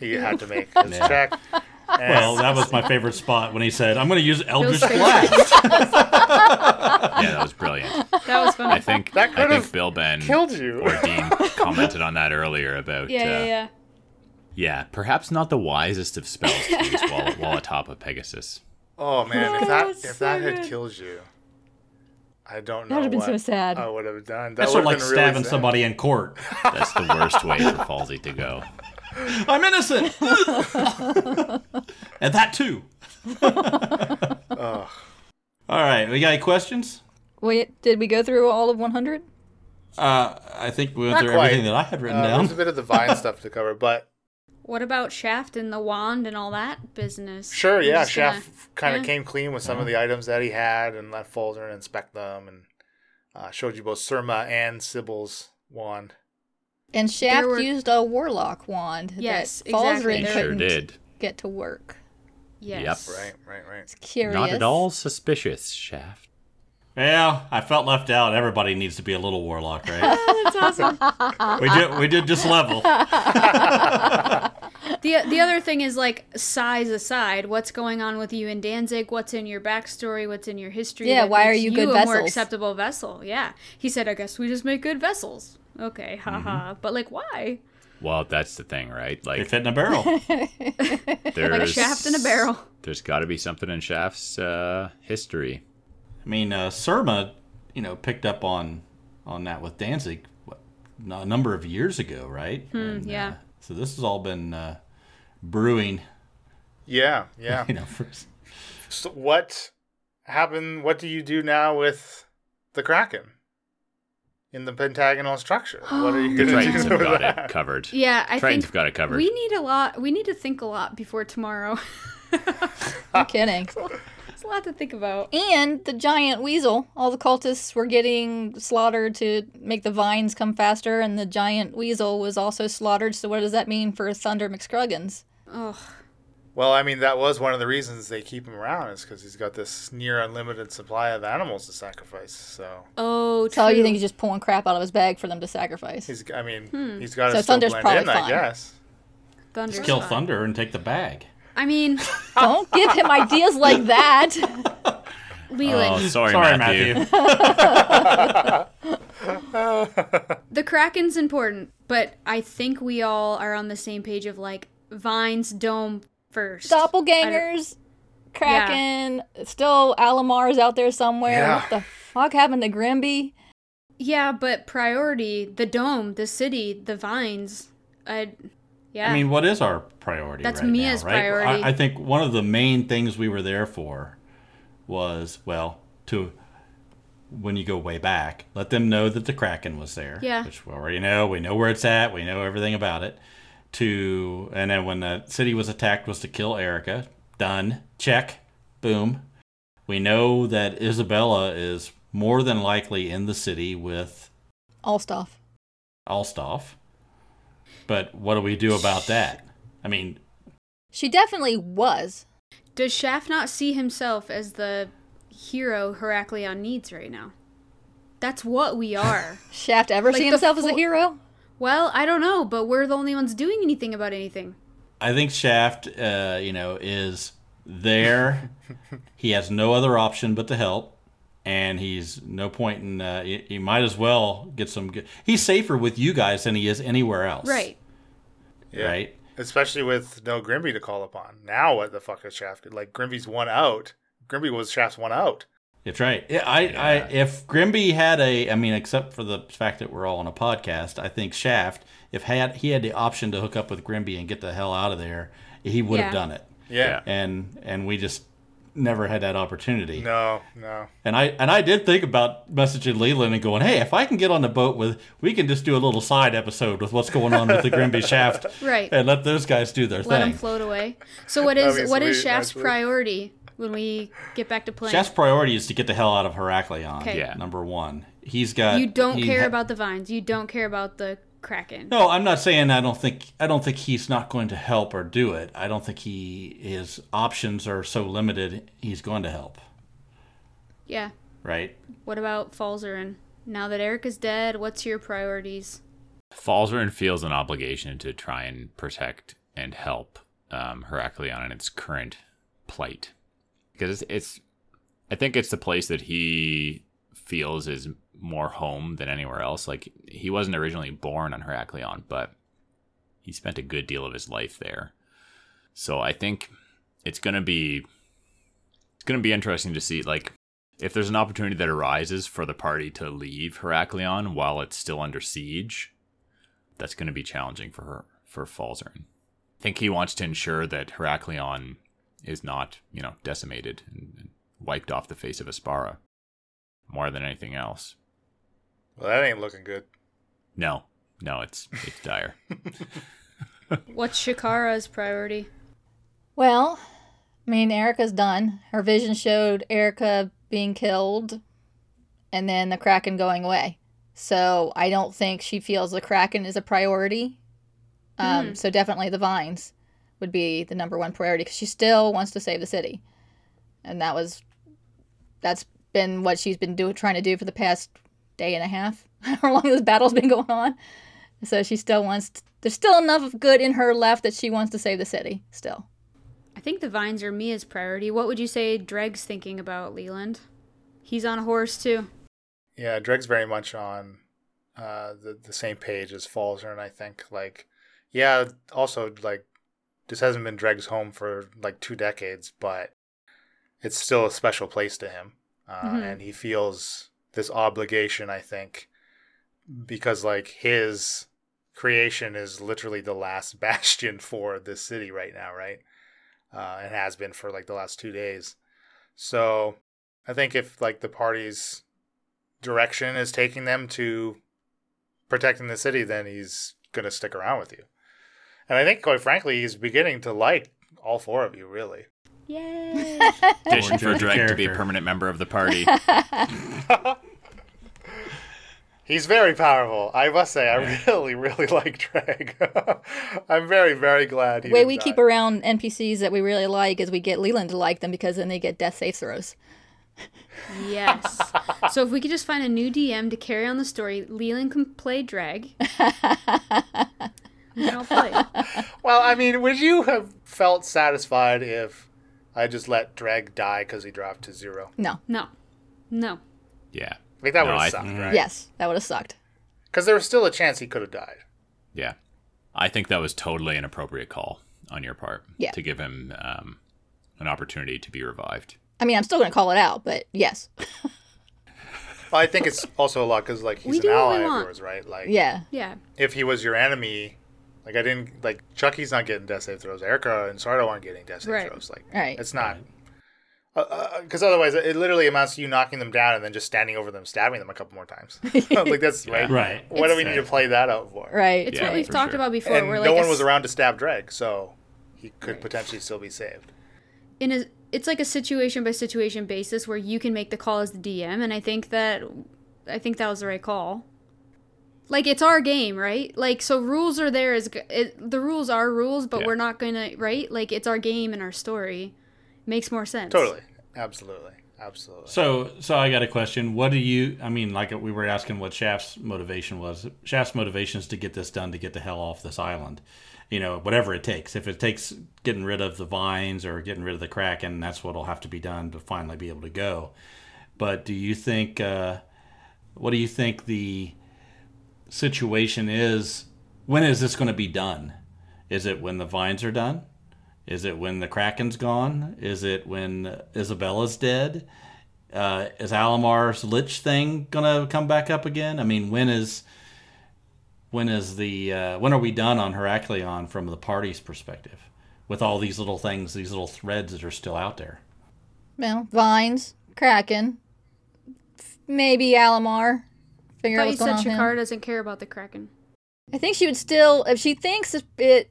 [SPEAKER 1] he had to
[SPEAKER 4] [LAUGHS]
[SPEAKER 1] make his
[SPEAKER 5] Yeah.
[SPEAKER 1] check And-
[SPEAKER 5] Well, that was my favorite spot when he said, "I'm going to use
[SPEAKER 2] Oh,
[SPEAKER 5] Eldritch
[SPEAKER 4] Those
[SPEAKER 5] Blast."
[SPEAKER 2] Yeah, that was brilliant.
[SPEAKER 4] [LAUGHS] That was
[SPEAKER 1] [LAUGHS]
[SPEAKER 2] I
[SPEAKER 4] funny.
[SPEAKER 2] think
[SPEAKER 1] That
[SPEAKER 2] I
[SPEAKER 1] could
[SPEAKER 2] think
[SPEAKER 1] have
[SPEAKER 2] Bill Ben
[SPEAKER 1] killed you.
[SPEAKER 2] or
[SPEAKER 1] [LAUGHS]
[SPEAKER 2] Dean commented on that earlier about
[SPEAKER 4] yeah,
[SPEAKER 2] uh,
[SPEAKER 4] yeah, yeah.
[SPEAKER 2] yeah, perhaps not the wisest of spells to use while, while atop a Pegasus.
[SPEAKER 3] [LAUGHS]
[SPEAKER 1] Oh man, if that if
[SPEAKER 4] that's so
[SPEAKER 1] that had
[SPEAKER 4] good.
[SPEAKER 1] killed you, I don't know.
[SPEAKER 3] That would've been
[SPEAKER 1] what
[SPEAKER 3] so sad.
[SPEAKER 1] I would have done. That
[SPEAKER 5] That's sort
[SPEAKER 1] would've
[SPEAKER 5] of like
[SPEAKER 1] been
[SPEAKER 5] stabbing
[SPEAKER 1] really sad.
[SPEAKER 5] somebody in court.
[SPEAKER 2] That's the worst way for Falsey to go.
[SPEAKER 5] I'm innocent. and that too. All right, we got any questions?
[SPEAKER 3] Wait, did we go through all of 100?
[SPEAKER 5] Uh, I think we went
[SPEAKER 1] Not
[SPEAKER 5] through
[SPEAKER 1] quite.
[SPEAKER 5] everything that I had written
[SPEAKER 1] Uh,
[SPEAKER 5] down.
[SPEAKER 1] there's a bit of the vine stuff to cover, but
[SPEAKER 4] What about Shaft and the wand and all that business?
[SPEAKER 1] sure,
[SPEAKER 4] I'm
[SPEAKER 1] yeah.
[SPEAKER 4] just gonna-
[SPEAKER 1] Chef kind of
[SPEAKER 4] yeah.
[SPEAKER 1] came clean with some of the items that he had and let Folger inspect them and uh, showed you both Surma and Sybil's wand.
[SPEAKER 3] And Shaft
[SPEAKER 4] were-
[SPEAKER 3] used a warlock wand
[SPEAKER 4] Yes,
[SPEAKER 3] that Falzarin
[SPEAKER 4] exactly.
[SPEAKER 2] He
[SPEAKER 4] There-
[SPEAKER 2] sure
[SPEAKER 3] couldn't
[SPEAKER 2] did.
[SPEAKER 3] get to work.
[SPEAKER 4] Yes.
[SPEAKER 1] Right, right, right.
[SPEAKER 3] It's curious.
[SPEAKER 2] Not at
[SPEAKER 3] [LAUGHS]
[SPEAKER 2] all suspicious, Shaft.
[SPEAKER 5] Yeah, I felt left out. Everybody needs to be a little warlock, right? That's awesome. we did. We did just level.
[SPEAKER 4] The the other thing is like size aside, what's going on with you in Danzig? What's in your backstory? What's in your history?
[SPEAKER 3] Yeah,
[SPEAKER 4] that
[SPEAKER 3] why are
[SPEAKER 4] makes
[SPEAKER 3] you good
[SPEAKER 4] a more
[SPEAKER 3] vessels?
[SPEAKER 4] acceptable vessel? Yeah, he said. I guess we just make good vessels. Okay,
[SPEAKER 2] Mm-hmm.
[SPEAKER 4] haha. But like, why?
[SPEAKER 2] Well, that's the thing, right?
[SPEAKER 5] They
[SPEAKER 2] Like
[SPEAKER 5] fit in a barrel.
[SPEAKER 2] [LAUGHS] there's
[SPEAKER 4] Like shaft in a barrel.
[SPEAKER 2] There's got to be something in Shaft's uh, history.
[SPEAKER 5] I mean, uh, Surma, you know, picked up on on that with Danzig what, a number of years ago, right? And,
[SPEAKER 4] yeah.
[SPEAKER 5] uh, so this has all been uh, brewing,
[SPEAKER 1] Yeah,
[SPEAKER 5] [LAUGHS]
[SPEAKER 1] yeah.
[SPEAKER 5] you know. For,
[SPEAKER 1] so what happened? What do you do now with the Kraken in the pentagonal structure? What are you
[SPEAKER 2] The
[SPEAKER 1] going to
[SPEAKER 2] Tritons
[SPEAKER 1] do
[SPEAKER 2] have
[SPEAKER 1] with
[SPEAKER 2] got
[SPEAKER 1] that?
[SPEAKER 2] it covered.
[SPEAKER 4] Yeah, I
[SPEAKER 2] Tritons
[SPEAKER 4] think
[SPEAKER 2] have got it covered.
[SPEAKER 4] we need a lot. We need to think a lot before tomorrow. [LAUGHS]
[SPEAKER 3] No kidding.
[SPEAKER 4] It's a lot to think about.
[SPEAKER 3] And the giant weasel. All the cultists were getting slaughtered to make the vines come faster, and the giant weasel was also slaughtered. So, what does that mean for Thunder McScruggins?
[SPEAKER 4] Oh,
[SPEAKER 1] Well, I mean, that was one of the reasons they keep him around is because he's got this near unlimited supply of animals to sacrifice. So
[SPEAKER 4] oh.
[SPEAKER 3] So, you
[SPEAKER 4] true.
[SPEAKER 3] think he's just pulling crap out of his bag for them to sacrifice?
[SPEAKER 1] he's, I mean, he's got to
[SPEAKER 3] Hmm. So
[SPEAKER 1] still
[SPEAKER 3] Thunder's
[SPEAKER 1] blend
[SPEAKER 3] probably
[SPEAKER 1] in, I
[SPEAKER 3] fine.
[SPEAKER 1] guess.
[SPEAKER 4] Thunder's
[SPEAKER 5] kill
[SPEAKER 4] fine.
[SPEAKER 5] Thunder and take the bag. [LAUGHS]
[SPEAKER 4] I mean,
[SPEAKER 3] Don't give
[SPEAKER 4] [LAUGHS]
[SPEAKER 3] him ideas like that.
[SPEAKER 4] Leland.
[SPEAKER 2] Oh, sorry,
[SPEAKER 5] Sorry,
[SPEAKER 2] Matthew.
[SPEAKER 5] Matthew. Oh.
[SPEAKER 4] The Kraken's important, but I think we all are on the same page of like Vine's dome first.
[SPEAKER 3] Doppelgangers, Kraken, still Alamar's out there somewhere.
[SPEAKER 1] Yeah.
[SPEAKER 3] What the fuck happened to Grimby?
[SPEAKER 4] Yeah, but priority, the dome, the city, the vines. I, yeah.
[SPEAKER 5] I mean, what is our priority?
[SPEAKER 4] That's
[SPEAKER 5] right
[SPEAKER 4] Mia's
[SPEAKER 5] now, right?
[SPEAKER 4] priority.
[SPEAKER 5] I, I think one of the main things we were there for was well to when you go way back, let them know that the Kraken was there.
[SPEAKER 4] Yeah.
[SPEAKER 5] Which we already know. We know where it's at. We know everything about it. To and then when the city was attacked was to kill Erica. Done. Check. Boom. We know that Isabella is more than likely in the city with
[SPEAKER 3] All stuff.
[SPEAKER 5] Alstoff. But what do we do about that? I mean,
[SPEAKER 3] She definitely was.
[SPEAKER 4] Does Shaft not see himself as the hero Heracleon needs right now? That's what
[SPEAKER 5] [LAUGHS]
[SPEAKER 4] we are.
[SPEAKER 3] Shaft ever
[SPEAKER 4] Like
[SPEAKER 3] see
[SPEAKER 4] the
[SPEAKER 3] himself as a
[SPEAKER 4] full-
[SPEAKER 3] hero?
[SPEAKER 4] well, I don't know, but we're the only ones doing anything about anything.
[SPEAKER 5] I think Shaft, uh, you know, is there. he has no other option but to help, and he's no point in. Uh, he, he might as well get some. Good, he's safer with you guys than he is anywhere else.
[SPEAKER 4] Right.
[SPEAKER 1] Yeah.
[SPEAKER 5] Right.
[SPEAKER 1] Especially with no Grimby to call upon. Now what the fuck is Shaft? Like Grimby's one out. Grimby was Shaft's one out.
[SPEAKER 5] That's right. Yeah, I, I, if Grimby had a, I mean, except for the fact that we're all on a podcast, I think Shaft, if had he had the option to hook up with Grimby and get the hell out of there, he would
[SPEAKER 4] Yeah.
[SPEAKER 5] have done it.
[SPEAKER 1] Yeah.
[SPEAKER 5] And and we just never had that opportunity.
[SPEAKER 1] No, no.
[SPEAKER 5] And I and I did think about messaging Leland and going, hey, if I can get on the boat with, we can just do a little side episode with what's going on with the Grimby Shaft,
[SPEAKER 4] Right.
[SPEAKER 5] and let those guys do their
[SPEAKER 4] Let him
[SPEAKER 5] thing.
[SPEAKER 4] float away. So
[SPEAKER 1] [LAUGHS]
[SPEAKER 4] what
[SPEAKER 1] That'd
[SPEAKER 4] is
[SPEAKER 1] be
[SPEAKER 4] what is
[SPEAKER 1] sweet,
[SPEAKER 4] Shaft's
[SPEAKER 1] actually.
[SPEAKER 4] priority when we get back to playing?
[SPEAKER 5] Shaft's priority is to get the hell out of Heracleon.
[SPEAKER 4] Okay.
[SPEAKER 2] Yeah.
[SPEAKER 5] Number one, he's got.
[SPEAKER 4] you don't
[SPEAKER 5] he
[SPEAKER 4] care
[SPEAKER 5] ha-
[SPEAKER 4] about the vines. You don't care about the kraken.
[SPEAKER 5] No, I'm not saying I don't think I don't think he's not going to help or do it. I don't think he his options are so limited. He's going to help,
[SPEAKER 4] Yeah.
[SPEAKER 5] right?
[SPEAKER 4] What about Falzarin? Now that Eric is dead, what's your priorities?
[SPEAKER 2] Falzarin feels an obligation to try and protect and help um, Heracleon in its current plight. Because it's, it's, I think it's the place that he feels is more home than anywhere else. Like, he wasn't originally born on Heracleon, but he spent a good deal of his life there. So I think it's going to be. It's going to be interesting to see, like, if there's an opportunity that arises for the party to leave Heracleon while it's still under siege, that's going to be challenging for her for Falzern. I think he wants to ensure that Heracleon is not, you know, decimated and and wiped off the face of Aspara more than anything else.
[SPEAKER 1] Well that ain't looking good.
[SPEAKER 2] No, no, it's it's dire.
[SPEAKER 4] What's Shakara's priority?
[SPEAKER 3] Well, I mean, Erica's done. Her vision showed Erica being killed and then the Kraken going away. So I don't think she feels the Kraken is a priority. Um, So definitely the vines would be the number one priority because she still wants to save the city. And that was, that's been what she's been do, trying to do for the past day and a half, [LAUGHS] how long this battle's been going on. So she still wants, there's still enough of good in her left that she wants to save the city still.
[SPEAKER 4] I think the vines are Mia's priority. What would you say Dreg's thinking about, Leland? He's on a horse too.
[SPEAKER 1] Yeah, Dreg's very much on uh, the the same page as Falzern, I think. Like, yeah, also like this hasn't been Dreg's home for like two decades, but it's still a special place to him, uh,
[SPEAKER 4] Mhm.
[SPEAKER 1] and he feels this obligation, I think, because like his creation is literally the last [LAUGHS] bastion for this city right now, right? Uh, and has been for like the last two days. So I think if like the party's direction is taking them to protecting the city, then he's gonna stick around with you. And I think, quite frankly, he's beginning to like all four of you, really.
[SPEAKER 4] Yay!
[SPEAKER 2] Petition for
[SPEAKER 5] Orange
[SPEAKER 2] Drake to be a
[SPEAKER 5] character.
[SPEAKER 2] permanent member of the party.
[SPEAKER 1] He's very powerful. I must say, I [LAUGHS] really, really like Drag. [LAUGHS] I'm very, very glad. He
[SPEAKER 3] The way
[SPEAKER 1] didn't
[SPEAKER 3] we
[SPEAKER 1] die.
[SPEAKER 3] keep around NPCs that we really like is we get Leland to like them because then they get death safe throws.
[SPEAKER 4] [LAUGHS] yes. So if we could just find a new DM to carry on the story, Leland can
[SPEAKER 1] [LAUGHS]
[SPEAKER 4] play Dreg. we can all play.
[SPEAKER 1] Well, I mean, would you have felt satisfied if I just let Drag die because he dropped to zero?
[SPEAKER 3] No.
[SPEAKER 4] No. No.
[SPEAKER 2] Yeah.
[SPEAKER 1] Like that
[SPEAKER 2] No,
[SPEAKER 1] would
[SPEAKER 2] I-
[SPEAKER 1] have sucked, right?
[SPEAKER 3] Yes, that would have sucked.
[SPEAKER 1] Because there was still a chance he could have died.
[SPEAKER 2] Yeah. I think that was totally an appropriate call on your part
[SPEAKER 3] Yeah.
[SPEAKER 2] to give him um, an opportunity to be revived.
[SPEAKER 3] I mean, I'm still going to call it out, but yes.
[SPEAKER 1] Well, I think it's also a lot because like
[SPEAKER 4] We
[SPEAKER 1] he's
[SPEAKER 4] do
[SPEAKER 1] an
[SPEAKER 4] what we
[SPEAKER 1] ally of
[SPEAKER 4] want.
[SPEAKER 1] yours, right? Like,
[SPEAKER 3] Yeah.
[SPEAKER 4] Yeah.
[SPEAKER 1] if he was your enemy, like I didn't like Chucky's not getting death save throws. Erica and Sardo aren't getting death save
[SPEAKER 4] Right.
[SPEAKER 1] throws. Like
[SPEAKER 3] Right.
[SPEAKER 1] it's not. because otherwise it literally amounts to you knocking them down and then just standing over them, stabbing them a couple more
[SPEAKER 4] [LAUGHS]
[SPEAKER 1] times. [LAUGHS] like that's right.
[SPEAKER 5] Right.
[SPEAKER 1] What do we need to play that out for?
[SPEAKER 3] Right.
[SPEAKER 4] It's
[SPEAKER 2] Yeah,
[SPEAKER 4] what we've
[SPEAKER 2] for
[SPEAKER 4] talked
[SPEAKER 2] sure.
[SPEAKER 4] about before.
[SPEAKER 1] And
[SPEAKER 4] where
[SPEAKER 1] no
[SPEAKER 4] like a
[SPEAKER 1] one
[SPEAKER 4] s-
[SPEAKER 1] was around to stab Dreg, so he could potentially still be saved.
[SPEAKER 4] in a it's like a situation by situation basis where you can make the call as the DM and I think that I think that was the right call. Like it's our game, right? Like so rules are there as g- it, the rules are rules, but
[SPEAKER 2] Yeah.
[SPEAKER 4] we're not going to, right? Like it's our game and our story. Makes more sense.
[SPEAKER 1] Totally. Absolutely. Absolutely. [LAUGHS]
[SPEAKER 5] So, so I got a question. What do you? I mean, like we were asking what Shaft's motivation was. Shaft's motivation is to get this done, to get the hell off this island. You know, whatever it takes. If it takes getting rid of the vines or getting rid of the kraken, that's what'll have to be done to finally be able to go. But do you think? Uh, what do you think the situation is? When is this going to be done? Is it when the vines are done? Is it when the kraken's gone? Is it when Isabella's dead? uh, is Alamar's Lich thing gonna come back up again? I mean, when is when is the uh, when are we done on Heraklion from the party's perspective, with all these little things, these little threads that are still out there?
[SPEAKER 3] Well, vines, Kraken, f- maybe Alamar. Figure
[SPEAKER 4] I
[SPEAKER 3] out
[SPEAKER 4] thought you
[SPEAKER 3] what's going
[SPEAKER 4] said
[SPEAKER 3] on. with him.
[SPEAKER 4] Shakar doesn't care about the Kraken.
[SPEAKER 3] I think she would still, if she thinks it,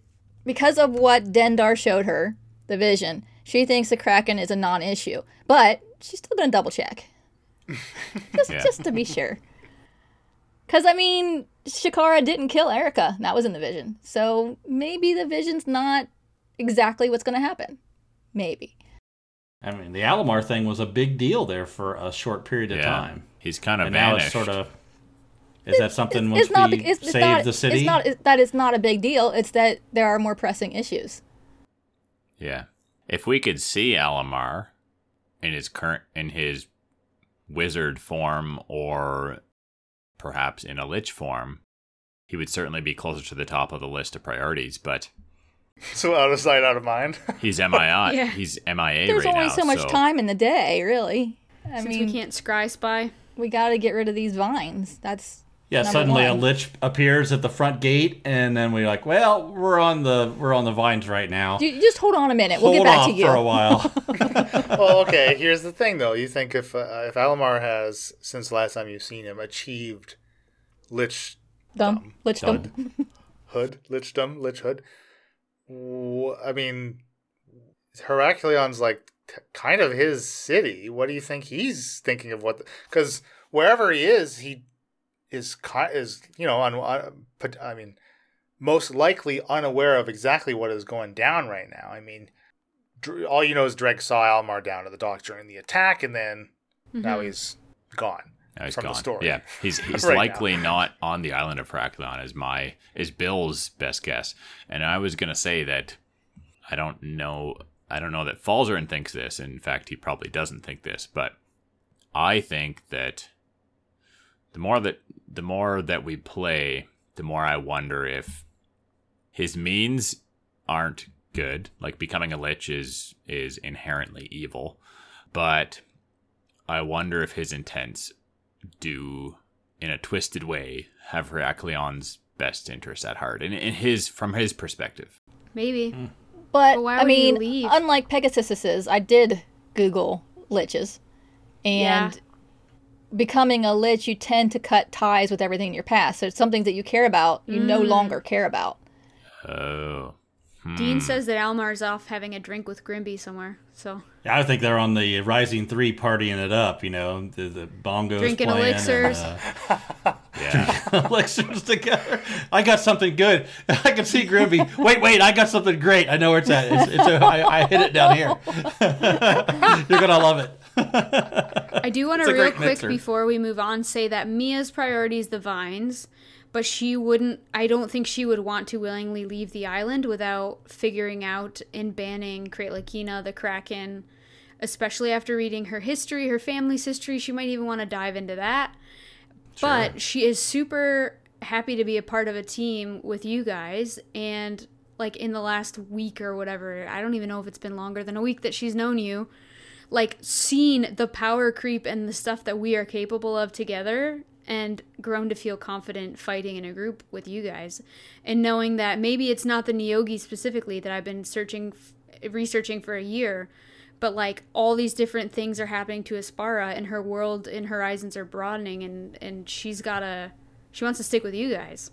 [SPEAKER 3] because of what Dendar showed her, the vision, she thinks the Kraken is a non issue. But she's still going to double
[SPEAKER 5] [LAUGHS]
[SPEAKER 3] check. just,
[SPEAKER 2] Yeah.
[SPEAKER 3] just to be sure. Because, I mean, Shakara didn't kill Erica. That was in the vision. So maybe the vision's not exactly what's going to happen. Maybe.
[SPEAKER 5] I mean, the Alamar thing was a big deal there for a short period of
[SPEAKER 2] Yeah.
[SPEAKER 5] time,
[SPEAKER 2] He's kind of
[SPEAKER 5] and now
[SPEAKER 2] vanished.
[SPEAKER 5] it's sort of. Is that something
[SPEAKER 3] it's
[SPEAKER 5] once
[SPEAKER 3] not
[SPEAKER 5] we
[SPEAKER 3] bec- it's, it's
[SPEAKER 5] save
[SPEAKER 3] not,
[SPEAKER 5] the city?
[SPEAKER 3] It's not it, that it's not a big deal. It's that there are more pressing issues.
[SPEAKER 2] Yeah. If we could see Alamar in his current in his wizard form or perhaps in a lich form, he would certainly be closer to the top of the list of priorities, but
[SPEAKER 1] So out of sight, out of mind.
[SPEAKER 2] he's
[SPEAKER 3] [LAUGHS]
[SPEAKER 2] MIA.
[SPEAKER 4] Yeah.
[SPEAKER 2] He's MIA
[SPEAKER 3] There's
[SPEAKER 2] right
[SPEAKER 3] only
[SPEAKER 2] now,
[SPEAKER 3] so much time in the day, really. I
[SPEAKER 4] Since
[SPEAKER 3] mean,
[SPEAKER 4] we can't scry spy.
[SPEAKER 3] we got to get rid of these vines. That's
[SPEAKER 5] Yeah,
[SPEAKER 3] Number
[SPEAKER 5] suddenly a
[SPEAKER 3] one.
[SPEAKER 5] lich appears at the front gate, and then we're like, "Well, we're on the we're on the vines right now.
[SPEAKER 3] you, just hold on a minute. We'll
[SPEAKER 5] Hold
[SPEAKER 3] get back
[SPEAKER 5] off
[SPEAKER 3] to you.
[SPEAKER 5] for a
[SPEAKER 3] [LAUGHS]
[SPEAKER 5] while."
[SPEAKER 1] well, okay. Here's the thing, though. You think if uh, if Alamar has since the last time you've seen him achieved lich
[SPEAKER 3] Dumb, lich dumb.
[SPEAKER 1] hood, lichdom, lich hood. wh- I mean, Heracleon's like k- kind of his city. What do you think he's thinking of? What? Because wherever he is, he is ki- is you know on, on pot- I mean, most likely unaware of exactly what is going down right now. I mean, Dr- all you know is Dreg saw Almar down at the dock during the attack, and then now he's gone.
[SPEAKER 2] Mm-hmm. Now Oh, he's
[SPEAKER 1] from the
[SPEAKER 2] gone.
[SPEAKER 1] story.
[SPEAKER 2] Yeah,
[SPEAKER 1] [LAUGHS]
[SPEAKER 2] he's he's
[SPEAKER 1] Right now.
[SPEAKER 2] likely not on the island of Heraklion is my is Bill's best guess. And I was gonna say that I don't know I don't know that Falzarin thinks this. In fact, he probably doesn't think this. But I think that the more that the more that we play, the more I wonder if his means aren't good. Like becoming a lich is is inherently evil, but I wonder if his intents do, in a twisted way, have Heracleon's best interest at heart, and in his from his perspective.
[SPEAKER 4] Maybe.
[SPEAKER 1] Mm-hmm.
[SPEAKER 3] But
[SPEAKER 4] But why
[SPEAKER 3] I
[SPEAKER 4] would you
[SPEAKER 3] mean,
[SPEAKER 4] leave?
[SPEAKER 3] unlike Pegasus's, I did Google liches,
[SPEAKER 4] Yeah.
[SPEAKER 3] and becoming a lich, you tend to cut ties with everything in your past. So it's something that you care about, you
[SPEAKER 4] Mm.
[SPEAKER 3] no longer care about.
[SPEAKER 2] Oh,
[SPEAKER 4] Dean says that Almar's off having a drink with Grimby somewhere. So
[SPEAKER 5] Yeah, I think they're on the Rising Three partying it up. You know, the, the bongos
[SPEAKER 4] Drinking
[SPEAKER 5] playing
[SPEAKER 4] elixirs.
[SPEAKER 5] and, [LAUGHS]
[SPEAKER 2] yeah,
[SPEAKER 5] uh, [LAUGHS] elixirs together. I got something good. [LAUGHS] I can see Grimby.
[SPEAKER 4] [LAUGHS]
[SPEAKER 5] Wait, wait, I got something great. I know where it's at. It's, it's I, I hit it down here. [LAUGHS] You're gonna love it.
[SPEAKER 4] I do want
[SPEAKER 5] It's
[SPEAKER 4] to
[SPEAKER 5] a
[SPEAKER 4] real
[SPEAKER 5] great
[SPEAKER 4] quick
[SPEAKER 5] mixer.
[SPEAKER 4] before we move on say that Mia's priority is the vines, but she wouldn't. I don't think she would want to willingly leave the island without figuring out and banning Kratlakina, the Kraken. Especially after reading her history, her family's history, she might even want to dive into that. But she is super happy to be a part of a team with you guys and like in the last week or whatever. I don't even know if it's been longer than a week that she's known you like seen the power creep and the stuff that we are capable of together and grown to feel confident fighting in a group with you guys and knowing that maybe it's not the Niyogi specifically that I've been searching f- researching for a year but like all these different things are happening to Aspara and her world and horizons are broadening and and she's got to she wants to stick with you guys.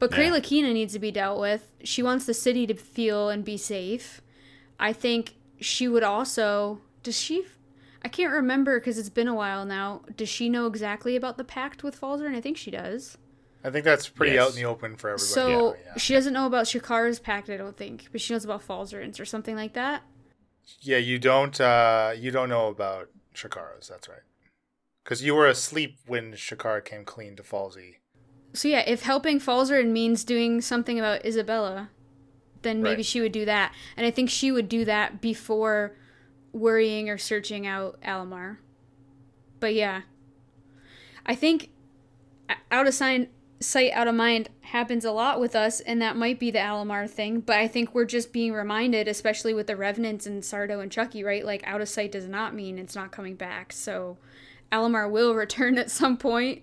[SPEAKER 4] But
[SPEAKER 2] Yeah.
[SPEAKER 4] Krayla Kina needs to be dealt with. She wants the city to feel and be safe. I think she would also does she I can't remember because it's been a while now. Does she know exactly about the pact with Falzer? And I think she does.
[SPEAKER 1] I think that's pretty
[SPEAKER 2] Yes.
[SPEAKER 1] out in the open for everybody.
[SPEAKER 4] So
[SPEAKER 1] yeah.
[SPEAKER 4] she doesn't know about Shikara's pact, I don't think, but she knows about Falzerin's or something like that.
[SPEAKER 1] Yeah, you don't uh you don't know about Shakara's, that's right. Cuz you were asleep when Shakara came clean to Falsey.
[SPEAKER 4] So yeah, if helping Falzerin means doing something about Isabella, then maybe
[SPEAKER 1] Right.
[SPEAKER 4] she would do that. And I think she would do that before worrying or searching out Alamar. But yeah, I think o- out of sign, sight, out of mind happens a lot with us, and that might be the Alamar thing. But I think we're just being reminded, especially with the Revenants and Sardo and Chucky, right? Like out of sight does not mean it's not coming back. So Alamar will [LAUGHS] return at some point.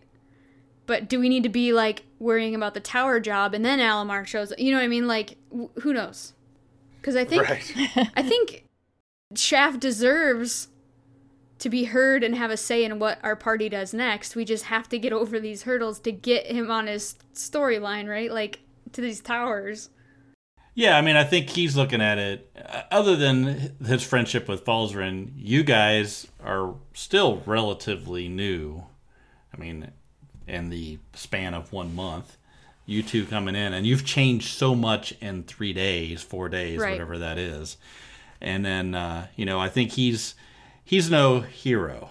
[SPEAKER 4] But do we need to be like worrying about the tower job and then Alamar shows? You know what I mean? Like w- who knows? Because I think
[SPEAKER 1] Right.
[SPEAKER 4] I think Shaft deserves to be heard and have a say in what our party does next. We just have to get over these hurdles to get him on his storyline, right? Like to these towers.
[SPEAKER 5] Yeah, I mean, I think he's looking at it. uh, Other than his friendship with Falzrin, you guys are still relatively new. I mean, in the span of one month, you two coming in, and you've changed so much in three days, four days,
[SPEAKER 4] Right.
[SPEAKER 5] whatever that is. And then, uh, you know, I think he's he's no hero.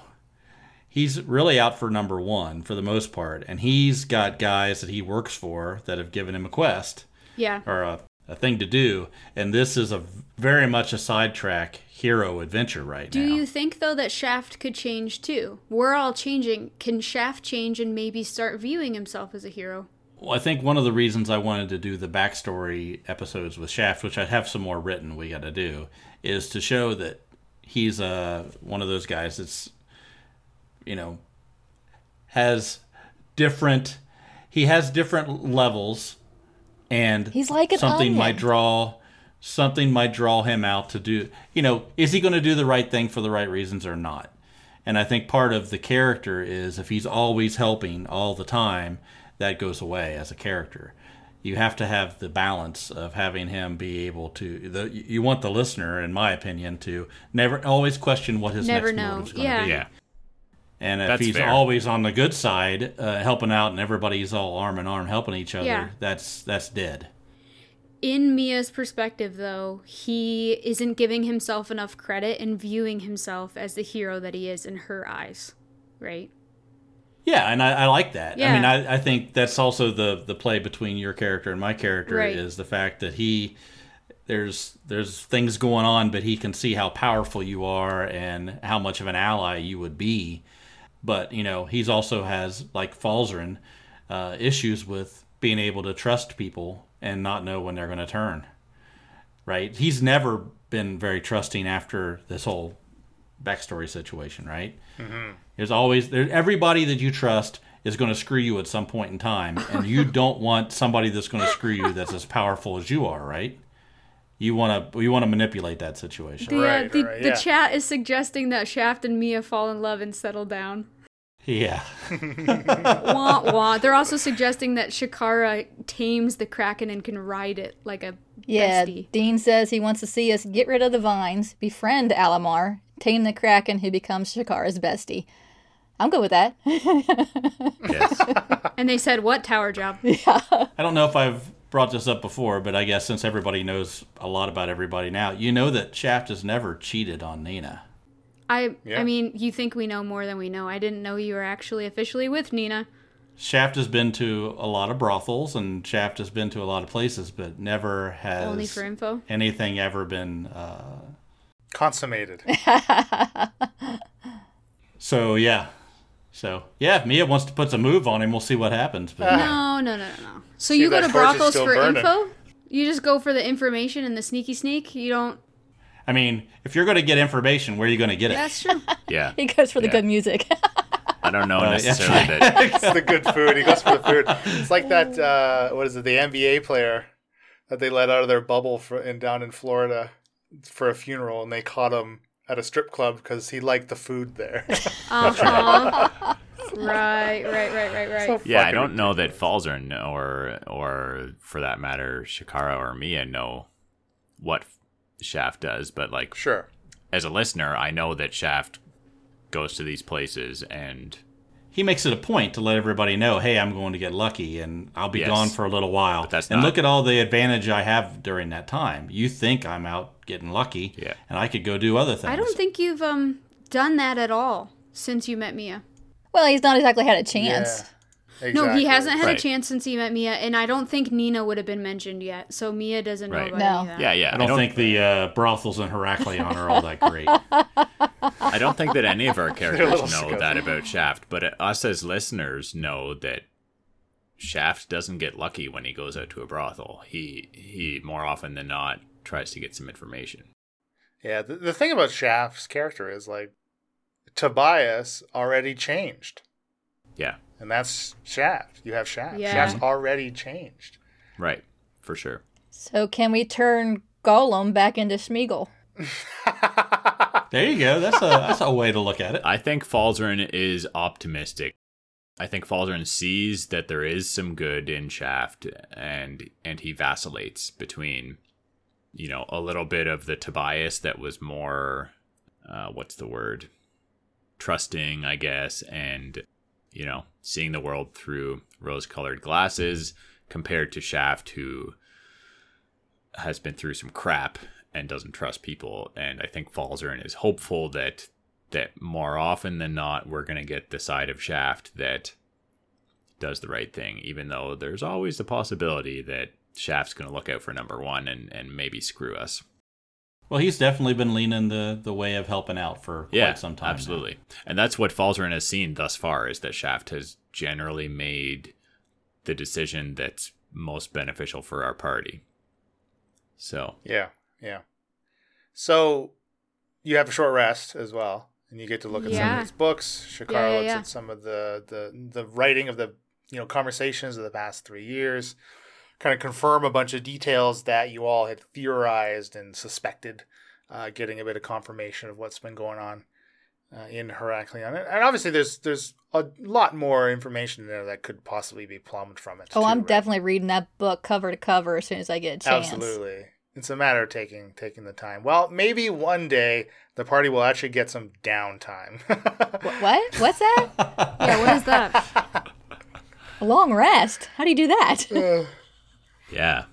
[SPEAKER 5] He's really out for number one for the most part, and he's got guys that he works for that have given him a quest
[SPEAKER 4] Yeah.
[SPEAKER 5] or a, a thing to do. And this is a v- very much a sidetrack hero adventure right
[SPEAKER 4] Do
[SPEAKER 5] now.
[SPEAKER 4] you think though that Shaft could change too? We're all changing. Can Shaft change and maybe start viewing himself as a hero?
[SPEAKER 5] well, I think one of the reasons I wanted to do the backstory episodes with Shaft, which I have some more written, we got to do, is to show that he's uh, one of those guys that's, you know, has different. He has different levels, and
[SPEAKER 3] He's like an
[SPEAKER 5] something might
[SPEAKER 3] onion.
[SPEAKER 5] draw something might draw him out to do you know is he going to do the right thing for the right reasons or not and i think part of the character is if he's always helping all the time that goes away as a character you have to have the balance of having him be able to the, you want the listener in my opinion to never always question what his
[SPEAKER 4] Never
[SPEAKER 5] next
[SPEAKER 4] know.
[SPEAKER 5] move is going to
[SPEAKER 4] Yeah.
[SPEAKER 5] be
[SPEAKER 2] Yeah.
[SPEAKER 5] and if
[SPEAKER 2] That's
[SPEAKER 5] he's
[SPEAKER 2] fair.
[SPEAKER 5] always on the good side uh, helping out and everybody's all arm in arm helping each other
[SPEAKER 4] Yeah.
[SPEAKER 5] that's that's dead
[SPEAKER 4] in Mia's perspective, though, he isn't giving himself enough credit and viewing himself as the hero that he is in her eyes, right?
[SPEAKER 5] Yeah, and I, I like that. I
[SPEAKER 4] Yeah.
[SPEAKER 5] mean, I, I think that's also the the play between your character and my character
[SPEAKER 4] Right.
[SPEAKER 5] is the fact that he there's there's things going on, but he can see how powerful you are and how much of an ally you would be. But you know, he's also has like Falzarin, uh issues with being able to trust people and not know when they're going to turn. Right? He's never been very trusting after this whole backstory situation, right? There's always there everybody that you trust is going to screw you at some point in time, and you don't want somebody that's going to screw you that's as powerful as you are, right? You want to you want to manipulate that situation.
[SPEAKER 4] [LAUGHS] The, uh,
[SPEAKER 1] Right,
[SPEAKER 4] the,
[SPEAKER 1] right,
[SPEAKER 4] the
[SPEAKER 1] yeah.
[SPEAKER 4] chat is suggesting that Shaft and Mia fall in love and settle down.
[SPEAKER 5] Yeah.
[SPEAKER 4] wah [LAUGHS] wah. They're also suggesting that Shikara tames the Kraken and can ride it like a
[SPEAKER 3] Yeah,
[SPEAKER 4] bestie.
[SPEAKER 3] Dean says he wants to see us get rid of the vines, befriend Alamar, tame the Kraken who becomes Shakara's bestie. I'm good with that.
[SPEAKER 2] Yes.
[SPEAKER 4] And they said, What tower job?
[SPEAKER 5] I don't know if I've brought this up before, but I guess since everybody knows a lot about everybody now, you know that Shaft has never cheated on Nina.
[SPEAKER 4] I
[SPEAKER 1] Yeah.
[SPEAKER 4] I mean, you think we know more than we know. I didn't know you were actually officially with Nina.
[SPEAKER 5] Shaft has been to a lot of brothels and Shaft has been to a lot of places, but never has
[SPEAKER 4] Only for info.
[SPEAKER 5] anything ever been uh,
[SPEAKER 1] Consummated.
[SPEAKER 5] So yeah, so yeah. If Mia wants to put some move on him, we'll see what happens. But
[SPEAKER 2] Ah.
[SPEAKER 4] No, no, no, no, no. So
[SPEAKER 1] See,
[SPEAKER 4] you go
[SPEAKER 1] that torch is
[SPEAKER 4] to brothels
[SPEAKER 1] still
[SPEAKER 4] for
[SPEAKER 1] burning.
[SPEAKER 4] info? You just go for the information and the sneaky sneak? You don't.
[SPEAKER 5] I mean, if you're going to get information, where are you going to get it?
[SPEAKER 4] That's true.
[SPEAKER 2] [LAUGHS] Yeah.
[SPEAKER 3] he goes for the
[SPEAKER 2] Yeah.
[SPEAKER 3] good music. [LAUGHS]
[SPEAKER 2] I don't know
[SPEAKER 5] yeah.
[SPEAKER 2] necessarily that.
[SPEAKER 5] [LAUGHS]
[SPEAKER 1] it's the good food. He goes for the food. It's like
[SPEAKER 4] [LAUGHS]
[SPEAKER 1] that uh what is it? The NBA player that they let out of their bubble for, and down in Florida for a funeral and they caught him at a strip club because he liked the food
[SPEAKER 2] [LAUGHS]
[SPEAKER 1] there. [LAUGHS]
[SPEAKER 4] Uh-huh. [LAUGHS] right, right, right, right, right.
[SPEAKER 2] Yeah, I don't know that Falls or or or for that matter, Shakara or Mia know what Shaft does, but like
[SPEAKER 1] Sure.
[SPEAKER 2] as a listener, I know that Shaft goes to these places and
[SPEAKER 5] he makes it a point to let everybody know, hey, I'm going to get lucky and I'll be
[SPEAKER 2] Yes.
[SPEAKER 5] gone for a little while.
[SPEAKER 2] that's
[SPEAKER 5] and
[SPEAKER 2] not-
[SPEAKER 5] look at all the advantage I have during that time. You think I'm out getting lucky
[SPEAKER 2] Yeah.
[SPEAKER 5] and I could go do other things.
[SPEAKER 4] I don't think you've um done that at all since you met Mia.
[SPEAKER 3] Well, he's not exactly had a chance.
[SPEAKER 1] Yeah, exactly.
[SPEAKER 4] No, he hasn't had
[SPEAKER 2] Right.
[SPEAKER 4] a chance since he met Mia, and I don't think Nina would have been mentioned yet. So Mia doesn't know
[SPEAKER 2] Right.
[SPEAKER 4] about
[SPEAKER 3] No.
[SPEAKER 4] any of that.
[SPEAKER 2] yeah, yeah.
[SPEAKER 5] I don't, think the uh, brothels in Heraklion are all that great.
[SPEAKER 2] I don't think that any of our
[SPEAKER 1] little
[SPEAKER 2] characters know
[SPEAKER 1] scum.
[SPEAKER 2] that about Shaft, but uh, us as listeners know that Shaft doesn't get lucky when he goes out to a brothel. He he more often than not tries to get some information.
[SPEAKER 1] Yeah, the, the thing about Shaft's character is like Tobias already changed,
[SPEAKER 2] Yeah,
[SPEAKER 1] and that's Shaft. You have Shaft.
[SPEAKER 4] Yeah.
[SPEAKER 1] Shaft's already changed. [LAUGHS]
[SPEAKER 2] right, for sure.
[SPEAKER 3] So can we turn Gollum back into Schmeagol?
[SPEAKER 5] there you go. That's a that's a way to look at it.
[SPEAKER 2] I think Falzern is optimistic. I think Falzern sees that there is some good in Shaft, and and he vacillates between, you know, a little bit of the Tobias that was more, uh, what's the word, trusting, I guess, and you know, seeing the world through rose-colored glasses, compared to Shaft, who has been through some crap and doesn't trust people. And I think Falzern is hopeful that that more often than not we're going to get the side of Shaft that does the right thing, even though there's always the possibility that Shaft's going to look out for number one and and maybe screw us.
[SPEAKER 5] Well, he's definitely been leaning the, the way of helping out for quite
[SPEAKER 2] yeah,
[SPEAKER 5] some time. now.
[SPEAKER 2] absolutely. And that's what Falzern has seen thus far is that Shaft has generally made the decision that's most beneficial for our party. So
[SPEAKER 1] Yeah, yeah. So you have a short rest as well, and you get to look at some
[SPEAKER 4] Yeah.
[SPEAKER 1] of these books. Shakara
[SPEAKER 4] Yeah, yeah,
[SPEAKER 1] looks
[SPEAKER 4] yeah.
[SPEAKER 1] at some of the, the the writing of the you know conversations of the past three years, kind of confirm a bunch of details that you all had theorized and suspected, uh, getting a bit of confirmation of what's been going on uh, in Heraklion. And- And obviously, there's there's a lot more information there that could possibly be plumbed from it.
[SPEAKER 3] Oh,
[SPEAKER 1] too,
[SPEAKER 3] I'm
[SPEAKER 1] right?
[SPEAKER 3] definitely reading that book cover to cover as soon as I get a chance.
[SPEAKER 1] Absolutely. It's a matter of taking taking the time. Well, maybe one day the party will actually get some downtime.
[SPEAKER 4] [LAUGHS]
[SPEAKER 3] Wh- What? What's that?
[SPEAKER 4] Yeah, what is that?
[SPEAKER 2] [LAUGHS]
[SPEAKER 3] a long rest? How do you do
[SPEAKER 4] [LAUGHS]
[SPEAKER 3] that?
[SPEAKER 2] yeah,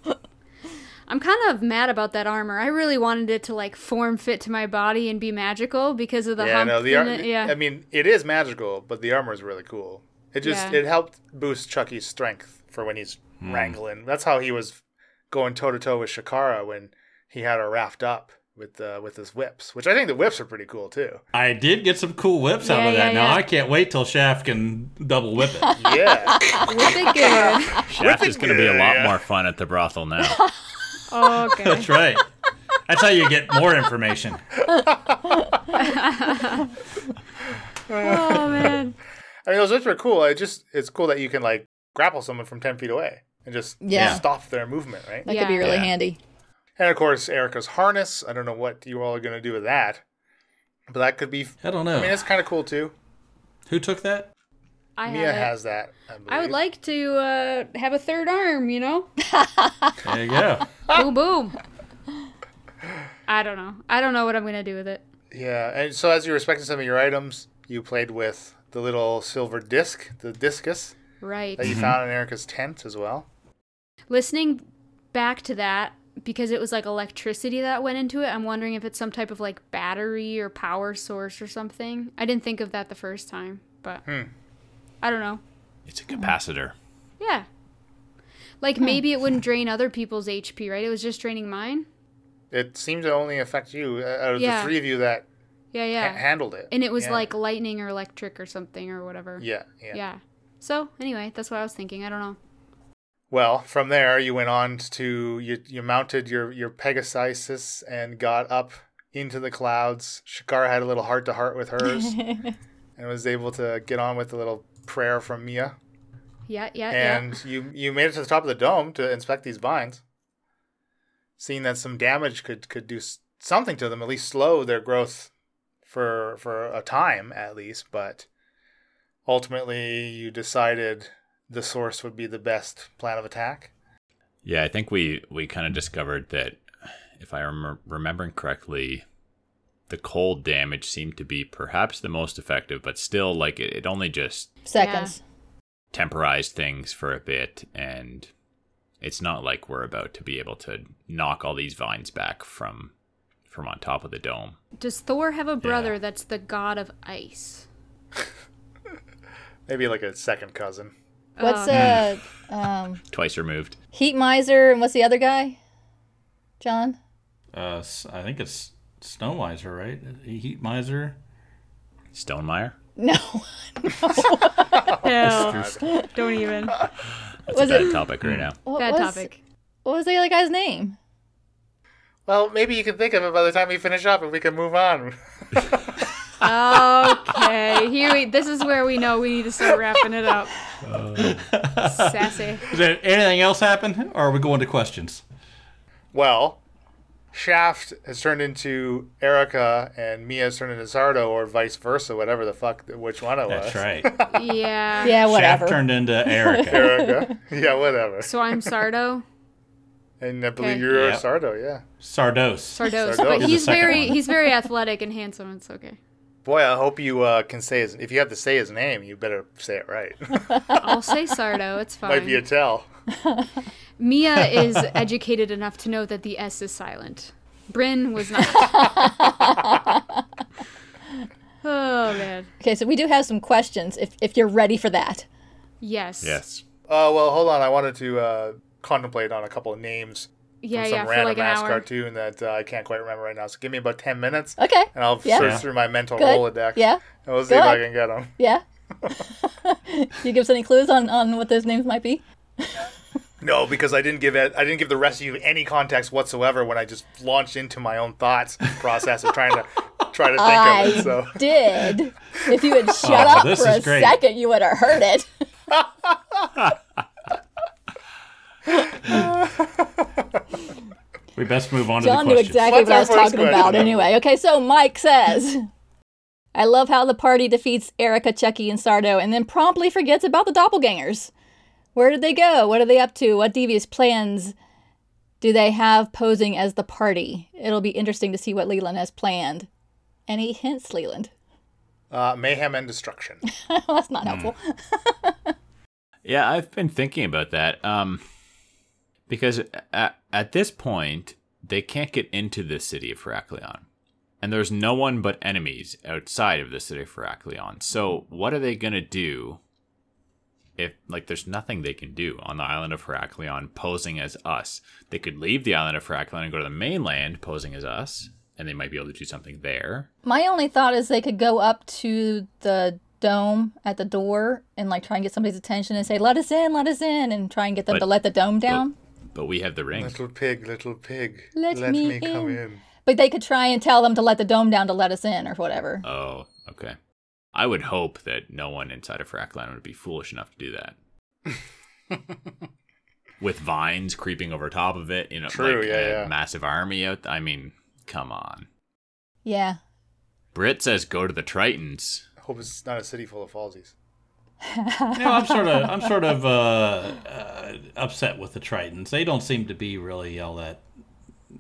[SPEAKER 4] I'm kind of mad about that armor. I really wanted it to like form fit to my body and be magical because of the
[SPEAKER 1] yeah,
[SPEAKER 4] hump.
[SPEAKER 1] no, the
[SPEAKER 4] in
[SPEAKER 1] ar-
[SPEAKER 4] it. yeah.
[SPEAKER 1] I mean, it is magical, but the armor is really cool. It just
[SPEAKER 4] Yeah.
[SPEAKER 1] it helped boost Chucky's strength for when he's wrangling. That's how he was going toe to toe with Shakara when he had her raft up with uh, with his whips, which I think the whips are pretty cool
[SPEAKER 4] [LAUGHS]
[SPEAKER 1] too.
[SPEAKER 5] I did get some cool whips out of
[SPEAKER 4] Yeah,
[SPEAKER 5] that.
[SPEAKER 4] yeah,
[SPEAKER 5] now
[SPEAKER 4] yeah.
[SPEAKER 5] I can't wait till Shaft can double whip it.
[SPEAKER 1] Yeah.
[SPEAKER 4] Whip it
[SPEAKER 1] [LAUGHS]
[SPEAKER 4] good.
[SPEAKER 2] Shaft is going to be a lot
[SPEAKER 1] Yeah.
[SPEAKER 2] more fun at the brothel now.
[SPEAKER 4] Oh, [LAUGHS] okay.
[SPEAKER 5] That's right. That's how you get more information.
[SPEAKER 4] [LAUGHS] Oh man.
[SPEAKER 1] I mean, those whips are cool. It just it's cool that you can like grapple someone from ten feet away and just
[SPEAKER 3] Yeah.
[SPEAKER 1] stop their movement, right?
[SPEAKER 3] That
[SPEAKER 4] Yeah.
[SPEAKER 3] could be really
[SPEAKER 2] Yeah.
[SPEAKER 3] handy.
[SPEAKER 1] And of course, Erica's harness. I don't know what you all are going to do with that, but that could be.
[SPEAKER 5] I don't
[SPEAKER 1] I mean,
[SPEAKER 5] know.
[SPEAKER 1] it's kind of cool too.
[SPEAKER 5] Who took that?
[SPEAKER 4] I have
[SPEAKER 1] Mia
[SPEAKER 4] it.
[SPEAKER 1] has that. I,
[SPEAKER 4] I
[SPEAKER 1] believe.
[SPEAKER 4] would like to uh, have a third arm, you
[SPEAKER 1] [LAUGHS]
[SPEAKER 4] know?
[SPEAKER 5] There you go.
[SPEAKER 4] boom, boom. I don't know. I don't know what I'm going to do with it.
[SPEAKER 1] Yeah, and so as you were respecting some of your items, you played with the little silver disc, the discus
[SPEAKER 4] Right.
[SPEAKER 1] that you found in Erica's tent as well.
[SPEAKER 4] Listening back to that, because it was like electricity that went into it, I'm wondering if it's some type of like battery or power source or something. I didn't think of that the first time, but
[SPEAKER 1] Hmm.
[SPEAKER 4] I don't know.
[SPEAKER 2] It's a capacitor.
[SPEAKER 4] Yeah. Like maybe it wouldn't drain other people's HP, right? It was just draining mine.
[SPEAKER 1] It seemed to only affect you uh, out of
[SPEAKER 4] Yeah.
[SPEAKER 1] the three of you that
[SPEAKER 4] Yeah,
[SPEAKER 1] ha-
[SPEAKER 4] yeah.
[SPEAKER 1] handled it.
[SPEAKER 4] and it was
[SPEAKER 1] Yeah.
[SPEAKER 4] like lightning or electric or something or whatever.
[SPEAKER 1] yeah, yeah,
[SPEAKER 4] Yeah. So anyway, that's what I was thinking. I don't know.
[SPEAKER 1] Well, from there you went on to you you mounted your your Pegasus and got up into the clouds. Shakara had a little heart to heart with hers and was able to get on with the little prayer from Mia.
[SPEAKER 4] Yeah, Uh, yeah,
[SPEAKER 1] And
[SPEAKER 4] yeah.
[SPEAKER 1] you you made it to the top of the dome to inspect these vines, seeing that some damage could could do s- something to them, at least slow their growth for for a time at least, but ultimately you decided the source would be the best plan of attack.
[SPEAKER 2] Yeah, I think we we kind of discovered that if I remember remembering correctly, the cold damage seemed to be perhaps the most effective, but still like it, it only just
[SPEAKER 3] Seconds.
[SPEAKER 2] temporized things for a bit and it's not like we're about to be able to knock all these vines back from from on top of the dome.
[SPEAKER 4] Does Thor have a brother
[SPEAKER 2] Yeah.
[SPEAKER 4] that's the god of ice?
[SPEAKER 1] Maybe like a second cousin.
[SPEAKER 3] What's
[SPEAKER 4] Oh,
[SPEAKER 3] uh um
[SPEAKER 2] Twice removed.
[SPEAKER 3] Heat Miser and what's the other guy? John?
[SPEAKER 5] Uh, s- I think it's Snow Miser, right? E-, Heat Miser.
[SPEAKER 2] Stonemeyer?
[SPEAKER 3] No. [LAUGHS]
[SPEAKER 4] no. Don't even.
[SPEAKER 2] That's
[SPEAKER 3] Was
[SPEAKER 2] a bad
[SPEAKER 3] it-
[SPEAKER 2] topic right now.
[SPEAKER 3] What
[SPEAKER 4] Bad
[SPEAKER 3] was,
[SPEAKER 4] topic.
[SPEAKER 3] What was the other guy's name?
[SPEAKER 1] Well, maybe you can think of it by the time we finish up and we can move on.
[SPEAKER 4] Okay, here we. This is where we know we need to start wrapping it up. Sassy.
[SPEAKER 5] Did anything else happen, or are we going to questions?
[SPEAKER 1] [LAUGHS] Well, Shaft has turned into Erica and Mia's turned into Sardo or vice versa, whatever the fuck, which one it was.
[SPEAKER 5] That's right.
[SPEAKER 4] [LAUGHS] Yeah.
[SPEAKER 3] Yeah, whatever.
[SPEAKER 5] Shaft turned into Erica.
[SPEAKER 4] [LAUGHS]
[SPEAKER 1] Erica. [LAUGHS] yeah, whatever.
[SPEAKER 4] So I'm Sardo.
[SPEAKER 1] And I believe
[SPEAKER 4] Okay.
[SPEAKER 1] you're
[SPEAKER 5] Yep.
[SPEAKER 1] Sardo, yeah.
[SPEAKER 5] Sardos.
[SPEAKER 4] Sardos.
[SPEAKER 1] Sardos.
[SPEAKER 4] But
[SPEAKER 1] You're the
[SPEAKER 4] he's
[SPEAKER 5] second
[SPEAKER 4] very
[SPEAKER 5] one.
[SPEAKER 4] he's very athletic and handsome. It's okay.
[SPEAKER 1] Boy, I hope you uh, can say his. If you have to say his name, you better say it
[SPEAKER 4] [LAUGHS]
[SPEAKER 1] right.
[SPEAKER 4] I'll say Sardo. It's
[SPEAKER 1] [LAUGHS]
[SPEAKER 4] fine.
[SPEAKER 1] Might be a tell.
[SPEAKER 4] Mia is educated enough to know that the S is silent. Bryn
[SPEAKER 3] [LAUGHS]
[SPEAKER 4] was not. oh man.
[SPEAKER 3] Okay, so we do have some questions if if you're ready for that.
[SPEAKER 4] Yes.
[SPEAKER 2] Yes.
[SPEAKER 1] Uh, well, hold on. I wanted to uh, contemplate on a couple of names
[SPEAKER 4] Yeah.
[SPEAKER 1] from
[SPEAKER 4] yeah.
[SPEAKER 1] some
[SPEAKER 4] For
[SPEAKER 1] random
[SPEAKER 4] like an
[SPEAKER 1] ass
[SPEAKER 4] hour.
[SPEAKER 1] cartoon that uh, I can't quite remember right now. So give me about 10 minutes
[SPEAKER 3] Okay.
[SPEAKER 1] and I'll
[SPEAKER 3] Yeah.
[SPEAKER 1] search
[SPEAKER 5] Yeah.
[SPEAKER 1] through my mental
[SPEAKER 3] Good.
[SPEAKER 1] Rolodex.
[SPEAKER 3] Yeah.
[SPEAKER 1] And we'll see if
[SPEAKER 3] Go
[SPEAKER 1] I can
[SPEAKER 3] ahead.
[SPEAKER 1] get them.
[SPEAKER 3] Yeah. [LAUGHS] you give us any clues on on what those names might be?
[SPEAKER 1] No, because I didn't give it, I didn't give the rest of you any context whatsoever when I just launched into my own thoughts process of trying to try to think of
[SPEAKER 3] [LAUGHS] I
[SPEAKER 1] it. So
[SPEAKER 3] did. If you had
[SPEAKER 5] [LAUGHS]
[SPEAKER 3] shut
[SPEAKER 5] Oh,
[SPEAKER 3] up
[SPEAKER 5] this
[SPEAKER 3] for
[SPEAKER 5] is
[SPEAKER 3] a
[SPEAKER 5] great.
[SPEAKER 3] second, you would have heard it.
[SPEAKER 5] We best move on
[SPEAKER 3] John knew
[SPEAKER 5] to the questions.
[SPEAKER 3] exactly
[SPEAKER 1] What's
[SPEAKER 3] what I
[SPEAKER 1] our
[SPEAKER 3] was
[SPEAKER 1] first
[SPEAKER 3] talking about
[SPEAKER 1] question?
[SPEAKER 3] anyway. Okay, so Mike says, I love how the party defeats Erica, Chucky, and Sardo and then promptly forgets about the doppelgangers. Where did they go? What are they up to? What devious plans do they have posing as the party? It'll be interesting to see what Leland has planned. Any hints, Leland? [LAUGHS]
[SPEAKER 1] uh, mayhem and destruction.
[SPEAKER 3] That's
[SPEAKER 5] Hmm.
[SPEAKER 3] not helpful.
[SPEAKER 2] Yeah, I've been thinking about that. Um, because at, at this point, they can't get into the city of Heraklion. And there's no one but enemies outside of the city of Heraklion. So, what are they going to do if, like, there's nothing they can do on the island of Heraklion posing as us? They could leave the island of Heraklion and go to the mainland posing as us, and they might be able to do something there.
[SPEAKER 3] My only thought is they could go up to the dome at the door and like try and get somebody's attention and say, let us in, let us in, and try and get them
[SPEAKER 2] But-
[SPEAKER 3] to let the dome down.
[SPEAKER 2] But we have the ring.
[SPEAKER 1] little pig, little pig,
[SPEAKER 3] Let me in.
[SPEAKER 1] in.
[SPEAKER 3] But they could try and tell them to let the dome down to let us in or whatever.
[SPEAKER 2] Oh, okay. I would hope that no one inside of Frackland would be foolish enough to do
[SPEAKER 1] [LAUGHS]
[SPEAKER 2] that. With vines creeping over top of it, you know,
[SPEAKER 1] True,
[SPEAKER 2] like
[SPEAKER 1] yeah,
[SPEAKER 2] a
[SPEAKER 1] yeah.
[SPEAKER 2] massive army out. I mean, come on.
[SPEAKER 3] Yeah.
[SPEAKER 2] Brit says go to the Tritons.
[SPEAKER 1] I hope it's not a city full of falsies.
[SPEAKER 5] No, I'm sort of, I'm sort of uh, uh, upset with the Tritons. They don't seem to be really all that.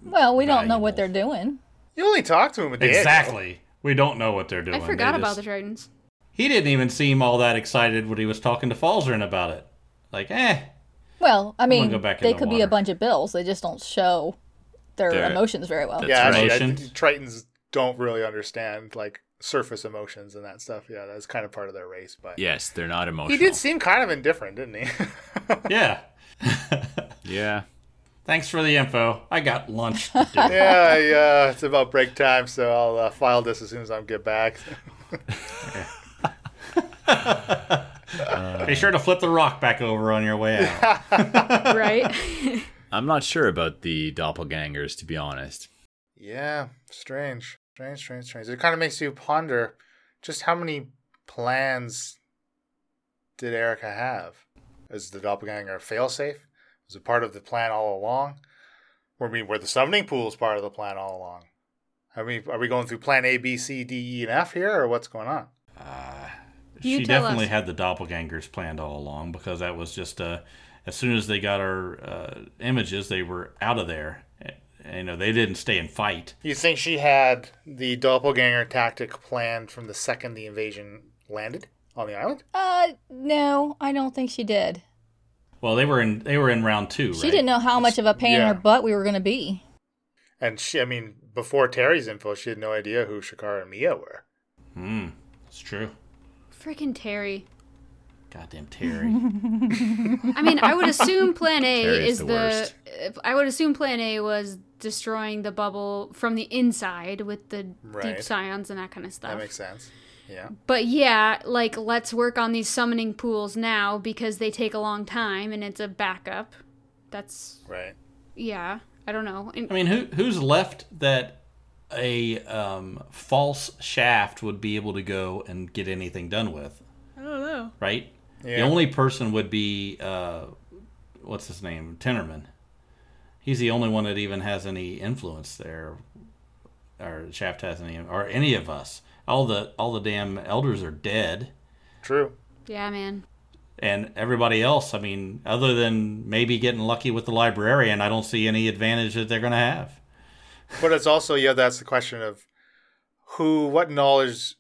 [SPEAKER 3] Well, we don't know
[SPEAKER 5] Valuable.
[SPEAKER 3] what they're doing.
[SPEAKER 1] You only talk to him at the end.
[SPEAKER 5] Exactly. We don't know what they're doing.
[SPEAKER 4] I forgot
[SPEAKER 5] They
[SPEAKER 4] about
[SPEAKER 5] just-
[SPEAKER 4] the Tritons.
[SPEAKER 5] He didn't even seem all that excited when he was talking to Falzern about it. Like, eh,
[SPEAKER 3] Well, I mean,
[SPEAKER 5] go back in
[SPEAKER 3] they
[SPEAKER 5] the
[SPEAKER 3] could be a
[SPEAKER 5] water.
[SPEAKER 3] bunch of bills. They just don't show their
[SPEAKER 2] They're-
[SPEAKER 3] emotions very well.
[SPEAKER 2] that's-
[SPEAKER 1] Yeah, actually, I
[SPEAKER 5] right.
[SPEAKER 1] think Tritons don't really understand like surface emotions and that stuff. Yeah, that's kind of part of their race. But
[SPEAKER 2] Yes, they're not
[SPEAKER 1] he
[SPEAKER 2] emotional.
[SPEAKER 1] did seem kind of indifferent, didn't he?
[SPEAKER 5] yeah.
[SPEAKER 2] yeah.
[SPEAKER 5] Thanks for the info. I got lunch to do.
[SPEAKER 1] yeah, yeah. It's about break time, so I'll uh, file this as soon as I get back. [LAUGHS]
[SPEAKER 5] [LAUGHS] Be sure to flip the rock back over on your way out.
[SPEAKER 4] Right.
[SPEAKER 2] I'm not sure about the doppelgangers, to be honest.
[SPEAKER 1] Yeah, strange, strange, strange, strange. It kind of makes you ponder just how many plans did Erica have? Is the doppelganger failsafe? Was it part of the plan all along? Or, I mean, were the summoning pools part of the plan all along? I mean, are we going through plan A, B, C, D, E, and F here, or what's going on?
[SPEAKER 4] [LAUGHS] You
[SPEAKER 5] she
[SPEAKER 4] tell
[SPEAKER 5] definitely
[SPEAKER 4] us.
[SPEAKER 5] had the doppelgangers planned all along because that was just uh, as soon as they got our uh, images, they were out of there. And, you know, they didn't stay and fight.
[SPEAKER 1] You think she had the doppelganger tactic planned from the second the invasion landed on the island?
[SPEAKER 3] Uh, no, I don't think she did.
[SPEAKER 5] Well, they were in they were in round two.
[SPEAKER 3] She didn't know how much of a pain in
[SPEAKER 1] yeah.
[SPEAKER 3] her butt we were going to be.
[SPEAKER 1] And she, I mean, before Terry's info, she had no idea who Shakara and Mia were.
[SPEAKER 5] Mm, it's true.
[SPEAKER 4] Freaking Terry.
[SPEAKER 5] Goddamn Terry. [LAUGHS]
[SPEAKER 4] I mean, I
[SPEAKER 2] [LAUGHS]
[SPEAKER 4] would assume Plan A
[SPEAKER 2] Terry's
[SPEAKER 4] is
[SPEAKER 2] the
[SPEAKER 4] the.
[SPEAKER 2] worst.
[SPEAKER 4] I would assume Plan A was destroying the bubble from the inside with the deep
[SPEAKER 1] Right.
[SPEAKER 4] scions and that kind of stuff.
[SPEAKER 1] That makes sense. Yeah.
[SPEAKER 4] But yeah, like let's work on these summoning pools now because they take a long time and it's a backup. That's
[SPEAKER 1] Right.
[SPEAKER 4] yeah. I don't know. And
[SPEAKER 5] I mean, who who's left that a um, false shaft would be able to go and get anything done with?
[SPEAKER 4] I don't know.
[SPEAKER 5] Right. The
[SPEAKER 1] Yeah.
[SPEAKER 5] only person would be uh, what's his name, Tenorman. He's the only one that even has any influence there, or Shaft has any, or any of us. All the all the damn elders are dead,
[SPEAKER 1] True.
[SPEAKER 4] Yeah, man.
[SPEAKER 5] and everybody else. I mean, other than maybe getting lucky with the librarian, I don't see any advantage that they're gonna have.
[SPEAKER 1] But it's also, yeah, that's the question of who, what knowledge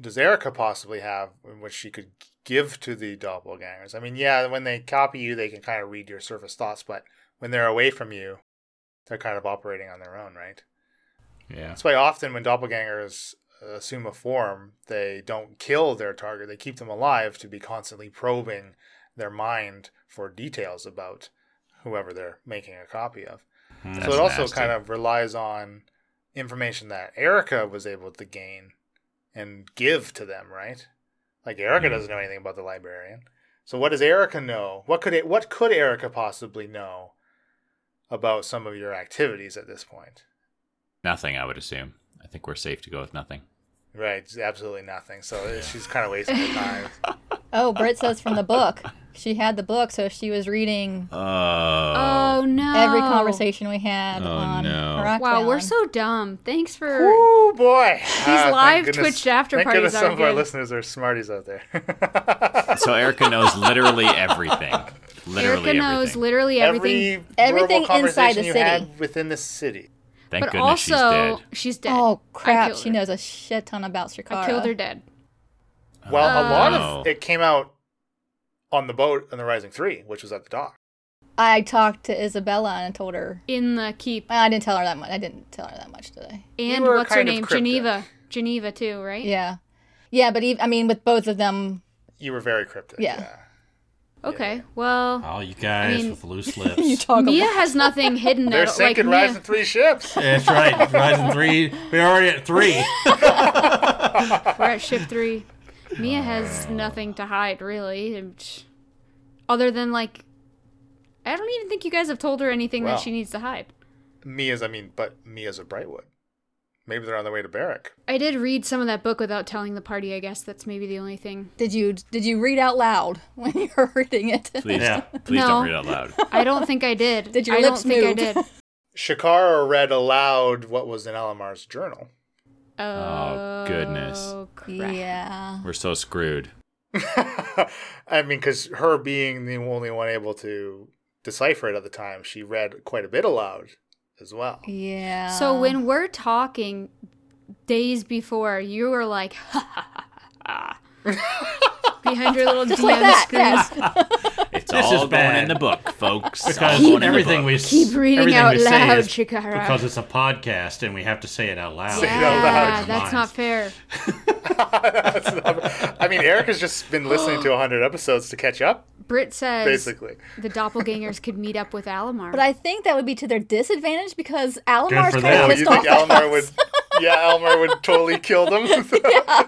[SPEAKER 1] does Erica possibly have in which she could give to the doppelgangers? I mean, yeah, when they copy you, they can kind of read your surface thoughts, but when they're away from you, they're kind of operating on their own, right?
[SPEAKER 2] Yeah.
[SPEAKER 1] That's why often when doppelgangers uh, assume a form, they don't kill their target. They keep them alive to be constantly probing their mind for details about whoever they're making a copy of. so
[SPEAKER 2] That's
[SPEAKER 1] it also
[SPEAKER 2] nasty.
[SPEAKER 1] kind of relies on information that Erica was able to gain and give to them, right? Like Erica
[SPEAKER 2] Hmm.
[SPEAKER 1] doesn't know anything about the librarian. So what does Erica know? What could it, what could Erica possibly know about some of your activities at this point?
[SPEAKER 2] nothing. I would assume. I think we're safe to go with nothing.
[SPEAKER 1] Right, it's absolutely nothing. So she's kind of wasting her time.
[SPEAKER 4] [LAUGHS]
[SPEAKER 3] Oh, Britt says from the
[SPEAKER 5] [LAUGHS]
[SPEAKER 3] book. She had the book, so she was reading
[SPEAKER 2] Oh.
[SPEAKER 4] Oh, no.
[SPEAKER 3] every conversation we had
[SPEAKER 2] Oh,
[SPEAKER 3] on
[SPEAKER 2] no.
[SPEAKER 3] Rock
[SPEAKER 4] Wow, we're
[SPEAKER 3] Island.
[SPEAKER 4] so dumb. Thanks for
[SPEAKER 1] Oh boy! These
[SPEAKER 4] live Twitch after
[SPEAKER 1] thank
[SPEAKER 4] parties
[SPEAKER 1] goodness some
[SPEAKER 4] are
[SPEAKER 1] of our
[SPEAKER 4] good.
[SPEAKER 1] listeners are smarties out there. [LAUGHS]
[SPEAKER 2] so Erica knows literally
[SPEAKER 4] [LAUGHS]
[SPEAKER 2] everything. Literally
[SPEAKER 4] Erica
[SPEAKER 2] everything.
[SPEAKER 4] knows literally everything.
[SPEAKER 1] Every
[SPEAKER 3] Everything
[SPEAKER 1] verbal conversation
[SPEAKER 3] inside the
[SPEAKER 1] you
[SPEAKER 3] city.
[SPEAKER 1] had within the city.
[SPEAKER 2] Thank
[SPEAKER 4] but
[SPEAKER 2] goodness
[SPEAKER 4] also,
[SPEAKER 2] she's dead.
[SPEAKER 4] she's dead.
[SPEAKER 3] Oh
[SPEAKER 4] I
[SPEAKER 3] crap!
[SPEAKER 4] killed
[SPEAKER 3] She
[SPEAKER 4] her.
[SPEAKER 3] knows a shit ton about Shakara.
[SPEAKER 4] I killed her dead.
[SPEAKER 1] Well, a lot of
[SPEAKER 2] Oh.
[SPEAKER 1] it came out on the boat in the Rising Three, which was at the dock.
[SPEAKER 3] I talked to Isabella and told her.
[SPEAKER 4] In the keep.
[SPEAKER 3] Well, I didn't tell her that much. I didn't tell her that much today.
[SPEAKER 4] And
[SPEAKER 1] were
[SPEAKER 4] what's her
[SPEAKER 1] kind of
[SPEAKER 4] name?
[SPEAKER 1] cryptic.
[SPEAKER 4] Geneva. Geneva, too, right?
[SPEAKER 3] Yeah, yeah, but ev I mean, with both of
[SPEAKER 4] [LAUGHS]
[SPEAKER 3] them,
[SPEAKER 1] You were very cryptic.
[SPEAKER 3] Yeah.
[SPEAKER 4] Okay. Well,
[SPEAKER 5] Oh, you guys
[SPEAKER 4] mean-
[SPEAKER 5] with
[SPEAKER 4] [LAUGHS]
[SPEAKER 5] loose lips.
[SPEAKER 3] you talk.
[SPEAKER 4] Mia
[SPEAKER 3] about-
[SPEAKER 4] has
[SPEAKER 1] [LAUGHS]
[SPEAKER 4] nothing hidden
[SPEAKER 1] They're
[SPEAKER 4] at all. Like,
[SPEAKER 1] sinking
[SPEAKER 4] Mia-
[SPEAKER 1] Rising Three ships. [LAUGHS]
[SPEAKER 5] That's right. Rising three. We're already at
[SPEAKER 4] [LAUGHS]
[SPEAKER 5] three.
[SPEAKER 4] We're at ship
[SPEAKER 1] [LAUGHS]
[SPEAKER 4] three. Mia has nothing to hide, really, and sh- other than like, I don't even think you guys have told her anything
[SPEAKER 1] Wow.
[SPEAKER 4] that she needs to hide.
[SPEAKER 1] Mia's, I mean, but Mia's a Brightwood. Maybe they're on their way to Barrack.
[SPEAKER 4] I did read some of that book without telling the party. I guess that's maybe the only thing.
[SPEAKER 3] Did you did you read out loud [LAUGHS] when you were reading it?
[SPEAKER 2] Please,
[SPEAKER 5] Yeah.
[SPEAKER 2] please
[SPEAKER 4] No.
[SPEAKER 2] don't read out loud.
[SPEAKER 4] I don't think I
[SPEAKER 3] [LAUGHS]
[SPEAKER 4] did.
[SPEAKER 3] Did your
[SPEAKER 4] I
[SPEAKER 3] lips
[SPEAKER 4] don't think
[SPEAKER 3] move? [LAUGHS]
[SPEAKER 4] I did.
[SPEAKER 1] Shakara read aloud what was in Alamar's journal.
[SPEAKER 4] Oh,
[SPEAKER 2] goodness.
[SPEAKER 4] crap.
[SPEAKER 3] yeah.
[SPEAKER 2] We're so screwed.
[SPEAKER 1] [LAUGHS] I mean, because her being the only one able to decipher it at the time, she read quite a bit aloud as well. [LAUGHS]
[SPEAKER 3] Yeah.
[SPEAKER 4] So when we're talking days before, you were like, [LAUGHS] ha ha ha ha. ha," Behind your
[SPEAKER 3] [LAUGHS]
[SPEAKER 4] little
[SPEAKER 3] just
[SPEAKER 4] DM
[SPEAKER 3] like that,
[SPEAKER 4] screen.
[SPEAKER 3] yes.
[SPEAKER 2] It's
[SPEAKER 5] This is
[SPEAKER 2] all going
[SPEAKER 5] bad.
[SPEAKER 2] in the book, folks. It's all
[SPEAKER 5] because
[SPEAKER 2] going in the
[SPEAKER 5] everything
[SPEAKER 2] book.
[SPEAKER 5] we
[SPEAKER 4] [LAUGHS] Keep reading
[SPEAKER 5] everything
[SPEAKER 4] out
[SPEAKER 5] we say
[SPEAKER 4] loud,
[SPEAKER 5] is
[SPEAKER 4] Shakara.
[SPEAKER 5] Because it's a podcast and we have to say it out loud.
[SPEAKER 1] it out loud.
[SPEAKER 4] Yeah, that's not fair.
[SPEAKER 1] That's not- I mean, Eric has just been listening to 100 episodes to catch up,
[SPEAKER 4] Britt says
[SPEAKER 1] basically.
[SPEAKER 4] the doppelgangers could meet up with Alamar.
[SPEAKER 3] But I think that would be to their disadvantage because Alamar's
[SPEAKER 5] for
[SPEAKER 3] kind of
[SPEAKER 5] them.
[SPEAKER 1] Oh,
[SPEAKER 3] pissed
[SPEAKER 1] you think
[SPEAKER 3] off. [LAUGHS] at
[SPEAKER 1] Elmer would?
[SPEAKER 3] us.
[SPEAKER 1] [LAUGHS] Yeah, Elmer would totally kill them. [LAUGHS]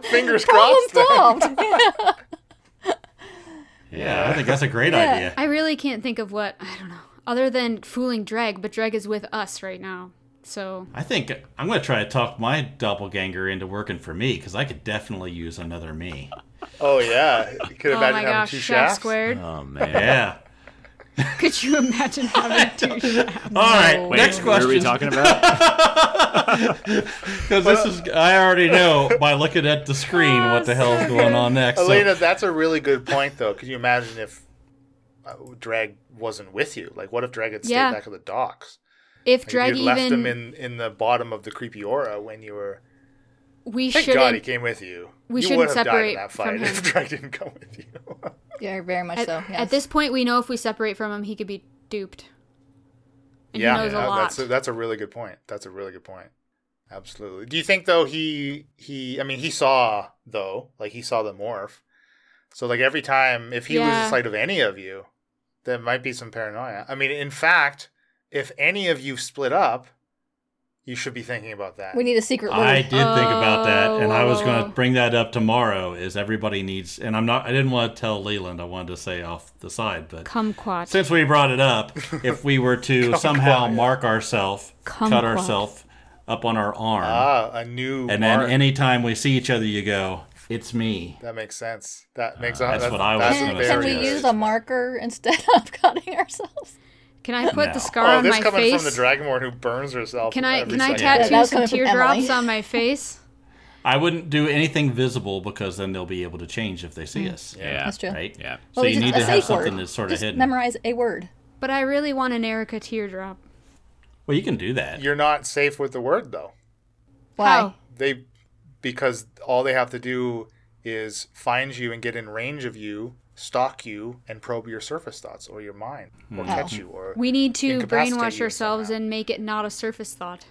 [SPEAKER 1] Fingers
[SPEAKER 3] Problem
[SPEAKER 1] crossed.
[SPEAKER 3] solved.
[SPEAKER 5] Yeah, I think that's a great idea.
[SPEAKER 4] I really can't think of what I don't know other than fooling Dreg, but Dreg is with us right now. So
[SPEAKER 5] I think I'm going to try to talk my doppelganger into working for me because I could definitely use another me.
[SPEAKER 1] Oh yeah, you could
[SPEAKER 4] oh
[SPEAKER 1] imagine
[SPEAKER 4] my
[SPEAKER 1] having
[SPEAKER 4] gosh,
[SPEAKER 1] two
[SPEAKER 4] Shaft
[SPEAKER 1] shafts.
[SPEAKER 4] squared.
[SPEAKER 2] Oh man.
[SPEAKER 5] Yeah.
[SPEAKER 4] [LAUGHS] Could you imagine having
[SPEAKER 1] [LAUGHS]
[SPEAKER 4] two shafts?
[SPEAKER 5] All right,
[SPEAKER 3] No.
[SPEAKER 2] Wait,
[SPEAKER 5] [LAUGHS] next
[SPEAKER 2] What are we talking
[SPEAKER 3] [LAUGHS]
[SPEAKER 5] question.
[SPEAKER 2] about?
[SPEAKER 5] Because this is, I already know by looking at the screen what the hell's going on next. so-
[SPEAKER 1] Elena, that's a really good point, though. Can you imagine if uh, Drag wasn't with you? Like, what if Drag had stayed
[SPEAKER 4] Yeah.
[SPEAKER 1] back at the docks?
[SPEAKER 4] If
[SPEAKER 1] Like,
[SPEAKER 4] Drag
[SPEAKER 1] if you left him in,
[SPEAKER 4] even,
[SPEAKER 1] in the bottom of the creepy aura when you were.
[SPEAKER 4] we
[SPEAKER 1] Thank God he
[SPEAKER 4] shouldn't.
[SPEAKER 1] came with you. you
[SPEAKER 4] we shouldn't
[SPEAKER 1] would have died
[SPEAKER 4] separate
[SPEAKER 1] in that
[SPEAKER 4] from
[SPEAKER 1] fight [LAUGHS]
[SPEAKER 4] him.
[SPEAKER 1] if Drag didn't come with
[SPEAKER 4] [LAUGHS]
[SPEAKER 1] you.
[SPEAKER 3] [LAUGHS] Yeah, very much
[SPEAKER 4] At,
[SPEAKER 3] so. yes.
[SPEAKER 4] at this point, we know if we separate from him, he could be duped. And
[SPEAKER 1] yeah,
[SPEAKER 4] he knows
[SPEAKER 1] yeah,
[SPEAKER 4] a lot.
[SPEAKER 1] that's a, that's a really good point. That's a really good point. Absolutely. Do you think though he he? I mean, he saw though, like he saw the morph. So like every time, if he
[SPEAKER 4] Yeah.
[SPEAKER 1] loses sight of any of you, there might be some paranoia. I mean, in fact, if any of you split up, you should be thinking about that.
[SPEAKER 3] we need a secret
[SPEAKER 5] I
[SPEAKER 3] word.
[SPEAKER 5] did think about that, and I was
[SPEAKER 4] Oh.
[SPEAKER 5] going to bring that up tomorrow. Is everybody needs? And I'm not. I didn't want to tell Leland. I wanted to say off the side, but
[SPEAKER 4] Kumquat.
[SPEAKER 5] since we brought
[SPEAKER 3] [LAUGHS]
[SPEAKER 5] it up, if we were to somehow mark ourselves, cut
[SPEAKER 4] Kumquat.
[SPEAKER 5] ourselves up on our arm,
[SPEAKER 1] ah, a new
[SPEAKER 5] and
[SPEAKER 1] mark.
[SPEAKER 5] then anytime we see each other, you go, "It's me."
[SPEAKER 1] that makes sense. That makes
[SPEAKER 5] Uh, that's
[SPEAKER 1] that's
[SPEAKER 5] what I was
[SPEAKER 1] that's
[SPEAKER 3] Can,
[SPEAKER 5] gonna
[SPEAKER 1] very
[SPEAKER 3] can
[SPEAKER 5] say.
[SPEAKER 3] we
[SPEAKER 1] good.
[SPEAKER 3] use a marker instead [LAUGHS] of cutting ourselves?
[SPEAKER 4] Can I put
[SPEAKER 5] No.
[SPEAKER 4] the
[SPEAKER 1] Oh,
[SPEAKER 4] scar on
[SPEAKER 1] this
[SPEAKER 4] my
[SPEAKER 1] coming
[SPEAKER 4] face?
[SPEAKER 1] from the Dragonborn who burns herself.
[SPEAKER 4] can I
[SPEAKER 1] every
[SPEAKER 4] can I
[SPEAKER 1] second.
[SPEAKER 4] tattoo
[SPEAKER 3] that was
[SPEAKER 4] some
[SPEAKER 3] coming from
[SPEAKER 4] teardrops
[SPEAKER 3] Emily.
[SPEAKER 4] on my face?
[SPEAKER 5] I wouldn't do anything visible because then they'll be able to change if they see us.
[SPEAKER 2] Yeah.
[SPEAKER 3] That's true.
[SPEAKER 5] Right.
[SPEAKER 2] Yeah.
[SPEAKER 5] So
[SPEAKER 3] Hmm. Well,
[SPEAKER 5] you
[SPEAKER 3] just
[SPEAKER 5] need
[SPEAKER 3] a
[SPEAKER 5] to have
[SPEAKER 3] safe
[SPEAKER 5] something
[SPEAKER 3] word.
[SPEAKER 5] that's sort of
[SPEAKER 3] Just
[SPEAKER 5] hidden.
[SPEAKER 3] memorize a word.
[SPEAKER 4] But I really want an Erica teardrop.
[SPEAKER 5] well, you can do that.
[SPEAKER 1] You're not safe with the word though.
[SPEAKER 3] Why?
[SPEAKER 4] How?
[SPEAKER 1] they because all they have to do is find you and get in range of you stalk you and probe your surface thoughts or your mind
[SPEAKER 5] Hmm.
[SPEAKER 1] or catch you or
[SPEAKER 4] We need to
[SPEAKER 1] Incapacitate
[SPEAKER 4] brainwash
[SPEAKER 1] you
[SPEAKER 4] ourselves
[SPEAKER 1] somehow.
[SPEAKER 4] and make it not a surface
[SPEAKER 3] [LAUGHS]
[SPEAKER 4] thought.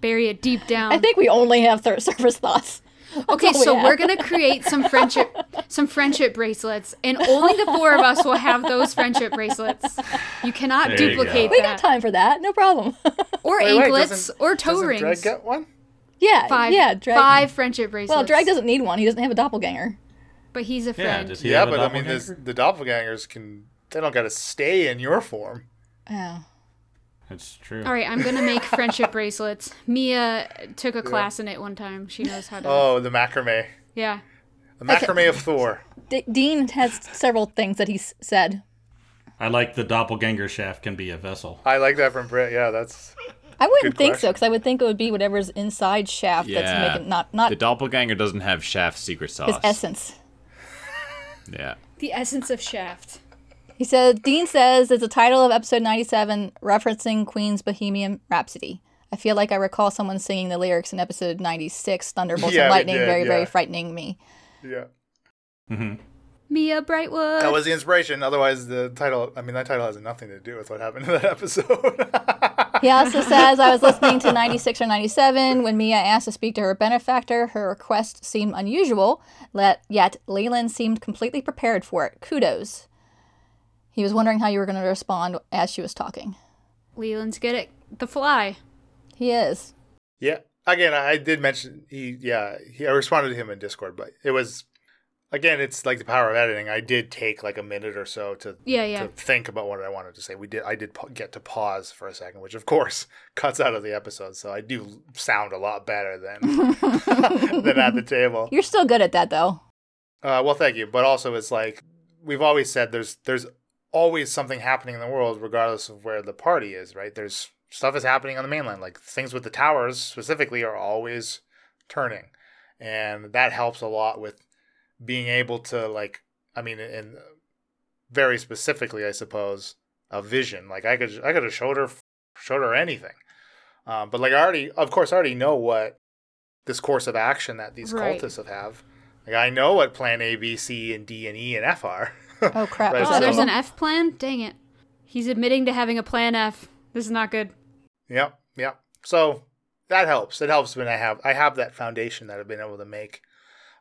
[SPEAKER 4] Bury it deep down.
[SPEAKER 3] I think we only have thir- [LAUGHS] surface thoughts.
[SPEAKER 4] okay,
[SPEAKER 3] all we
[SPEAKER 4] so
[SPEAKER 3] have.
[SPEAKER 4] we're gonna create some
[SPEAKER 3] [LAUGHS]
[SPEAKER 4] friendship, some friendship bracelets, and only the four of us will have those friendship bracelets. You cannot
[SPEAKER 5] There you go.
[SPEAKER 4] duplicate
[SPEAKER 5] We
[SPEAKER 3] We got
[SPEAKER 4] that,
[SPEAKER 3] time for that. No problem. [LAUGHS]
[SPEAKER 4] or
[SPEAKER 1] Wait, wait,
[SPEAKER 4] anklets,
[SPEAKER 1] doesn't-
[SPEAKER 4] or toe
[SPEAKER 1] doesn't
[SPEAKER 4] rings.
[SPEAKER 1] Dreg get one
[SPEAKER 3] yeah.
[SPEAKER 4] Five,
[SPEAKER 3] Yeah. Drag.
[SPEAKER 4] five friendship bracelets.
[SPEAKER 3] Well, Drag doesn't need one. He doesn't have a doppelganger.
[SPEAKER 4] but he's a
[SPEAKER 5] yeah.
[SPEAKER 4] friend.
[SPEAKER 5] Does he
[SPEAKER 1] yeah
[SPEAKER 5] have a
[SPEAKER 1] but i mean this,
[SPEAKER 5] doppelganger?
[SPEAKER 1] the doppelgangers can they don't gotta stay in your form
[SPEAKER 3] Oh.
[SPEAKER 5] That's true.
[SPEAKER 4] All right, I'm gonna
[SPEAKER 1] [LAUGHS]
[SPEAKER 4] make friendship bracelets. Mia took a class in it one time. She knows how to.
[SPEAKER 1] oh the macrame
[SPEAKER 4] Yeah.
[SPEAKER 1] the macrame of thor
[SPEAKER 3] D- Dean has several things that he s- said.
[SPEAKER 5] I like the doppelganger shaft can be a vessel.
[SPEAKER 1] i like that from brit yeah that's
[SPEAKER 3] I wouldn't
[SPEAKER 1] Good
[SPEAKER 3] think so
[SPEAKER 1] question.
[SPEAKER 3] because I would think it would be whatever's inside Shaft
[SPEAKER 2] Yeah.
[SPEAKER 3] that's making not not
[SPEAKER 2] The doppelganger doesn't have Shaft's secret
[SPEAKER 3] his
[SPEAKER 2] sauce.
[SPEAKER 3] essence.
[SPEAKER 2] Yeah.
[SPEAKER 4] The essence of Shaft.
[SPEAKER 3] He says Dean says it's the title of episode 97 referencing Queen's Bohemian Rhapsody. I feel like I recall someone singing the lyrics in episode 96 Thunderbolts
[SPEAKER 1] Yeah, we
[SPEAKER 3] and Lightning
[SPEAKER 1] did,
[SPEAKER 3] very very
[SPEAKER 1] yeah.
[SPEAKER 3] frightening me.
[SPEAKER 1] yeah
[SPEAKER 4] Mia Brightwood.
[SPEAKER 1] that was the inspiration otherwise the title i mean that title has nothing to do with what happened in that [LAUGHS] episode [LAUGHS]
[SPEAKER 3] He also says, I was listening to 96 or 97 when Mia asked to speak to her benefactor. Her request seemed unusual, let, yet Leland seemed completely prepared for it. Kudos. He was wondering how you were going to respond as she was talking.
[SPEAKER 4] Leland's good at the fly.
[SPEAKER 3] He is.
[SPEAKER 1] Yeah. Again, I I did mention he. Yeah, he, I responded to him in Discord, but it was again, it's like the power of editing. I did take like a minute or so to
[SPEAKER 4] Yeah, yeah.
[SPEAKER 1] to think about what I wanted to say. We did. I did pa- get to pause for a second, which of course [LAUGHS] cuts out of the episode. So I do sound a lot better than [LAUGHS] than at the table.
[SPEAKER 3] You're still good at that, though.
[SPEAKER 1] Uh, well, thank you. But also, it's like we've always said there's there's always something happening in the world, regardless of where the party is. Right? There's stuff is happening on the mainland. Like things with the towers specifically are always turning, and that helps a lot with being able to like. I mean, and very specifically, I suppose a vision. Like I could I could have showed her showed her anything, um, but like I already, of course, I already know what this course of action that these
[SPEAKER 4] Right.
[SPEAKER 1] cultists have have. Like I know what plan A, B, C, and D, and E, and F are.
[SPEAKER 3] [LAUGHS] Oh, crap.
[SPEAKER 1] Right,
[SPEAKER 4] Oh,
[SPEAKER 1] so-
[SPEAKER 4] there's an F plan? Dang it. He's admitting to having a plan F. This is not good.
[SPEAKER 1] Yep, yep. So that helps. It helps when I have I have that foundation that I've been able to make,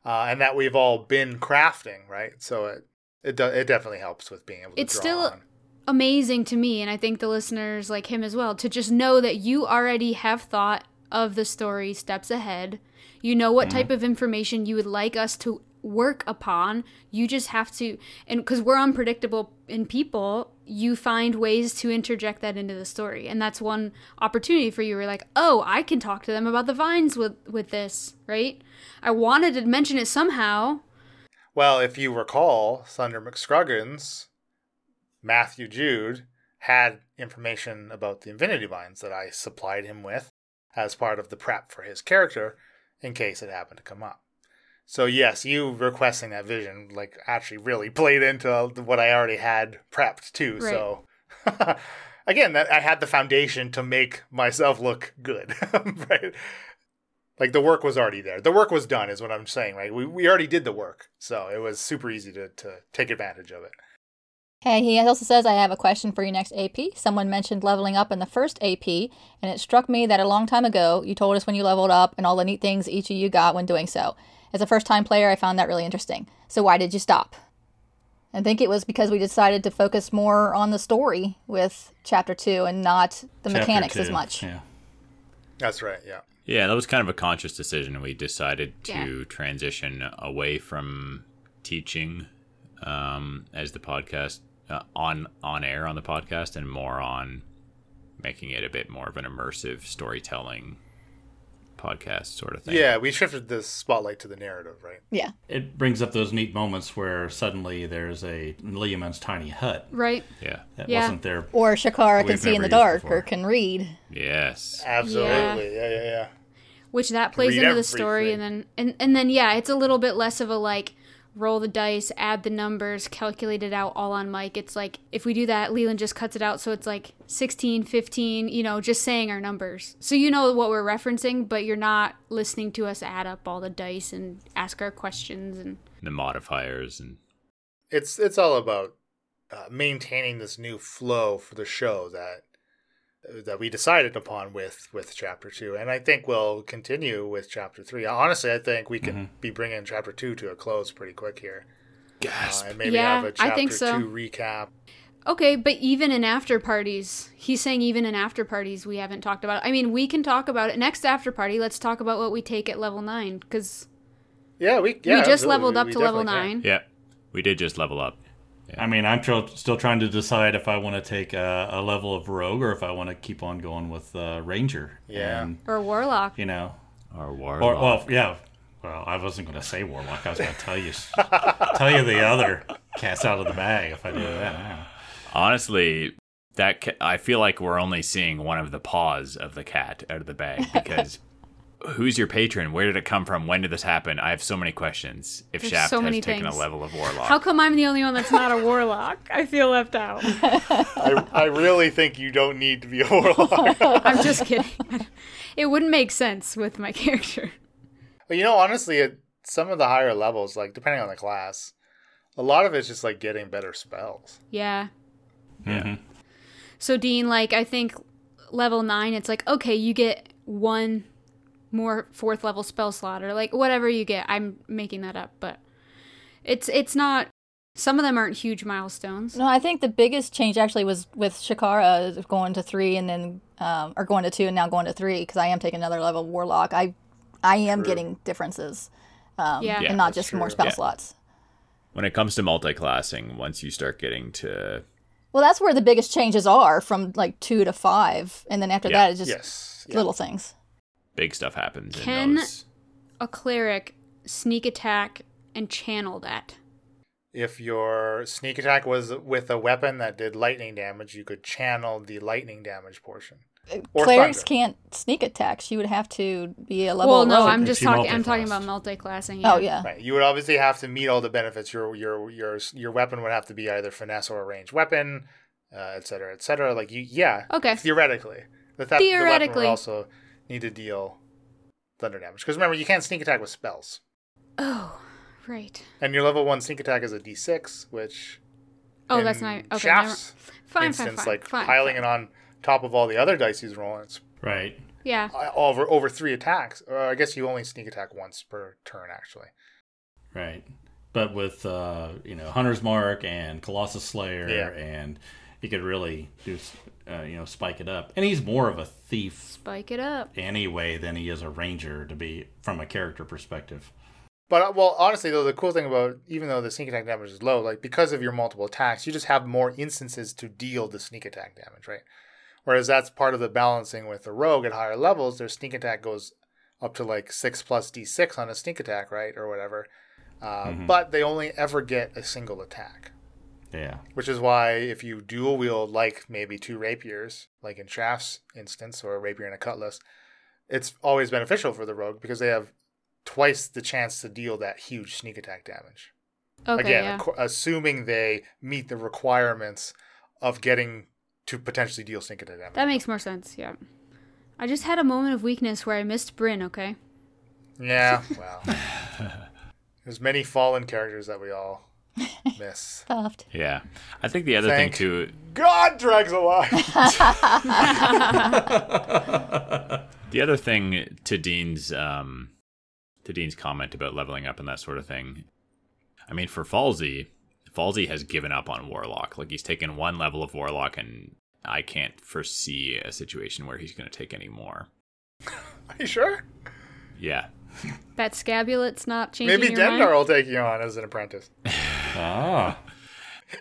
[SPEAKER 1] uh, and that we've all been crafting, right? So it it do, it definitely helps with being able to.
[SPEAKER 4] It's
[SPEAKER 1] draw
[SPEAKER 4] still-
[SPEAKER 1] on.
[SPEAKER 4] Amazing to me, and I think the listeners like him as well, to just know that you already have thought of the story steps ahead. You know what type of information you would like us to work upon. You just have to, and because we're unpredictable in people, you find ways to interject that into the story. And that's one opportunity for you. We're like, oh, I can talk to them about the vines with with this, right? I wanted to mention it somehow.
[SPEAKER 1] Well, if you recall, Thunder McScruggins Matthew Jude had information about the Infinity Mines that I supplied him with as part of the prep for his character in case it happened to come up. So, yes, you requesting that vision, like, actually really [LAUGHS] played into what I already had prepped, too.
[SPEAKER 4] Right.
[SPEAKER 1] So, [LAUGHS] again, that I had the foundation to make myself look good, [LAUGHS] right? Like, the work was already there. The work was done, is what I'm saying, right? We, we already did the work. So, it was super easy to, to take advantage of it.
[SPEAKER 3] Hey, he also says, I have a question for you next AP. Someone mentioned leveling up in the first AP, and it struck me that a long time ago, you told us when you leveled up and all the neat things each of you got when doing so. As a first time player, I found that really interesting. So, why did you stop? I think it was because we decided to focus more on the story with Chapter 2 and not the
[SPEAKER 5] Chapter
[SPEAKER 3] mechanics as
[SPEAKER 5] two,
[SPEAKER 3] much.
[SPEAKER 5] Yeah.
[SPEAKER 1] That's right. Yeah.
[SPEAKER 2] Yeah, that was kind of a conscious decision. We decided to
[SPEAKER 4] Yeah.
[SPEAKER 2] transition away from teaching um, as the podcast uh, on on air on the podcast, and more on making it a bit more of an immersive storytelling podcast sort of thing.
[SPEAKER 1] Yeah, we shifted the spotlight to the narrative, right?
[SPEAKER 3] Yeah.
[SPEAKER 5] It brings up those neat moments where suddenly there's a Leoman's tiny hut
[SPEAKER 4] Right?
[SPEAKER 2] Yeah.
[SPEAKER 5] that
[SPEAKER 4] Yeah.
[SPEAKER 5] wasn't there.
[SPEAKER 3] Or Shakara can
[SPEAKER 5] We've
[SPEAKER 3] see in
[SPEAKER 5] never
[SPEAKER 3] the
[SPEAKER 5] used
[SPEAKER 3] dark
[SPEAKER 5] before.
[SPEAKER 3] or can read.
[SPEAKER 2] Yes.
[SPEAKER 1] Absolutely. Yeah, yeah, yeah.
[SPEAKER 4] Which that plays
[SPEAKER 1] Read
[SPEAKER 4] into the story and then and, and then yeah, it's a little bit less of a like roll the dice, add the numbers, calculate it out all on Mike. It's like if we do that, Leland just cuts it out so it's like 16, 15, you know, just saying our numbers. So you know what we're referencing, but you're not listening to us add up all the dice and ask our questions and
[SPEAKER 2] The modifiers and
[SPEAKER 1] It's it's all about uh, maintaining this new flow for the show that that we decided upon with with chapter 2 and I think we'll continue with chapter 3. Honestly, I think we could be bringing chapter 2 to a close pretty quick here. Uh, and maybe
[SPEAKER 4] Yeah,
[SPEAKER 1] have a
[SPEAKER 4] I
[SPEAKER 1] chapter
[SPEAKER 4] think so.
[SPEAKER 1] 2 recap.
[SPEAKER 4] Okay, but even in after parties, he's saying even in after parties we haven't talked about. It. I mean, we can talk about it next after party. Let's talk about what we take at level nine because
[SPEAKER 1] Yeah, we yeah,
[SPEAKER 4] we just
[SPEAKER 1] absolutely.
[SPEAKER 4] leveled
[SPEAKER 1] We-
[SPEAKER 4] up
[SPEAKER 1] we
[SPEAKER 4] to level
[SPEAKER 1] definitely can.
[SPEAKER 4] nine.
[SPEAKER 2] yeah, we did just level up.
[SPEAKER 5] I mean, I'm tr- still trying to decide if I want to take a, a level of rogue or if I want to keep on going with uh, ranger.
[SPEAKER 1] Yeah.
[SPEAKER 5] And,
[SPEAKER 4] or warlock.
[SPEAKER 5] you know,
[SPEAKER 2] Our warlock.
[SPEAKER 5] or well, yeah. Well, I wasn't going to say warlock. I was going to tell you, tell you the other cast out of the bag if I do that. Yeah.
[SPEAKER 2] Honestly, that ca- I feel like we're only seeing one of the paws of the cat out of the
[SPEAKER 4] [LAUGHS]
[SPEAKER 2] bag because who's your patron? Where did it come from? When did this happen? I have so many questions. If
[SPEAKER 4] There's
[SPEAKER 2] Shaft
[SPEAKER 4] so
[SPEAKER 2] has
[SPEAKER 4] many
[SPEAKER 2] taken
[SPEAKER 4] things.
[SPEAKER 2] a level of warlock,
[SPEAKER 4] How come I'm the only one that's not a warlock? I feel left out.
[SPEAKER 1] I I really think you don't need to be a
[SPEAKER 4] [LAUGHS]
[SPEAKER 1] warlock.
[SPEAKER 4] [LAUGHS] I'm just kidding. [LAUGHS] It wouldn't make sense with my [LAUGHS] character.
[SPEAKER 1] Well, you know, honestly, at some of the higher levels, like depending on the class, a lot of it's just like getting better spells.
[SPEAKER 4] Yeah.
[SPEAKER 2] Yeah.
[SPEAKER 5] Mm-hmm.
[SPEAKER 4] So Dean, like I think level nine, it's like okay, you get one more fourth level spell slot or like whatever you get. I'm making that up, but it's it's not. Some of them aren't huge milestones.
[SPEAKER 3] No, I think the biggest change actually was with Shakara is going to three and then um, or going to two and now going to three because I am taking another level warlock. I I am getting differences
[SPEAKER 4] yeah.
[SPEAKER 2] Yeah.
[SPEAKER 3] and not just more
[SPEAKER 1] true.
[SPEAKER 3] spell
[SPEAKER 2] Yeah.
[SPEAKER 3] slots.
[SPEAKER 2] when it comes to multiclassing, once you start getting to
[SPEAKER 3] Well, that's where the biggest changes are from like two to five, and then after
[SPEAKER 2] Yeah.
[SPEAKER 3] that it's just
[SPEAKER 1] yes. yeah.
[SPEAKER 3] little things.
[SPEAKER 2] big stuff happens,
[SPEAKER 4] Can-
[SPEAKER 2] in those,
[SPEAKER 4] A cleric sneak attack and channel that.
[SPEAKER 1] If your sneak attack was with a weapon that did lightning damage, you could channel the lightning damage portion. Or
[SPEAKER 3] Clerics
[SPEAKER 1] thunder.
[SPEAKER 3] can't sneak attack. She would have to be a level.
[SPEAKER 4] well, no,
[SPEAKER 3] rogue.
[SPEAKER 4] I'm just
[SPEAKER 5] she
[SPEAKER 4] talking. I'm talking about
[SPEAKER 5] multiclassed.
[SPEAKER 4] multiclassing.
[SPEAKER 3] Oh yeah.
[SPEAKER 1] Right. You would obviously have to meet all the benefits. Your your your your weapon would have to be either finesse or a ranged weapon, uh, et cetera, et cetera. Like you, yeah.
[SPEAKER 4] Okay.
[SPEAKER 1] Theoretically, the, th- the weapon
[SPEAKER 4] Theoretically.
[SPEAKER 1] would also need to deal thunder damage because remember you can't sneak attack with spells.
[SPEAKER 4] Oh, right.
[SPEAKER 1] And your level one sneak attack is a D6, which
[SPEAKER 4] Oh,
[SPEAKER 1] in
[SPEAKER 4] that's not okay.
[SPEAKER 1] Shaft's
[SPEAKER 4] never- fine,
[SPEAKER 1] instance,
[SPEAKER 4] fine, fine,
[SPEAKER 1] like
[SPEAKER 4] fine,
[SPEAKER 1] piling
[SPEAKER 4] fine.
[SPEAKER 1] it on top of all the other dice he's rolling. It's
[SPEAKER 5] Right.
[SPEAKER 4] Yeah.
[SPEAKER 1] uh, over over three attacks. Or I guess you only sneak attack once per turn, actually.
[SPEAKER 5] Right. But with uh, you know Hunter's Mark and Colossus Slayer,
[SPEAKER 1] Yeah.
[SPEAKER 5] and he could really do uh, you know spike it up. And he's more of a thief
[SPEAKER 4] Spike it up.
[SPEAKER 5] anyway than he is a ranger to be from a character perspective.
[SPEAKER 1] But uh, well, honestly though, the cool thing about even though the sneak attack damage is low, like because of your multiple attacks, you just have more instances to deal the sneak attack damage, right? Whereas that's part of the balancing with the rogue at higher levels. Their sneak attack goes up to like six plus d6 on a sneak attack, right, or whatever. Uh, But they only ever get a single attack.
[SPEAKER 5] Yeah.
[SPEAKER 1] Which is why if you dual wield like maybe two rapiers, like in Shaft's instance, or a rapier and a cutlass, it's always beneficial for the rogue because they have twice the chance to deal that huge sneak attack damage.
[SPEAKER 4] Okay,
[SPEAKER 1] Again,
[SPEAKER 4] yeah.
[SPEAKER 1] acco- assuming they meet the requirements of getting to potentially deal sneak attack damage.
[SPEAKER 4] That makes more sense, yeah. I just had a moment of weakness where I missed Bryn, okay? [LAUGHS]
[SPEAKER 1] yeah, well. There's many fallen characters that we all
[SPEAKER 4] [LAUGHS]
[SPEAKER 1] miss.
[SPEAKER 3] Stuffed.
[SPEAKER 2] Yeah. I think the other
[SPEAKER 1] Thank-
[SPEAKER 2] thing too
[SPEAKER 1] God drags alive.
[SPEAKER 2] The other thing to Dean's um, to Dean's comment about leveling up and that sort of thing. I mean, for Falsey, Falsey has given up on Warlock. Like he's taken one level of Warlock, and I can't foresee a situation where he's going to take any more.
[SPEAKER 1] Are you sure?
[SPEAKER 2] Yeah,
[SPEAKER 4] That scabulet's not changing
[SPEAKER 1] Maybe
[SPEAKER 4] your
[SPEAKER 1] Demdar
[SPEAKER 4] mind?
[SPEAKER 1] will take you on as an apprentice.
[SPEAKER 5] Ah.
[SPEAKER 1] [LAUGHS]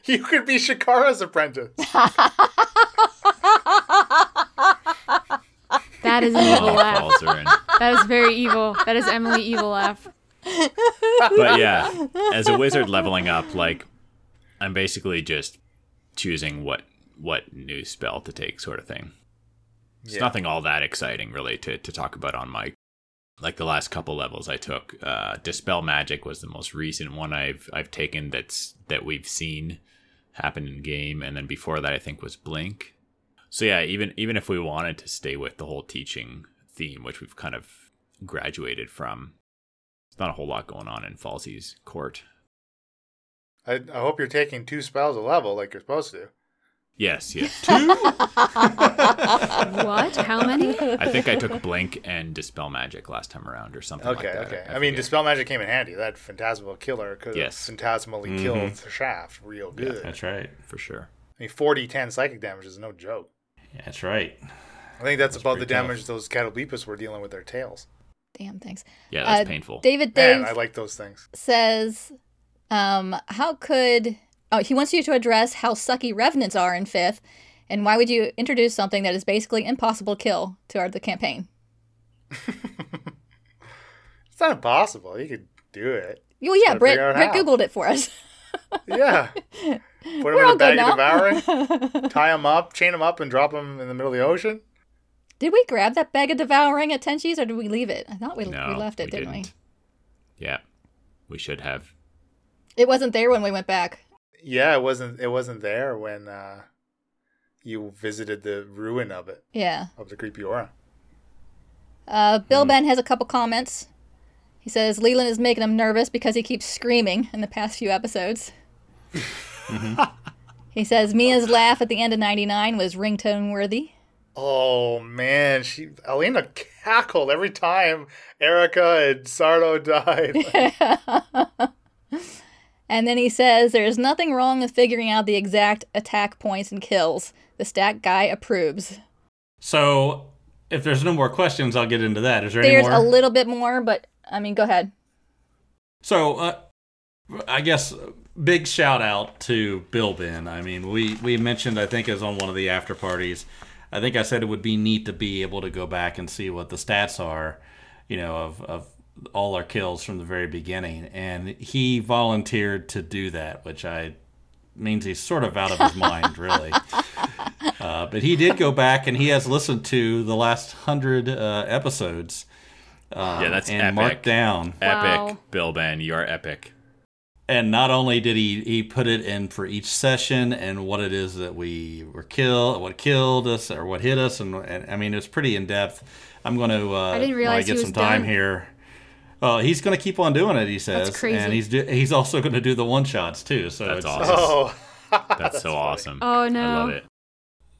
[SPEAKER 1] You could be Shakara's apprentice.
[SPEAKER 4] That is an evil
[SPEAKER 1] [LAUGHS]
[SPEAKER 2] all
[SPEAKER 4] laugh.
[SPEAKER 2] falls are in.
[SPEAKER 4] That is very evil. That is Emily evil laugh.
[SPEAKER 2] But yeah, as a wizard leveling up, like I'm basically just choosing what what new spell to take, sort of thing. It's
[SPEAKER 1] Yeah.
[SPEAKER 2] nothing all that exciting, really, to, to talk about on my like the last couple levels I took. Uh, Dispel magic was the most recent one I've I've taken that's that we've seen happen in game, and then before that I think was blink. So yeah, even even if we wanted to stay with the whole teaching theme, which we've kind of graduated from, there's not a whole lot going on in Falsey's court.
[SPEAKER 1] I, I hope you're taking two spells a level like you're supposed to.
[SPEAKER 2] Yes, yes. [LAUGHS]
[SPEAKER 4] What? How many?
[SPEAKER 2] I think I took blink and dispel magic last time around, or something.
[SPEAKER 1] Okay,
[SPEAKER 2] like that.
[SPEAKER 1] okay. I, mean,
[SPEAKER 2] forget.
[SPEAKER 1] dispel magic came in handy. That phantasmal killer could have
[SPEAKER 2] Yes.
[SPEAKER 1] phantasmally killed the shaft real good.
[SPEAKER 5] That's right.
[SPEAKER 2] for sure.
[SPEAKER 1] I mean, 40 10 psychic damage is no joke.
[SPEAKER 5] That's right.
[SPEAKER 1] I think that's, about the
[SPEAKER 5] pretty tough.
[SPEAKER 1] damage those Catalepis were dealing with their tails.
[SPEAKER 3] Damn, thanks.
[SPEAKER 2] Yeah, that's
[SPEAKER 3] Uh,
[SPEAKER 2] painful.
[SPEAKER 3] David
[SPEAKER 1] Man,
[SPEAKER 3] Dave
[SPEAKER 1] I like those things.
[SPEAKER 3] says, um, how could. Oh, he wants you to address how sucky revenants are in fifth, and why would you introduce something that is basically impossible kill to our the campaign?
[SPEAKER 1] It's not impossible. You could do it.
[SPEAKER 3] Well, yeah,
[SPEAKER 1] Gotta
[SPEAKER 3] Britt,
[SPEAKER 1] figure out
[SPEAKER 3] Britt
[SPEAKER 1] how.
[SPEAKER 3] googled it for us. [LAUGHS]
[SPEAKER 1] Yeah. Put them
[SPEAKER 3] We're
[SPEAKER 1] in
[SPEAKER 3] all
[SPEAKER 1] a bag
[SPEAKER 3] good
[SPEAKER 1] of devouring,
[SPEAKER 3] now. [LAUGHS]
[SPEAKER 1] tie them up, chain them up, and drop them in the middle of the ocean.
[SPEAKER 3] Did we grab that bag of devouring at Tenchi's or did we leave it? I thought we,
[SPEAKER 2] no,
[SPEAKER 3] we left it,
[SPEAKER 2] we
[SPEAKER 3] didn't,
[SPEAKER 2] didn't. we? Yeah, we should have.
[SPEAKER 3] we? It wasn't there when we went back.
[SPEAKER 1] Yeah, it wasn't. It wasn't there when uh, you visited the ruin of it
[SPEAKER 3] Yeah.
[SPEAKER 1] of the creepy aura.
[SPEAKER 3] Uh,
[SPEAKER 5] Hmm.
[SPEAKER 3] Bill Ben has a couple comments. He says Leland is making him nervous because he keeps screaming in the past few episodes.
[SPEAKER 5] Mm-hmm.
[SPEAKER 3] [LAUGHS] he says Mia's laugh at the end of 99 was ringtone worthy.
[SPEAKER 1] Oh man, she Elena cackled every time Erica and Sardo
[SPEAKER 4] [LAUGHS]
[SPEAKER 1] died.
[SPEAKER 3] And then he says, There is nothing wrong with figuring out the exact attack points and kills. The stat guy approves.
[SPEAKER 5] So, if there's no more questions, I'll get into that. Is there
[SPEAKER 3] There's
[SPEAKER 5] any
[SPEAKER 3] a
[SPEAKER 5] more?
[SPEAKER 3] little bit more, but I mean, go ahead.
[SPEAKER 5] so, uh, I guess uh, big shout out to Bill Ben. I mean, we we mentioned I think it was on one of the after parties. I think I said it would be neat to be able to go back and see what the stats are, you know, of of all our kills from the very beginning, and he volunteered to do that, which I means he's sort of out of his mind, really. Uh, but he did go back and he has listened to the last hundred uh, episodes. Um,
[SPEAKER 2] Yeah, that's
[SPEAKER 5] and
[SPEAKER 2] epic.
[SPEAKER 5] marked down.
[SPEAKER 4] Wow.
[SPEAKER 2] Epic, Bill Ben, you are
[SPEAKER 1] [LAUGHS]
[SPEAKER 2] epic.
[SPEAKER 5] And not only did he he put it in for each session and what it is that we were killed, what killed us, or what hit us, and, and I mean it's pretty in depth. I'm going to uh,
[SPEAKER 4] I didn't
[SPEAKER 5] when
[SPEAKER 4] realize
[SPEAKER 5] get
[SPEAKER 4] he
[SPEAKER 5] some
[SPEAKER 4] was
[SPEAKER 5] time
[SPEAKER 4] done.
[SPEAKER 5] here. Well, he's going to keep on doing it. He says,
[SPEAKER 4] crazy.
[SPEAKER 5] and he's do, he's also going to do the one shots too. So
[SPEAKER 2] That's
[SPEAKER 5] it's-
[SPEAKER 2] awesome.
[SPEAKER 1] oh,
[SPEAKER 2] That's, so awesome.
[SPEAKER 4] Oh,
[SPEAKER 2] I love
[SPEAKER 4] no.
[SPEAKER 2] it.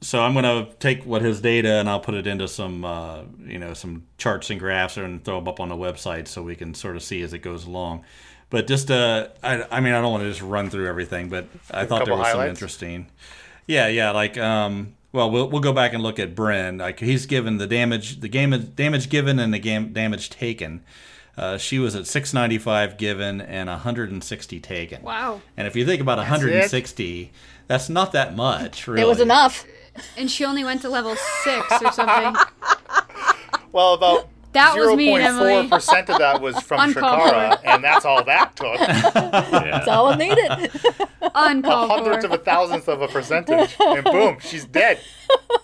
[SPEAKER 5] so I'm going to take what his data and I'll put it into some uh, you know some charts and graphs and throw them up on the website so we can sort of see as it goes along. But just uh, I, I mean I don't want to just run through everything, but I thought there
[SPEAKER 1] couple
[SPEAKER 5] was some
[SPEAKER 1] highlights?
[SPEAKER 5] interesting. Yeah, yeah, like um, well we'll we'll go back and look at Bren. Like he's given the damage the game damage given and the game damage taken. Uh, she was at 695 given and 160 taken.
[SPEAKER 4] Wow.
[SPEAKER 5] And if you think about 160, that's not that much. Really,
[SPEAKER 3] It was enough.
[SPEAKER 4] And she only went to level six or something.
[SPEAKER 1] well, about
[SPEAKER 4] [LAUGHS] That was
[SPEAKER 1] Zero
[SPEAKER 4] me,
[SPEAKER 1] point four
[SPEAKER 4] Emily.
[SPEAKER 1] percent of that was
[SPEAKER 4] [LAUGHS]
[SPEAKER 1] from
[SPEAKER 4] Uncalled
[SPEAKER 1] Shakara, and that's all that took.
[SPEAKER 4] [LAUGHS]
[SPEAKER 2] Yeah.
[SPEAKER 3] That's all it needed.
[SPEAKER 5] [LAUGHS]
[SPEAKER 1] A
[SPEAKER 4] Uncalled
[SPEAKER 1] hundredth
[SPEAKER 4] for.
[SPEAKER 1] of a thousandth of a percentage, and boom, she's
[SPEAKER 4] [LAUGHS]
[SPEAKER 1] dead.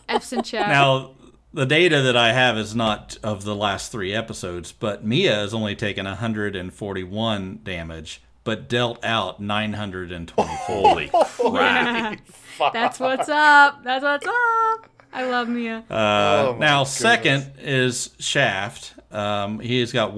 [SPEAKER 4] F's in
[SPEAKER 5] [LAUGHS]
[SPEAKER 4] chat.
[SPEAKER 5] Now, the data that I have is not of the last three episodes, but Mia has only taken 141 damage, but dealt out 924.
[SPEAKER 2] Holy crap.
[SPEAKER 4] That's what's up. That's what's up. I love Mia.
[SPEAKER 5] Uh,
[SPEAKER 1] Oh my
[SPEAKER 5] now,
[SPEAKER 1] goodness.
[SPEAKER 5] second is Shaft. Um, he's got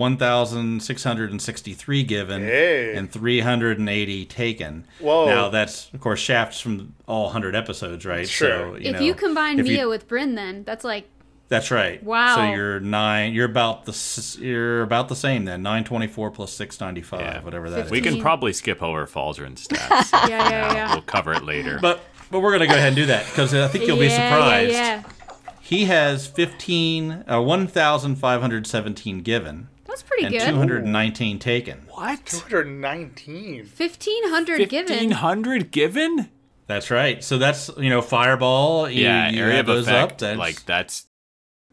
[SPEAKER 5] 1,663 given
[SPEAKER 1] Hey.
[SPEAKER 5] and 380 taken.
[SPEAKER 1] Whoa.
[SPEAKER 5] Now, that's, of course, Shaft's from all 100 episodes, right?
[SPEAKER 1] Sure.
[SPEAKER 5] So, you
[SPEAKER 4] if
[SPEAKER 5] know,
[SPEAKER 4] you combine
[SPEAKER 5] if you-
[SPEAKER 4] Mia with Bryn, then that's like
[SPEAKER 5] That's right.
[SPEAKER 4] Wow.
[SPEAKER 5] So you're nine. You're about the. s- You're about the same then. Nine twenty four plus six ninety five.
[SPEAKER 2] Yeah.
[SPEAKER 5] Whatever that is.
[SPEAKER 2] We can
[SPEAKER 4] Fifteen.
[SPEAKER 2] probably skip over Falzarin's stats. uh,
[SPEAKER 4] yeah, yeah, yeah.
[SPEAKER 2] We'll cover it later.
[SPEAKER 5] But but we're gonna go ahead and do that because I think you'll be
[SPEAKER 4] Yeah,
[SPEAKER 5] surprised.
[SPEAKER 4] Yeah, yeah.
[SPEAKER 5] He has fifteen. Uh, One thousand five hundred seventeen given
[SPEAKER 4] That's pretty
[SPEAKER 5] and
[SPEAKER 4] good.
[SPEAKER 5] two hundred nineteen taken.
[SPEAKER 2] what?
[SPEAKER 1] 119.
[SPEAKER 4] 1500 given.
[SPEAKER 2] 1500 given?
[SPEAKER 5] That's right. So that's you know fireball. You,
[SPEAKER 2] Yeah,
[SPEAKER 5] you
[SPEAKER 2] area
[SPEAKER 5] add
[SPEAKER 2] of
[SPEAKER 5] those
[SPEAKER 2] effect.
[SPEAKER 5] Up, that's,
[SPEAKER 2] Like that's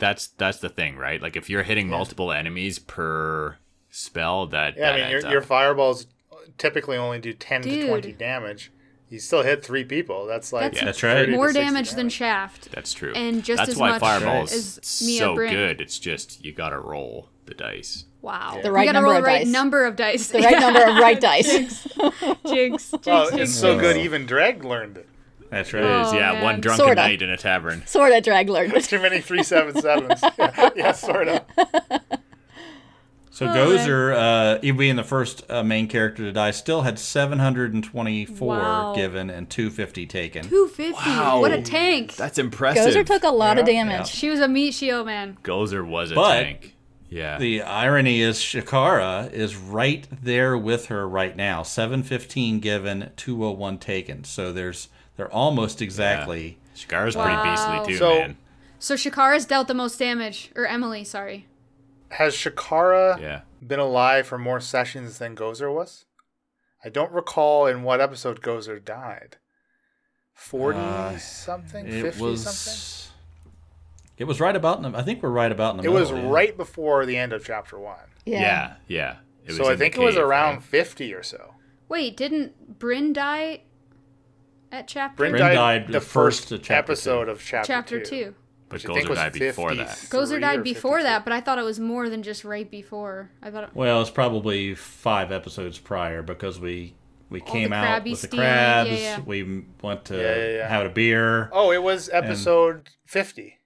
[SPEAKER 2] that's that's the thing, right? Like if you're hitting multiple enemies per spell, that
[SPEAKER 1] Yeah,
[SPEAKER 2] that
[SPEAKER 1] I mean,
[SPEAKER 2] adds
[SPEAKER 1] your,
[SPEAKER 2] up.
[SPEAKER 1] your fireballs typically only do 10 to 20
[SPEAKER 4] Dude.
[SPEAKER 1] damage. You still hit three people. That's like
[SPEAKER 4] That's-
[SPEAKER 5] That's right.
[SPEAKER 1] 30 to
[SPEAKER 4] More
[SPEAKER 1] 60
[SPEAKER 4] damage than Shaft.
[SPEAKER 2] That's true.
[SPEAKER 4] And just
[SPEAKER 2] that's
[SPEAKER 4] as
[SPEAKER 2] why
[SPEAKER 4] much
[SPEAKER 2] fireballs
[SPEAKER 4] as Mia
[SPEAKER 2] so
[SPEAKER 4] Brand.
[SPEAKER 2] good. It's just you got to roll the dice.
[SPEAKER 4] Wow.
[SPEAKER 3] The right
[SPEAKER 4] you gotta
[SPEAKER 3] number
[SPEAKER 4] roll
[SPEAKER 3] of
[SPEAKER 4] the right
[SPEAKER 3] dice.
[SPEAKER 4] number of dice.
[SPEAKER 3] The right number
[SPEAKER 4] [LAUGHS]
[SPEAKER 3] of right dice.
[SPEAKER 4] Jinx.
[SPEAKER 1] [LAUGHS]
[SPEAKER 4] Jinx.
[SPEAKER 1] Well,
[SPEAKER 4] jinx.
[SPEAKER 1] Oh, it's so good, even Dreg learned it. [LAUGHS]
[SPEAKER 5] that's
[SPEAKER 4] Oh,
[SPEAKER 2] It
[SPEAKER 5] right.
[SPEAKER 2] is, yeah,
[SPEAKER 4] man.
[SPEAKER 2] one drunken
[SPEAKER 3] Sorta.
[SPEAKER 2] night in a tavern.
[SPEAKER 3] Sort of drag lord.
[SPEAKER 1] Too many
[SPEAKER 4] [LAUGHS]
[SPEAKER 1] 377s. yeah, sort of.
[SPEAKER 5] So
[SPEAKER 4] Oh,
[SPEAKER 5] Gozer, uh, he being the first uh, main character to die, still had seven hundred and twenty four
[SPEAKER 4] Wow.
[SPEAKER 5] given and two fifty taken.
[SPEAKER 4] 250.
[SPEAKER 2] Wow.
[SPEAKER 4] What a tank.
[SPEAKER 2] That's impressive.
[SPEAKER 3] Gozer took a lot of
[SPEAKER 1] Yeah,
[SPEAKER 3] damage.
[SPEAKER 4] She was a meat shield man.
[SPEAKER 2] Gozer was a
[SPEAKER 5] But-
[SPEAKER 2] tank. Yeah.
[SPEAKER 5] The irony is Shakara is right there with her right now. 715 given, 201 taken. So there's they're almost exactly.
[SPEAKER 2] Shikara's pretty
[SPEAKER 4] Wow.
[SPEAKER 2] beastly too,
[SPEAKER 1] So-
[SPEAKER 2] man.
[SPEAKER 4] So Shakara's dealt the most damage. Or Emily, sorry.
[SPEAKER 1] Has Shakara
[SPEAKER 2] Yeah.
[SPEAKER 1] been alive for more sessions than Gozer was? I don't recall in what episode Gozer died. 40
[SPEAKER 2] Uh,
[SPEAKER 1] something? 50
[SPEAKER 5] It was
[SPEAKER 1] something?
[SPEAKER 5] It was right about in the, I think we're right about in the
[SPEAKER 1] It
[SPEAKER 5] middle.
[SPEAKER 1] was
[SPEAKER 5] yeah.
[SPEAKER 1] right before the end of chapter one.
[SPEAKER 2] Yeah. Yeah. It
[SPEAKER 1] So
[SPEAKER 2] was
[SPEAKER 1] I
[SPEAKER 2] in the
[SPEAKER 1] think it was
[SPEAKER 2] cave,
[SPEAKER 1] around
[SPEAKER 2] right?
[SPEAKER 1] 50 or so.
[SPEAKER 4] Wait, didn't Bryn die at chapter
[SPEAKER 1] Bryn,
[SPEAKER 5] Bryn
[SPEAKER 1] died,
[SPEAKER 5] died
[SPEAKER 1] the
[SPEAKER 5] the first
[SPEAKER 1] first
[SPEAKER 5] of chapter
[SPEAKER 1] episode
[SPEAKER 5] two.
[SPEAKER 1] of chapter,
[SPEAKER 4] chapter
[SPEAKER 1] two.
[SPEAKER 4] two.
[SPEAKER 2] But
[SPEAKER 1] which I think
[SPEAKER 2] Gozer
[SPEAKER 1] was
[SPEAKER 2] died before that.
[SPEAKER 1] 50s.
[SPEAKER 4] Gozer
[SPEAKER 1] Three
[SPEAKER 4] died
[SPEAKER 1] or
[SPEAKER 4] before
[SPEAKER 1] 52.
[SPEAKER 4] that, but I thought it was more than just right before. I thought it,
[SPEAKER 5] Well, it's probably 5 episodes prior because we we came
[SPEAKER 4] the
[SPEAKER 5] out
[SPEAKER 4] crabby
[SPEAKER 5] with the
[SPEAKER 4] stealing,
[SPEAKER 5] crabs.
[SPEAKER 4] yeah, yeah.
[SPEAKER 5] We m- went to
[SPEAKER 1] Yeah, yeah, yeah.
[SPEAKER 5] have a beer.
[SPEAKER 1] Oh, it was episode 50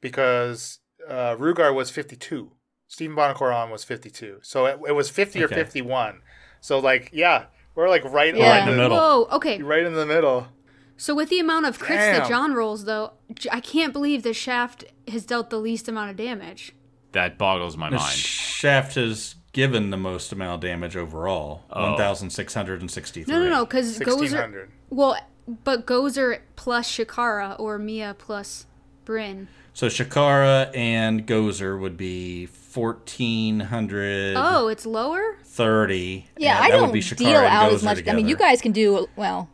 [SPEAKER 1] because uh, Rugar was 52. Stephen Bonacoron was 52. So it, it was 50
[SPEAKER 5] Okay.
[SPEAKER 1] or 51. So, like, yeah, we're like right
[SPEAKER 3] Yeah. Right
[SPEAKER 1] on
[SPEAKER 3] in the
[SPEAKER 5] middle.
[SPEAKER 4] Whoa, okay.
[SPEAKER 1] Right in the middle.
[SPEAKER 4] So with the amount of crits that
[SPEAKER 1] Damn.
[SPEAKER 4] John rolls, though, J- I can't believe the shaft has dealt the least amount of damage.
[SPEAKER 2] That boggles my
[SPEAKER 5] The
[SPEAKER 2] mind.
[SPEAKER 5] shaft has given the most amount of damage overall,
[SPEAKER 2] Oh.
[SPEAKER 5] 1,663.
[SPEAKER 4] No, no, no, because Gozer.
[SPEAKER 1] 1600.
[SPEAKER 4] Well, but Gozer plus Shakara or Mia plus Bryn.
[SPEAKER 5] So Shakara and Gozer would be 1,430.
[SPEAKER 4] Oh, it's lower.
[SPEAKER 3] Yeah,
[SPEAKER 5] and
[SPEAKER 3] I
[SPEAKER 5] that would
[SPEAKER 3] don't
[SPEAKER 5] be
[SPEAKER 3] deal
[SPEAKER 5] Shakara and
[SPEAKER 3] out
[SPEAKER 5] Gozer
[SPEAKER 3] as much. I mean,
[SPEAKER 5] together.
[SPEAKER 3] you guys can do well.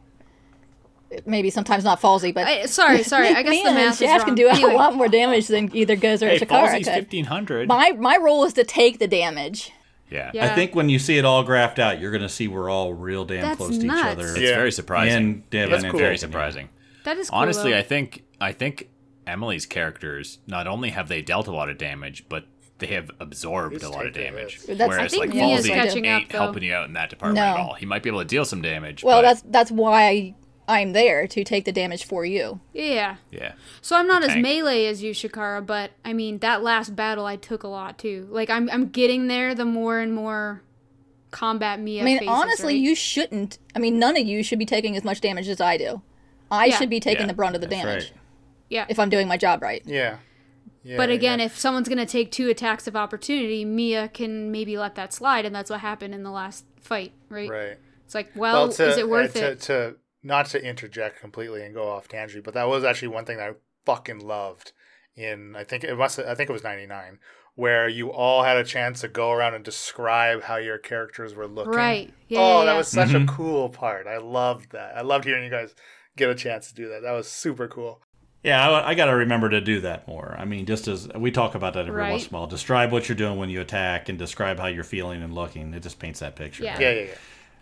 [SPEAKER 3] Maybe sometimes not Falsey, but [LAUGHS]
[SPEAKER 4] I, sorry, sorry. I guess
[SPEAKER 3] me
[SPEAKER 4] the
[SPEAKER 3] and
[SPEAKER 4] math is
[SPEAKER 3] Shaft
[SPEAKER 4] wrong.
[SPEAKER 3] can do
[SPEAKER 4] Anyway,
[SPEAKER 3] a lot more damage than either Gozer
[SPEAKER 2] Hey,
[SPEAKER 3] or Shakara
[SPEAKER 2] Falsey's
[SPEAKER 3] could.
[SPEAKER 2] 1500.
[SPEAKER 3] My my role is to take the damage.
[SPEAKER 2] yeah.
[SPEAKER 4] [LAUGHS] Yeah.
[SPEAKER 5] I think when you see it all graphed out, you're going to see we're all real damn
[SPEAKER 4] That's
[SPEAKER 5] close to
[SPEAKER 4] nuts.
[SPEAKER 5] each other.
[SPEAKER 2] It's
[SPEAKER 1] Yeah.
[SPEAKER 2] very surprising.
[SPEAKER 5] And Devin
[SPEAKER 1] That's
[SPEAKER 5] and
[SPEAKER 1] cool.
[SPEAKER 5] Devin,
[SPEAKER 2] Very
[SPEAKER 5] yeah.
[SPEAKER 2] surprising.
[SPEAKER 4] that is cool,
[SPEAKER 2] Honestly,
[SPEAKER 4] though.
[SPEAKER 2] I think I think Emily's characters not only have they dealt a lot of damage, but they have absorbed
[SPEAKER 1] He's
[SPEAKER 2] a lot of
[SPEAKER 1] taking
[SPEAKER 2] damage.
[SPEAKER 1] it.
[SPEAKER 3] That's- I
[SPEAKER 2] Whereas
[SPEAKER 4] think
[SPEAKER 2] like
[SPEAKER 4] Mia's
[SPEAKER 2] Falsey
[SPEAKER 4] catching up,
[SPEAKER 2] ain't
[SPEAKER 4] though.
[SPEAKER 2] helping you out in that department at
[SPEAKER 3] No.
[SPEAKER 2] all. He might be able to deal some damage.
[SPEAKER 3] Well,
[SPEAKER 2] but-
[SPEAKER 3] that's that's why I'm there to take the damage for you.
[SPEAKER 4] Yeah.
[SPEAKER 2] yeah.
[SPEAKER 4] So I'm not as
[SPEAKER 2] tank.
[SPEAKER 4] melee as you, Shakara, but I mean that last battle I took a lot too. Like I'm I'm getting there the more and more combat Mia.
[SPEAKER 3] I mean,
[SPEAKER 4] faces,
[SPEAKER 3] honestly,
[SPEAKER 4] right?
[SPEAKER 3] you shouldn't. I mean, none of you should be taking as much damage as I do. I
[SPEAKER 4] Yeah.
[SPEAKER 3] should be taking
[SPEAKER 2] Yeah,
[SPEAKER 3] the brunt of the
[SPEAKER 5] That's
[SPEAKER 3] damage
[SPEAKER 5] right.
[SPEAKER 4] yeah.
[SPEAKER 3] if I'm doing my job
[SPEAKER 4] [LAUGHS]
[SPEAKER 3] right.
[SPEAKER 1] Yeah. yeah.
[SPEAKER 4] But again,
[SPEAKER 1] yeah.
[SPEAKER 4] if someone's going to take two attacks of opportunity, Mia can maybe let that slide, and that's what happened in the last fight, right?
[SPEAKER 1] Right.
[SPEAKER 4] It's like, well,
[SPEAKER 1] to,
[SPEAKER 4] Oh, is it worth
[SPEAKER 1] uh, to,
[SPEAKER 4] it?
[SPEAKER 1] To, not to interject completely and go off tangent, but that was actually one thing that I fucking loved. In I think it must I think it was ninety nine, where you all had a chance to go around and describe how your characters were looking.
[SPEAKER 4] Right. Yeah,
[SPEAKER 1] oh,
[SPEAKER 4] yeah,
[SPEAKER 1] that
[SPEAKER 4] yeah.
[SPEAKER 1] was such
[SPEAKER 5] Mm-hmm.
[SPEAKER 1] a cool part. I loved that. I loved hearing you guys get a chance to do that. That was super cool.
[SPEAKER 5] Yeah, I, I got to remember to do that more. I mean, just as we talk about that every
[SPEAKER 4] Right.
[SPEAKER 5] once in a while, describe what you're doing when you attack and describe how you're feeling and looking. It just paints that picture.
[SPEAKER 4] Yeah.
[SPEAKER 1] Yeah, yeah, yeah.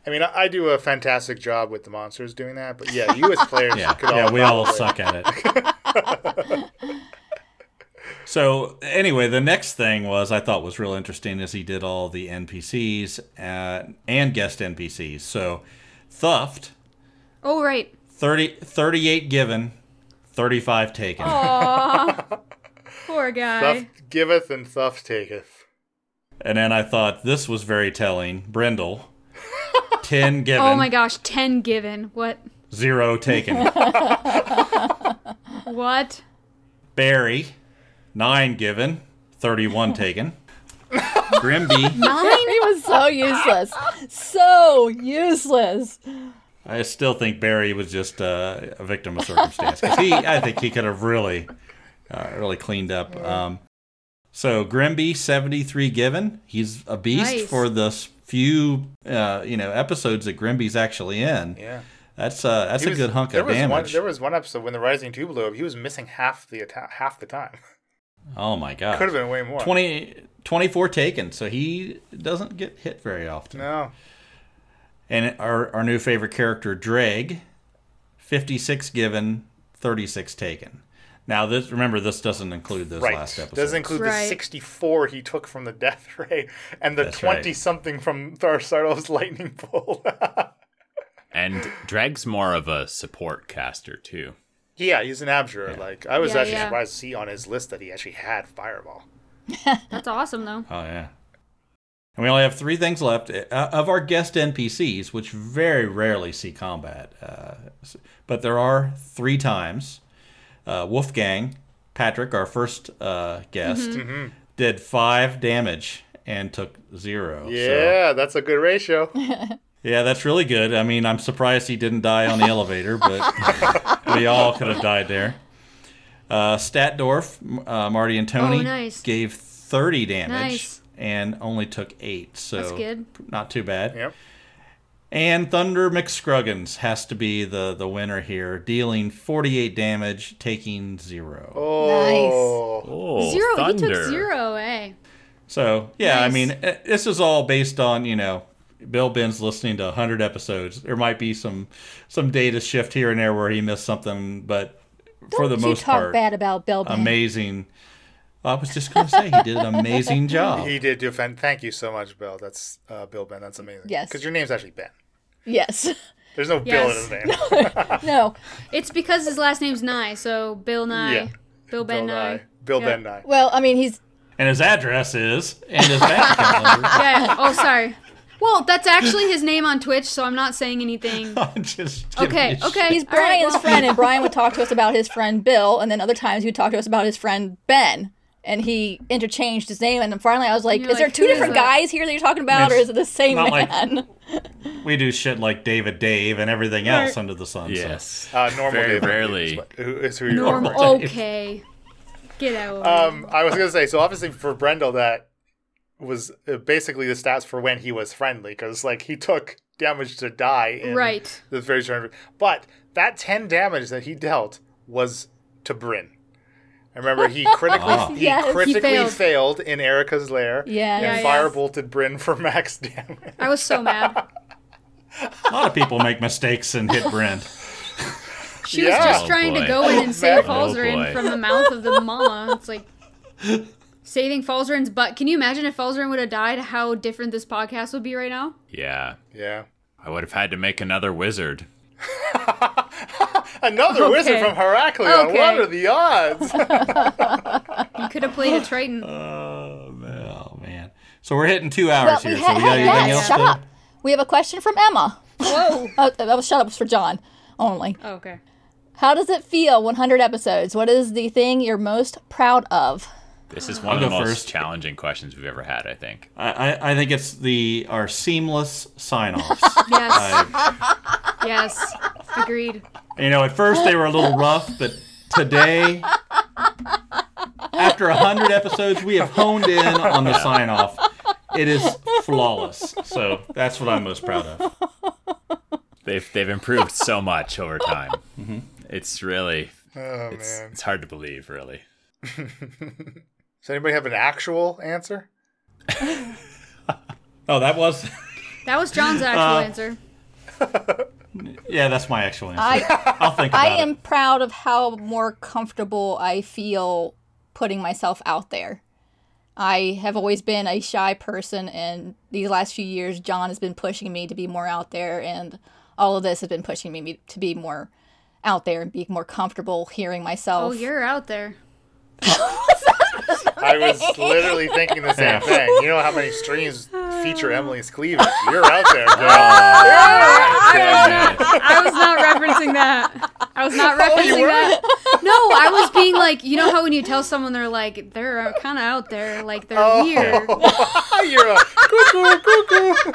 [SPEAKER 1] I mean, I, I do a fantastic job with the monsters doing that, but yeah,
[SPEAKER 4] [LAUGHS]
[SPEAKER 1] you as players
[SPEAKER 5] Yeah,
[SPEAKER 1] could
[SPEAKER 5] yeah,
[SPEAKER 1] all
[SPEAKER 5] we all
[SPEAKER 1] probably-
[SPEAKER 5] suck at it. [LAUGHS] so anyway, the next thing was I thought was real interesting is he did all the NPCs uh, and guest NPCs. So Thuft,
[SPEAKER 4] Oh right.
[SPEAKER 5] 30, 38 given, 35 taken.
[SPEAKER 4] Poor guy.
[SPEAKER 1] Thuff giveth and Thuff taketh.
[SPEAKER 5] And then I thought this was very telling. Brindle, 10 given,
[SPEAKER 4] [LAUGHS] Oh my gosh, 10 given. What?
[SPEAKER 5] 0
[SPEAKER 4] [LAUGHS]
[SPEAKER 5] taken.
[SPEAKER 4] What?
[SPEAKER 5] Barry, 9 given, 31 taken.
[SPEAKER 4] [LAUGHS]
[SPEAKER 5] Grimby.
[SPEAKER 3] He was so useless. So useless.
[SPEAKER 5] I still think Barry was just uh, a victim of circumstance. 'Cause he, I think he could have really, uh, really cleaned up. Um, so Grimby, seventy-three given. He's a beast
[SPEAKER 4] Nice.
[SPEAKER 5] for the s- few, uh, you know, episodes that Grimby's actually in.
[SPEAKER 1] Yeah.
[SPEAKER 5] That's uh, that's
[SPEAKER 1] He
[SPEAKER 5] a
[SPEAKER 1] was-
[SPEAKER 5] good hunk
[SPEAKER 1] there
[SPEAKER 5] of
[SPEAKER 1] was One,
[SPEAKER 5] damage.
[SPEAKER 1] there was one episode when the Rising Two blew up. He was missing half the atta- half the time. [LAUGHS]
[SPEAKER 5] oh my god,
[SPEAKER 1] Could have been way more.
[SPEAKER 5] 20, 24 taken. So he doesn't get hit very often.
[SPEAKER 1] No.
[SPEAKER 5] And our our new favorite character, Dreg, fifty six given, thirty six taken. Now this remember this doesn't include those
[SPEAKER 1] Right.
[SPEAKER 5] last episodes.
[SPEAKER 1] Doesn't include the
[SPEAKER 4] Right.
[SPEAKER 1] 64 he took from the death [LAUGHS] ray and the
[SPEAKER 5] That's right.
[SPEAKER 1] 20 something from Tharsardo's lightning bolt. [LAUGHS]
[SPEAKER 2] And Dreg's more of a support caster too.
[SPEAKER 1] yeah, he's an abjurer. Like I was
[SPEAKER 4] Yeah,
[SPEAKER 1] actually
[SPEAKER 4] yeah.
[SPEAKER 1] surprised to see on his list that he actually had fireball.
[SPEAKER 4] That's awesome though.
[SPEAKER 5] Oh yeah. And we only have three things left uh, of our guest NPCs, which very rarely see combat, uh, s- but there are three times. Uh, Wolfgang Patrick, our first uh, guest,
[SPEAKER 1] Mm-hmm.
[SPEAKER 5] did five damage and took zero. So-
[SPEAKER 1] Yeah, that's a good ratio.
[SPEAKER 5] Yeah, that's really good. I mean, I'm surprised he didn't die on the elevator,
[SPEAKER 4] [LAUGHS]
[SPEAKER 5] but we all could have died there. Uh, Statdorf, uh, Marty and Tony
[SPEAKER 4] Oh, nice.
[SPEAKER 5] gave 30 damage
[SPEAKER 4] Nice.
[SPEAKER 5] and only took eight, so
[SPEAKER 4] That's good.
[SPEAKER 5] not too bad.
[SPEAKER 1] Yep.
[SPEAKER 5] And Thunder McScruggins has to be the, the winner here, dealing 48 damage, taking zero.
[SPEAKER 1] Oh.
[SPEAKER 2] Oh,
[SPEAKER 4] zero. He took
[SPEAKER 2] thunder.
[SPEAKER 4] zero, eh?
[SPEAKER 5] So yeah, I
[SPEAKER 4] Nice.
[SPEAKER 5] mean, eh, this is all based on you know Bill Ben's listening to 100 episodes. There might be some some data shift here and there where he missed something, but for the
[SPEAKER 3] Don't
[SPEAKER 5] most
[SPEAKER 3] you talk
[SPEAKER 5] part,
[SPEAKER 3] bad about Bell Band.
[SPEAKER 5] amazing. I was just gonna say he did an
[SPEAKER 3] [LAUGHS]
[SPEAKER 5] amazing job.
[SPEAKER 1] He did do a fan. Thank you so much, Bill. That's uh, Bill Ben. That's amazing.
[SPEAKER 3] Yes.
[SPEAKER 1] Because your name's actually Ben.
[SPEAKER 3] Yes. [LAUGHS]
[SPEAKER 1] There's no Bill in his
[SPEAKER 4] Yes. [LAUGHS]
[SPEAKER 1] name.
[SPEAKER 3] No.
[SPEAKER 4] It's because his last name's Nye, so Bill Nye.
[SPEAKER 1] Yeah. Bill
[SPEAKER 4] Bill Ben Nye.
[SPEAKER 1] Bill
[SPEAKER 4] Yeah.
[SPEAKER 1] Ben Nye.
[SPEAKER 3] Well, I mean, he's
[SPEAKER 5] And his address is and his bank
[SPEAKER 3] [LAUGHS]
[SPEAKER 5] account [LAUGHS] number.
[SPEAKER 4] Yeah. Oh, sorry. Well, that's actually his name on Twitch, so I'm not
[SPEAKER 1] [LAUGHS]
[SPEAKER 4] saying anything.
[SPEAKER 5] I'm just giving
[SPEAKER 4] Okay,
[SPEAKER 5] you
[SPEAKER 4] okay.
[SPEAKER 3] he's
[SPEAKER 4] all right,
[SPEAKER 3] Brian's
[SPEAKER 4] well-
[SPEAKER 3] friend, and Brian
[SPEAKER 4] [LAUGHS]
[SPEAKER 3] would talk to us about his friend Bill, and then other times he would talk to us about his friend Ben. And he interchanged his name, and then finally I was like,
[SPEAKER 4] you're
[SPEAKER 3] "Is there
[SPEAKER 4] like,
[SPEAKER 3] two
[SPEAKER 4] who is
[SPEAKER 3] different
[SPEAKER 4] that?"
[SPEAKER 3] guys here that you're talking about, or
[SPEAKER 5] It's
[SPEAKER 3] is it the same
[SPEAKER 5] not like-
[SPEAKER 3] man?" [LAUGHS]
[SPEAKER 5] shit. We do shit like David Dave and everything else under the sun. so-
[SPEAKER 2] Yes.
[SPEAKER 1] Uh, normal
[SPEAKER 2] Very
[SPEAKER 1] David
[SPEAKER 2] rarely.
[SPEAKER 1] is what- Who is who you're
[SPEAKER 4] Normal.
[SPEAKER 1] referring
[SPEAKER 4] Okay. Get out.
[SPEAKER 1] to. Um, I was gonna say. So obviously for Brendel, that was uh, basically the stats for when he was friendly, because like he took damage to die. In
[SPEAKER 4] Right.
[SPEAKER 1] This very turn, but that ten damage that he dealt was to Bryn. I remember he critically
[SPEAKER 5] Ah.
[SPEAKER 1] he
[SPEAKER 3] Yes. He
[SPEAKER 1] critically
[SPEAKER 4] failed.
[SPEAKER 1] failed. in Erica's lair.
[SPEAKER 3] Yeah.
[SPEAKER 1] And
[SPEAKER 3] Yeah,
[SPEAKER 4] yeah.
[SPEAKER 1] firebolted Bryn for max [LAUGHS] damage.
[SPEAKER 4] I was so mad.
[SPEAKER 5] A lot of people make mistakes and hit Brent.
[SPEAKER 3] [LAUGHS]
[SPEAKER 4] She
[SPEAKER 1] Yeah.
[SPEAKER 4] was just
[SPEAKER 2] Oh,
[SPEAKER 4] trying
[SPEAKER 2] boy.
[SPEAKER 4] to go in and save
[SPEAKER 1] Oh,
[SPEAKER 4] Falzarin
[SPEAKER 2] boy.
[SPEAKER 4] from the mouth of the mama. It's like saving Falzarin's butt. Can you imagine if Falzarin would have died? How different this podcast would be right now?
[SPEAKER 2] Yeah.
[SPEAKER 1] Yeah.
[SPEAKER 2] I would have had to make another wizard.
[SPEAKER 1] Another wizard
[SPEAKER 4] Okay.
[SPEAKER 1] from Heracleon.
[SPEAKER 4] Okay.
[SPEAKER 1] What are the odds?
[SPEAKER 4] You could have played a Triton.
[SPEAKER 2] Uh,
[SPEAKER 5] Oh man. oh man. So we're hitting two hours
[SPEAKER 3] Well,
[SPEAKER 5] here.
[SPEAKER 3] we
[SPEAKER 5] so
[SPEAKER 3] ha-
[SPEAKER 5] we got
[SPEAKER 3] hey,
[SPEAKER 5] anything
[SPEAKER 3] guys,
[SPEAKER 5] else?
[SPEAKER 3] shut
[SPEAKER 5] to-
[SPEAKER 3] up. We have a question from Emma.
[SPEAKER 4] Whoa.
[SPEAKER 3] [LAUGHS] Oh, that was shut up for John only.
[SPEAKER 4] Oh, Okay.
[SPEAKER 3] How does it feel? 100 episodes. What is the thing you're most proud of?
[SPEAKER 2] This is one
[SPEAKER 5] I'll
[SPEAKER 2] of the
[SPEAKER 5] go
[SPEAKER 2] most
[SPEAKER 5] first.
[SPEAKER 2] challenging questions we've ever had, I think.
[SPEAKER 5] I, I, I think it's the our seamless sign [LAUGHS] offs.
[SPEAKER 4] Yes. Yes. Agreed.
[SPEAKER 5] you know, at first they were a little rough, but today, after hundred episodes, we have honed in on the sign off. It is flawless. So that's what I'm most proud of.
[SPEAKER 2] They've they've improved so much over time. It's really
[SPEAKER 1] Oh
[SPEAKER 2] It's,
[SPEAKER 1] man.
[SPEAKER 2] it's hard to believe, really.
[SPEAKER 1] Does anybody have an actual answer?
[SPEAKER 5] Oh, that was.
[SPEAKER 4] That was John's actual
[SPEAKER 2] Uh,
[SPEAKER 4] answer.
[SPEAKER 5] yeah, that's my actual answer.
[SPEAKER 3] I
[SPEAKER 5] I'll think about
[SPEAKER 3] I
[SPEAKER 5] it.
[SPEAKER 3] am proud of how more comfortable I feel putting myself out there. I have always been a shy person, and these last few years, John has been pushing me to be more out there, and all of this has been pushing me to be more out there and be more comfortable hearing
[SPEAKER 4] Oh,
[SPEAKER 3] myself.
[SPEAKER 4] you're out there.
[SPEAKER 1] I was literally thinking the same thing. You know how many streams feature Emily's cleavage? You're out there,
[SPEAKER 2] Oh,
[SPEAKER 1] girl.
[SPEAKER 2] Yeah, yeah.
[SPEAKER 4] I was not referencing that. I was not referencing that. No, I was being like, you know how when you tell someone they're like they're kind of out there, like they're weird.
[SPEAKER 1] You're a cuckoo, cuckoo.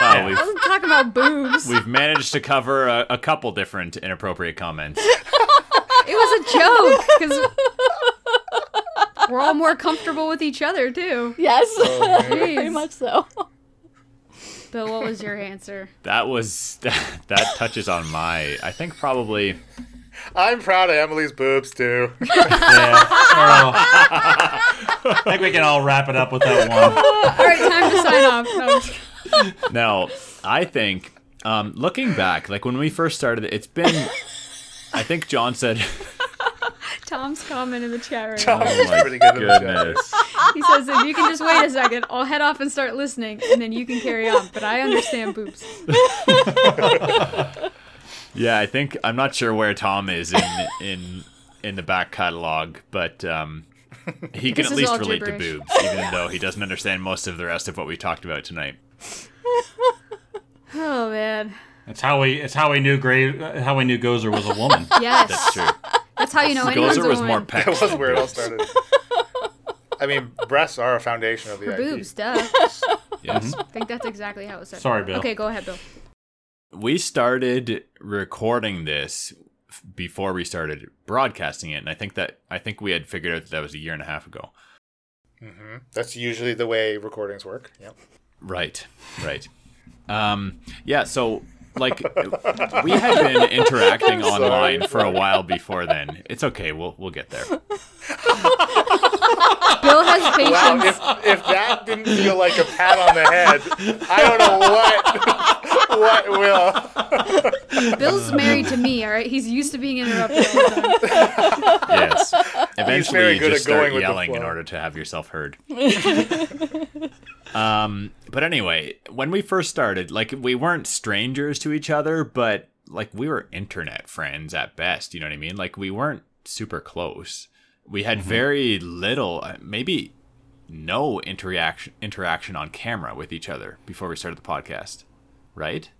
[SPEAKER 2] Wow, we've
[SPEAKER 4] I'm talking about boobs.
[SPEAKER 2] we've managed to cover a, a couple different inappropriate comments.
[SPEAKER 4] It was a joke because we're all more comfortable with each other too. [LAUGHS]
[SPEAKER 3] Yes, [LAUGHS] very
[SPEAKER 4] Jeez.
[SPEAKER 3] much so.
[SPEAKER 4] Bill, what was your answer?
[SPEAKER 2] That was [LAUGHS] that, that touches on my. I think probably.
[SPEAKER 1] I'm proud of Emily's boobs too.
[SPEAKER 3] [LAUGHS]
[SPEAKER 5] Yeah. Oh. I think we can all wrap it up with that one.
[SPEAKER 4] All right, time to sign off. No.
[SPEAKER 2] No, I think um, looking back, like when we first started, it's been. I think John said,
[SPEAKER 4] Tom's comment in the chat right
[SPEAKER 1] Tom
[SPEAKER 4] now.
[SPEAKER 2] "Oh
[SPEAKER 1] was
[SPEAKER 2] my
[SPEAKER 1] pretty [LAUGHS] good at the job.
[SPEAKER 2] goodness."
[SPEAKER 4] He says, if you can just wait a second, I'll head off and start listening, and then you can carry on. But I understand boobs.
[SPEAKER 2] Yeah, I think I'm not sure where Tom is in in in the back catalog, but um, he can
[SPEAKER 4] This
[SPEAKER 2] at
[SPEAKER 4] is
[SPEAKER 2] least
[SPEAKER 4] all
[SPEAKER 2] relate to
[SPEAKER 4] gibberish.
[SPEAKER 2] boobs, even though he doesn't understand most of the rest of what we talked about tonight.
[SPEAKER 4] Oh man,
[SPEAKER 5] It's how we. It's how we knew Gray. How we knew Gozer was a woman.
[SPEAKER 4] yes,
[SPEAKER 2] That's
[SPEAKER 4] [LAUGHS]
[SPEAKER 2] true.
[SPEAKER 4] that's how you know anyone's
[SPEAKER 2] Gozer
[SPEAKER 4] a
[SPEAKER 2] was
[SPEAKER 4] woman.
[SPEAKER 2] more pecs.
[SPEAKER 1] That was
[SPEAKER 2] than
[SPEAKER 1] where it all
[SPEAKER 2] boobs.
[SPEAKER 1] started. I mean, breasts are a foundation of the
[SPEAKER 4] Her
[SPEAKER 1] IP.
[SPEAKER 4] boobs, duh.
[SPEAKER 2] Yes.
[SPEAKER 4] I think that's exactly how it started.
[SPEAKER 5] Sorry, Bill.
[SPEAKER 4] Okay, go ahead, Bill.
[SPEAKER 2] we started recording this f- before we started broadcasting it and i think that i think we had figured out that, that was a year and a half ago
[SPEAKER 1] hmm That's usually the way recordings work. Yep.
[SPEAKER 2] right right um yeah so like we had been interacting online for a while before then it's okay we'll we'll get there
[SPEAKER 4] Bill
[SPEAKER 2] [LAUGHS]
[SPEAKER 4] has patience.
[SPEAKER 1] Wow, if, if that didn't feel like a pat on the head, I don't know what what will.
[SPEAKER 4] Bill's
[SPEAKER 2] [LAUGHS]
[SPEAKER 4] married to me, all right? He's used to being interrupted Uh, all the time.
[SPEAKER 2] [LAUGHS] yes eventually
[SPEAKER 1] very
[SPEAKER 2] you
[SPEAKER 1] good
[SPEAKER 2] just
[SPEAKER 1] at going
[SPEAKER 2] start
[SPEAKER 1] with the
[SPEAKER 2] yelling in
[SPEAKER 1] flow.
[SPEAKER 2] order to have yourself heard [LAUGHS] um but anyway when we first started like we weren't strangers to each other but like we were internet friends at best you know what i mean like we weren't super close we had very little uh, maybe no interaction interaction on camera with each other before we started the podcast right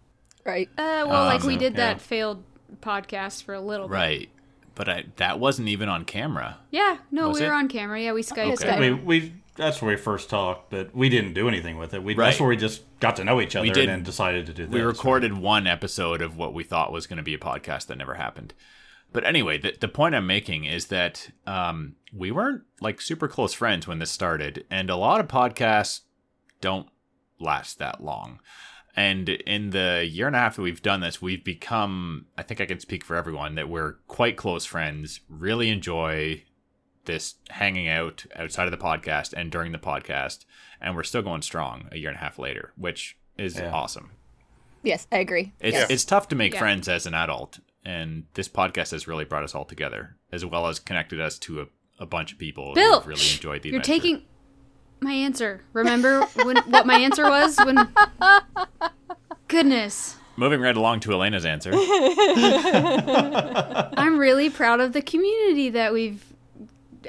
[SPEAKER 3] Right.
[SPEAKER 4] Uh, well, like we did
[SPEAKER 5] yeah.
[SPEAKER 4] that failed podcast for a little bit.
[SPEAKER 2] right but I, that wasn't even on camera
[SPEAKER 4] Yeah, no,
[SPEAKER 2] Was
[SPEAKER 4] we were
[SPEAKER 2] it?
[SPEAKER 4] on camera. Yeah, we Skyped.
[SPEAKER 3] Okay.
[SPEAKER 5] We, we. That's where we first talked, but we didn't do anything with it. We. That's
[SPEAKER 2] Right.
[SPEAKER 5] where we just got to know each other
[SPEAKER 2] did-
[SPEAKER 5] and then decided to do this.
[SPEAKER 2] we recorded one episode of what we thought was going to be a podcast that never happened. But anyway, the, the point I'm making is that um, we weren't like super close friends when this started, and a lot of podcasts don't last that long. And in the year and a half that we've done this, we've become, I think I can speak for everyone, that we're quite close friends, really enjoy this hanging out outside of the podcast and during the podcast. And we're still going strong a year and a half later, which is
[SPEAKER 5] Yeah.
[SPEAKER 2] awesome.
[SPEAKER 3] Yes, I agree.
[SPEAKER 2] It's
[SPEAKER 1] Yes.
[SPEAKER 2] it's tough to make
[SPEAKER 4] Yeah.
[SPEAKER 2] friends as an adult, and this podcast has really brought us all together, as well as connected us to a, a bunch of people.
[SPEAKER 4] Bill,
[SPEAKER 2] who've really enjoyed the.
[SPEAKER 4] You're
[SPEAKER 2] adventure.
[SPEAKER 4] taking my answer. Remember when, what my answer was
[SPEAKER 2] [LAUGHS]
[SPEAKER 4] when. Goodness.
[SPEAKER 2] moving right along to Elena's
[SPEAKER 4] [LAUGHS]
[SPEAKER 2] answer.
[SPEAKER 4] I'm really proud of the community that we've.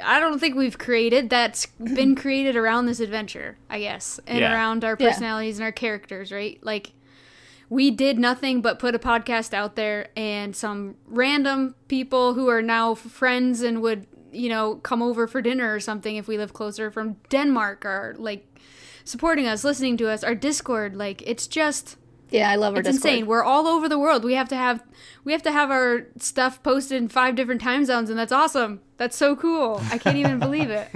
[SPEAKER 4] I don't think we've created that's been created around this adventure, I guess, and
[SPEAKER 2] Yeah.
[SPEAKER 4] around our
[SPEAKER 3] Yeah.
[SPEAKER 4] personalities and our characters, right? Like, we did nothing but put a podcast out there, and some random people who are now friends and would, you know, come over for dinner or something if we live closer from Denmark are like supporting us, listening to us, our Discord. Like, it's just
[SPEAKER 3] Yeah, I love our
[SPEAKER 4] it's
[SPEAKER 3] Discord. [LAUGHS]
[SPEAKER 4] insane. We're all over the world. We have to have we have to have our stuff posted in five different time zones, and that's awesome. That's so cool. I can't even
[SPEAKER 3] [LAUGHS]
[SPEAKER 4] believe it.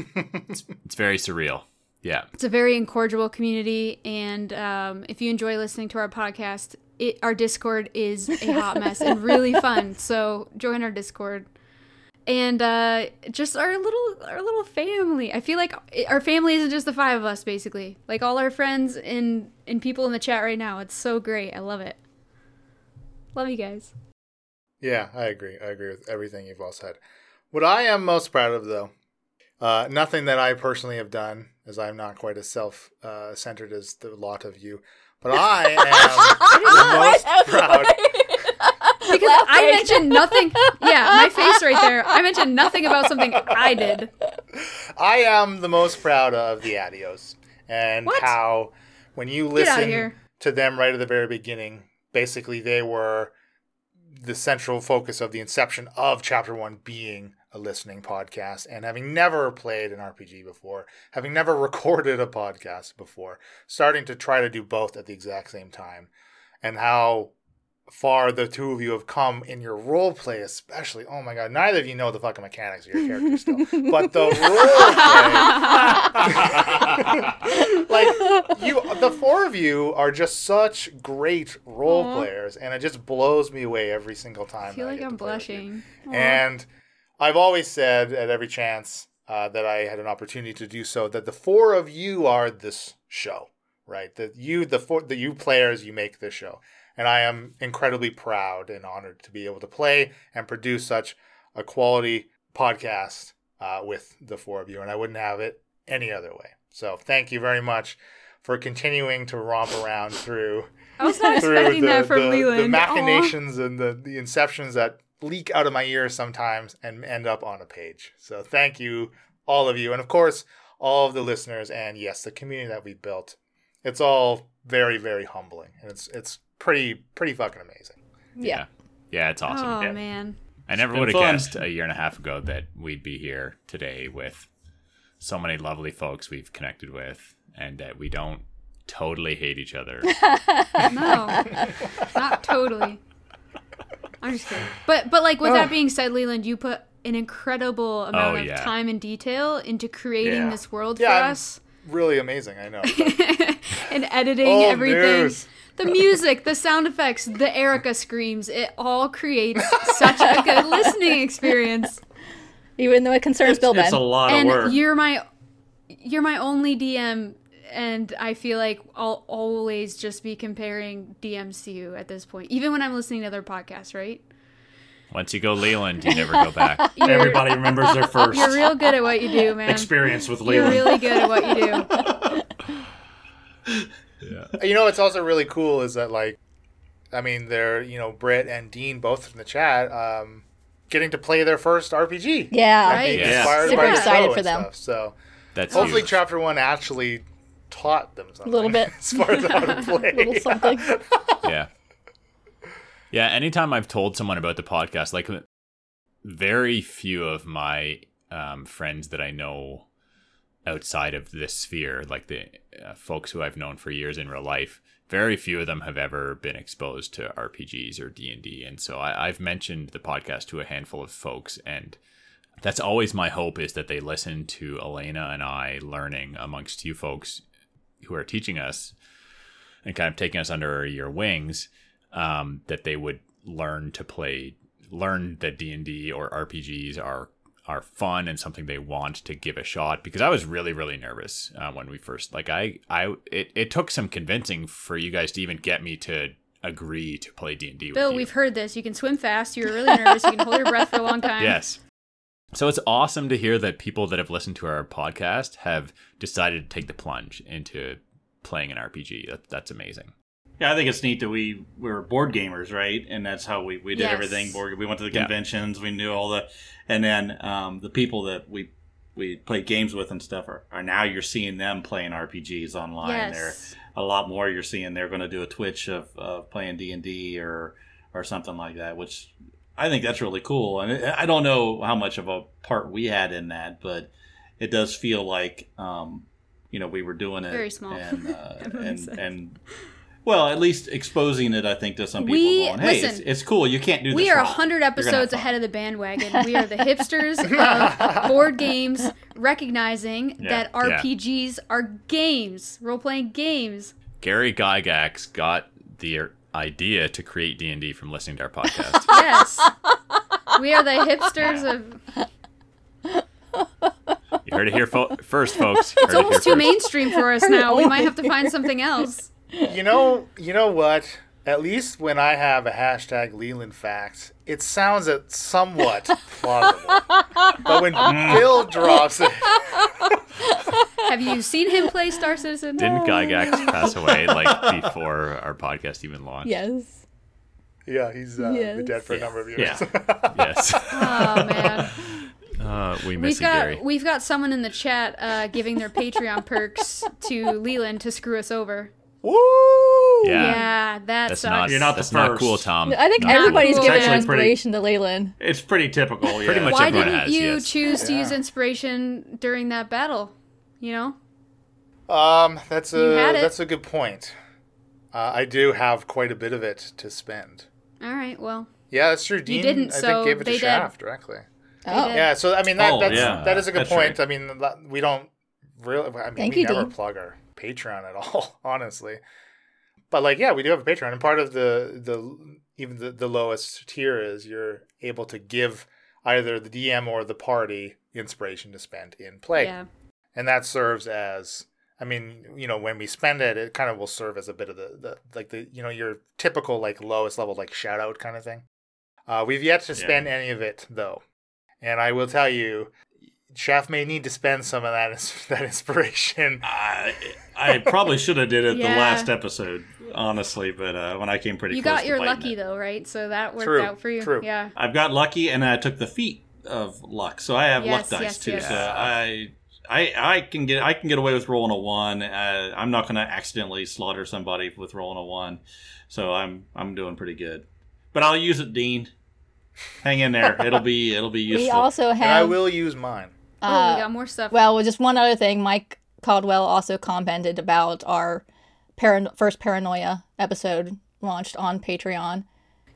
[SPEAKER 2] It's very surreal. Yeah,
[SPEAKER 4] It's a very incorrigible community, and um, if you enjoy listening to our podcast, it, our Discord is a hot mess and really fun. So join our Discord. and uh, just our little our little family. I feel like our family isn't just the five of us, basically. Like all our friends and and people in the chat right now. It's so great. I love it. Love you guys.
[SPEAKER 1] Yeah, I agree. I agree with everything you've all said. What I am most proud of, though, uh, nothing that I personally have done, as I'm not quite as self uh, centered as the lot of you, but I am the most proud.
[SPEAKER 4] Because I mentioned nothing. Yeah, my face right there. I mentioned nothing about something I did.
[SPEAKER 1] I am the most proud of the Adios and
[SPEAKER 4] What?
[SPEAKER 1] how when you
[SPEAKER 4] Get outta
[SPEAKER 1] listen
[SPEAKER 4] here.
[SPEAKER 1] to them right at the very beginning, basically they were the central focus of the inception of chapter one being a listening podcast and having never played an RPG before, having never [LAUGHS] recorded a podcast before, starting to try to do both at the exact same time, and how far the two of you have come in your role play, especially. Oh my god, neither of you know the fucking mechanics of your
[SPEAKER 4] [LAUGHS]
[SPEAKER 1] character still, but the role play, [LAUGHS] like you, the four of you are just such great role players, and it just blows me away every single time.
[SPEAKER 4] I feel
[SPEAKER 1] that
[SPEAKER 4] like
[SPEAKER 1] get to
[SPEAKER 4] I'm
[SPEAKER 1] play with you.
[SPEAKER 4] blushing.
[SPEAKER 1] And I've always said at every chance uh, that I had an opportunity to do so that the four of you are this show, right? That you, the four, that you players, you make this show. And I am incredibly proud and honored to be able to play and produce such a quality podcast uh, with the four of you. And I wouldn't have it any other way. So thank you very much for continuing to romp around through
[SPEAKER 4] I was
[SPEAKER 1] [LAUGHS]
[SPEAKER 4] not expecting that from
[SPEAKER 1] the,
[SPEAKER 4] Leland.
[SPEAKER 1] the
[SPEAKER 4] Aw.
[SPEAKER 1] machinations and the, the inceptions that leak out of my ears sometimes and end up on a page. So thank you, all of you. And of course, all of the listeners and yes, the community that we built. It's all very, very humbling. And it's it's pretty pretty fucking amazing.
[SPEAKER 3] Yeah.
[SPEAKER 2] Yeah, it's awesome.
[SPEAKER 4] Oh
[SPEAKER 2] Yeah.
[SPEAKER 4] man.
[SPEAKER 2] I never
[SPEAKER 5] been
[SPEAKER 2] would have
[SPEAKER 5] fun.
[SPEAKER 2] guessed a year and a half ago that we'd be here today with so many lovely folks we've connected with and that we don't totally hate each
[SPEAKER 4] [LAUGHS]
[SPEAKER 2] other.
[SPEAKER 1] [LAUGHS]
[SPEAKER 4] No, not totally. I'm just kidding. But but like with that being said, Leland, you put an incredible amount
[SPEAKER 2] yeah.
[SPEAKER 4] of time and detail into creating
[SPEAKER 5] Yeah.
[SPEAKER 4] this world
[SPEAKER 1] Oh, Yeah,
[SPEAKER 4] for
[SPEAKER 1] I'm-
[SPEAKER 4] us
[SPEAKER 1] Really amazing,
[SPEAKER 3] [LAUGHS]
[SPEAKER 1] I know.
[SPEAKER 4] and editing
[SPEAKER 1] Old
[SPEAKER 4] everything.
[SPEAKER 1] news.
[SPEAKER 4] The music, the sound effects, the Erica screams, it all creates such a
[SPEAKER 1] [LAUGHS]
[SPEAKER 4] good listening experience.
[SPEAKER 3] Even though it concerns Bill
[SPEAKER 5] It's
[SPEAKER 3] Ben.
[SPEAKER 5] a lot of
[SPEAKER 4] and
[SPEAKER 5] work.
[SPEAKER 4] you're my you're my only DM and I feel like I'll always just be comparing DMs to you at this point. Even when I'm listening to other podcasts, right?
[SPEAKER 2] Once you go Leland, you never go
[SPEAKER 4] [LAUGHS]
[SPEAKER 2] back.
[SPEAKER 4] You're-
[SPEAKER 5] Everybody remembers their first
[SPEAKER 4] You're real good at what you [LAUGHS] do, man.
[SPEAKER 5] experience with
[SPEAKER 4] You're
[SPEAKER 5] Leland.
[SPEAKER 4] really good at what you
[SPEAKER 5] [LAUGHS]
[SPEAKER 4] do.
[SPEAKER 1] you know what's also really cool is that like i mean they're you know britt and dean both in the chat um getting to play their first rpg
[SPEAKER 3] Yeah. [LAUGHS]
[SPEAKER 1] and being
[SPEAKER 2] Right. Yeah.
[SPEAKER 1] inspired
[SPEAKER 3] Super
[SPEAKER 1] by the
[SPEAKER 3] excited
[SPEAKER 1] show
[SPEAKER 3] for
[SPEAKER 1] and
[SPEAKER 3] them.
[SPEAKER 1] stuff. so
[SPEAKER 2] That's
[SPEAKER 1] hopefully
[SPEAKER 2] huge.
[SPEAKER 1] chapter one actually taught them something
[SPEAKER 3] Little bit.
[SPEAKER 1] [LAUGHS] as far as how
[SPEAKER 4] [LAUGHS]
[SPEAKER 1] to play
[SPEAKER 3] Little something.
[SPEAKER 2] yeah. Yeah, anytime I've told someone about the podcast, like very few of my um, friends that I know outside of this sphere, like the uh, folks who I've known for years in real life, very few of them have ever been exposed to RPGs or D and D, and so I, I've mentioned the podcast to a handful of folks, and that's always my hope is that they listen to Elena and I learning amongst you folks who are teaching us and kind of taking us under your wings um, that they would learn to play learn that d&d or rpgs are are fun and something they want to give a shot because i was really really nervous uh, when we first like i i it, it took some convincing for you guys to even get me to agree to play d&d
[SPEAKER 4] Bill,
[SPEAKER 2] with you.
[SPEAKER 4] we've heard this. You can swim fast. You were really nervous. You can hold your breath for a long time.
[SPEAKER 2] Yes. So it's awesome to hear that people that have listened to our podcast have decided to take the plunge into playing an RPG. That, that's amazing.
[SPEAKER 5] Yeah, I think it's neat that we, we were board gamers, right? And that's how we, we did
[SPEAKER 4] Yes.
[SPEAKER 5] everything. Board, we went to the
[SPEAKER 2] Yeah.
[SPEAKER 5] conventions, we knew all the, and then um, the people that we we played games with and stuff are, are now you're seeing them playing RPGs online. They're
[SPEAKER 4] Yes.
[SPEAKER 5] a lot more. You're seeing they're going to do a Twitch of, of playing D and D or or something like that, which I think that's really cool. And I I don't know how much of a part we had in that, but it does feel like um, you know we were doing it
[SPEAKER 4] Very small. [LAUGHS]
[SPEAKER 5] and uh,
[SPEAKER 4] really
[SPEAKER 5] and,
[SPEAKER 4] excited.
[SPEAKER 5] and well, at least exposing it, I think, to some people.
[SPEAKER 4] We-
[SPEAKER 5] going, hey,
[SPEAKER 4] listen,
[SPEAKER 5] it's, it's cool. You can't do
[SPEAKER 4] We
[SPEAKER 5] this.
[SPEAKER 4] are
[SPEAKER 5] wrong.
[SPEAKER 4] 100
[SPEAKER 5] You're gonna have
[SPEAKER 4] episodes
[SPEAKER 5] fun."
[SPEAKER 4] ahead of the bandwagon. We
[SPEAKER 5] [LAUGHS]
[SPEAKER 4] are the hipsters of board games, recognizing
[SPEAKER 5] Yeah.
[SPEAKER 4] that
[SPEAKER 2] Yeah.
[SPEAKER 4] RPGs are games, role playing games.
[SPEAKER 2] Gary Gygax
[SPEAKER 4] [LAUGHS]
[SPEAKER 2] got the idea to create D&D from listening to our podcast.
[SPEAKER 4] Yes. We are the hipsters of.
[SPEAKER 2] You heard it here fo- first, folks. You
[SPEAKER 4] It's
[SPEAKER 2] heard it
[SPEAKER 4] almost
[SPEAKER 2] here
[SPEAKER 4] too
[SPEAKER 2] first.
[SPEAKER 4] mainstream for us now. We might have to find something else.
[SPEAKER 1] You know, you know what? At least when I have a hashtag Leland Facts, it sounds at
[SPEAKER 4] [LAUGHS]
[SPEAKER 1] somewhat plausible. but when
[SPEAKER 2] Mm.
[SPEAKER 1] Bill drops it, [LAUGHS]
[SPEAKER 4] Have you seen him play Star Citizen?
[SPEAKER 2] Didn't Gygax pass away
[SPEAKER 4] [LAUGHS]
[SPEAKER 2] like before our podcast even launched?
[SPEAKER 3] Yes.
[SPEAKER 1] yeah, he's uh, been
[SPEAKER 3] Yes.
[SPEAKER 1] dead for a number of years.
[SPEAKER 5] Yeah. [LAUGHS]
[SPEAKER 2] Yes.
[SPEAKER 4] Oh man,
[SPEAKER 2] [LAUGHS] Uh, we miss
[SPEAKER 4] we've
[SPEAKER 2] you,
[SPEAKER 4] got
[SPEAKER 2] Gary.
[SPEAKER 4] we've got someone in the chat uh, giving their Patreon perks to Leland to screw us over.
[SPEAKER 1] Woo!
[SPEAKER 2] Yeah.
[SPEAKER 4] Yeah, that
[SPEAKER 2] Um, That's not.
[SPEAKER 4] sucks.
[SPEAKER 5] You're not the
[SPEAKER 2] that's not
[SPEAKER 5] first.
[SPEAKER 2] cool, Tom.
[SPEAKER 3] I think
[SPEAKER 2] Not cool.
[SPEAKER 3] everybody's
[SPEAKER 4] cool.
[SPEAKER 3] giving
[SPEAKER 4] It's
[SPEAKER 3] an
[SPEAKER 5] actually pretty-
[SPEAKER 3] inspiration to Leyland.
[SPEAKER 5] It's pretty [LAUGHS] typical. Yeah.
[SPEAKER 2] Pretty much
[SPEAKER 4] Why
[SPEAKER 2] everyone
[SPEAKER 4] didn't
[SPEAKER 2] has,
[SPEAKER 4] you
[SPEAKER 2] yes.
[SPEAKER 4] choose to use inspiration during that battle? You know,
[SPEAKER 1] Um, that's
[SPEAKER 4] You
[SPEAKER 1] a
[SPEAKER 4] had it.
[SPEAKER 1] that's a good point. Uh, I do have quite a bit of it to spend.
[SPEAKER 4] all right, well,
[SPEAKER 1] Yeah, that's true. Dean,
[SPEAKER 4] didn't,
[SPEAKER 1] I
[SPEAKER 4] so
[SPEAKER 1] think gave it
[SPEAKER 4] they
[SPEAKER 1] to
[SPEAKER 4] did.
[SPEAKER 1] Shaft directly.
[SPEAKER 3] Oh,
[SPEAKER 4] did.
[SPEAKER 1] Yeah, so I mean that
[SPEAKER 5] Oh,
[SPEAKER 1] that's,
[SPEAKER 5] yeah.
[SPEAKER 1] that is a good
[SPEAKER 5] That's
[SPEAKER 1] point.
[SPEAKER 5] right.
[SPEAKER 1] I mean, la- we don't really. I mean,
[SPEAKER 3] Thank
[SPEAKER 1] we
[SPEAKER 3] you,
[SPEAKER 1] never
[SPEAKER 3] Dean.
[SPEAKER 1] plug our Patreon at [LAUGHS] all, honestly. But like, yeah, we do have a Patreon, and part of the the even the, the lowest tier is you're able to give either the DM or the party inspiration to spend in play,
[SPEAKER 4] yeah,
[SPEAKER 1] and that serves as. I mean, you know, when we spend it, it kind of will serve as a bit of the, the like the you know your typical like lowest level like shout out kind of thing. Uh, we've yet to
[SPEAKER 5] Yeah.
[SPEAKER 1] spend any of it though, and I will tell you, Shaft may need to spend some of that [LAUGHS] that inspiration.
[SPEAKER 5] I, I probably should have did it
[SPEAKER 4] [LAUGHS] Yeah.
[SPEAKER 5] the last episode, honestly, but uh, when I came pretty
[SPEAKER 4] you
[SPEAKER 5] close
[SPEAKER 4] got
[SPEAKER 5] to
[SPEAKER 4] your
[SPEAKER 5] biting
[SPEAKER 4] lucky
[SPEAKER 5] it.
[SPEAKER 4] though, right? So that worked
[SPEAKER 1] True,
[SPEAKER 4] out for you.
[SPEAKER 1] true.
[SPEAKER 4] Yeah,
[SPEAKER 5] I've got lucky, and I took the feat of luck, so I have
[SPEAKER 4] Yes,
[SPEAKER 5] luck dice
[SPEAKER 4] yes,
[SPEAKER 5] too.
[SPEAKER 4] yes.
[SPEAKER 5] So I, I, I can get I can get away with rolling a one. Uh, I'm not going to accidentally slaughter somebody with rolling a one, so I'm I'm doing pretty good. But I'll use it, Dean. Hang in
[SPEAKER 4] [LAUGHS]
[SPEAKER 5] there. It'll be it'll be
[SPEAKER 3] we
[SPEAKER 5] useful.
[SPEAKER 3] also
[SPEAKER 1] And I
[SPEAKER 3] have.
[SPEAKER 1] will use mine.
[SPEAKER 4] oh, we
[SPEAKER 3] uh,
[SPEAKER 4] got more stuff.
[SPEAKER 3] Well, well, just one other thing. Mike Caldwell also commented about our paran- first Paranoia episode launched on Patreon.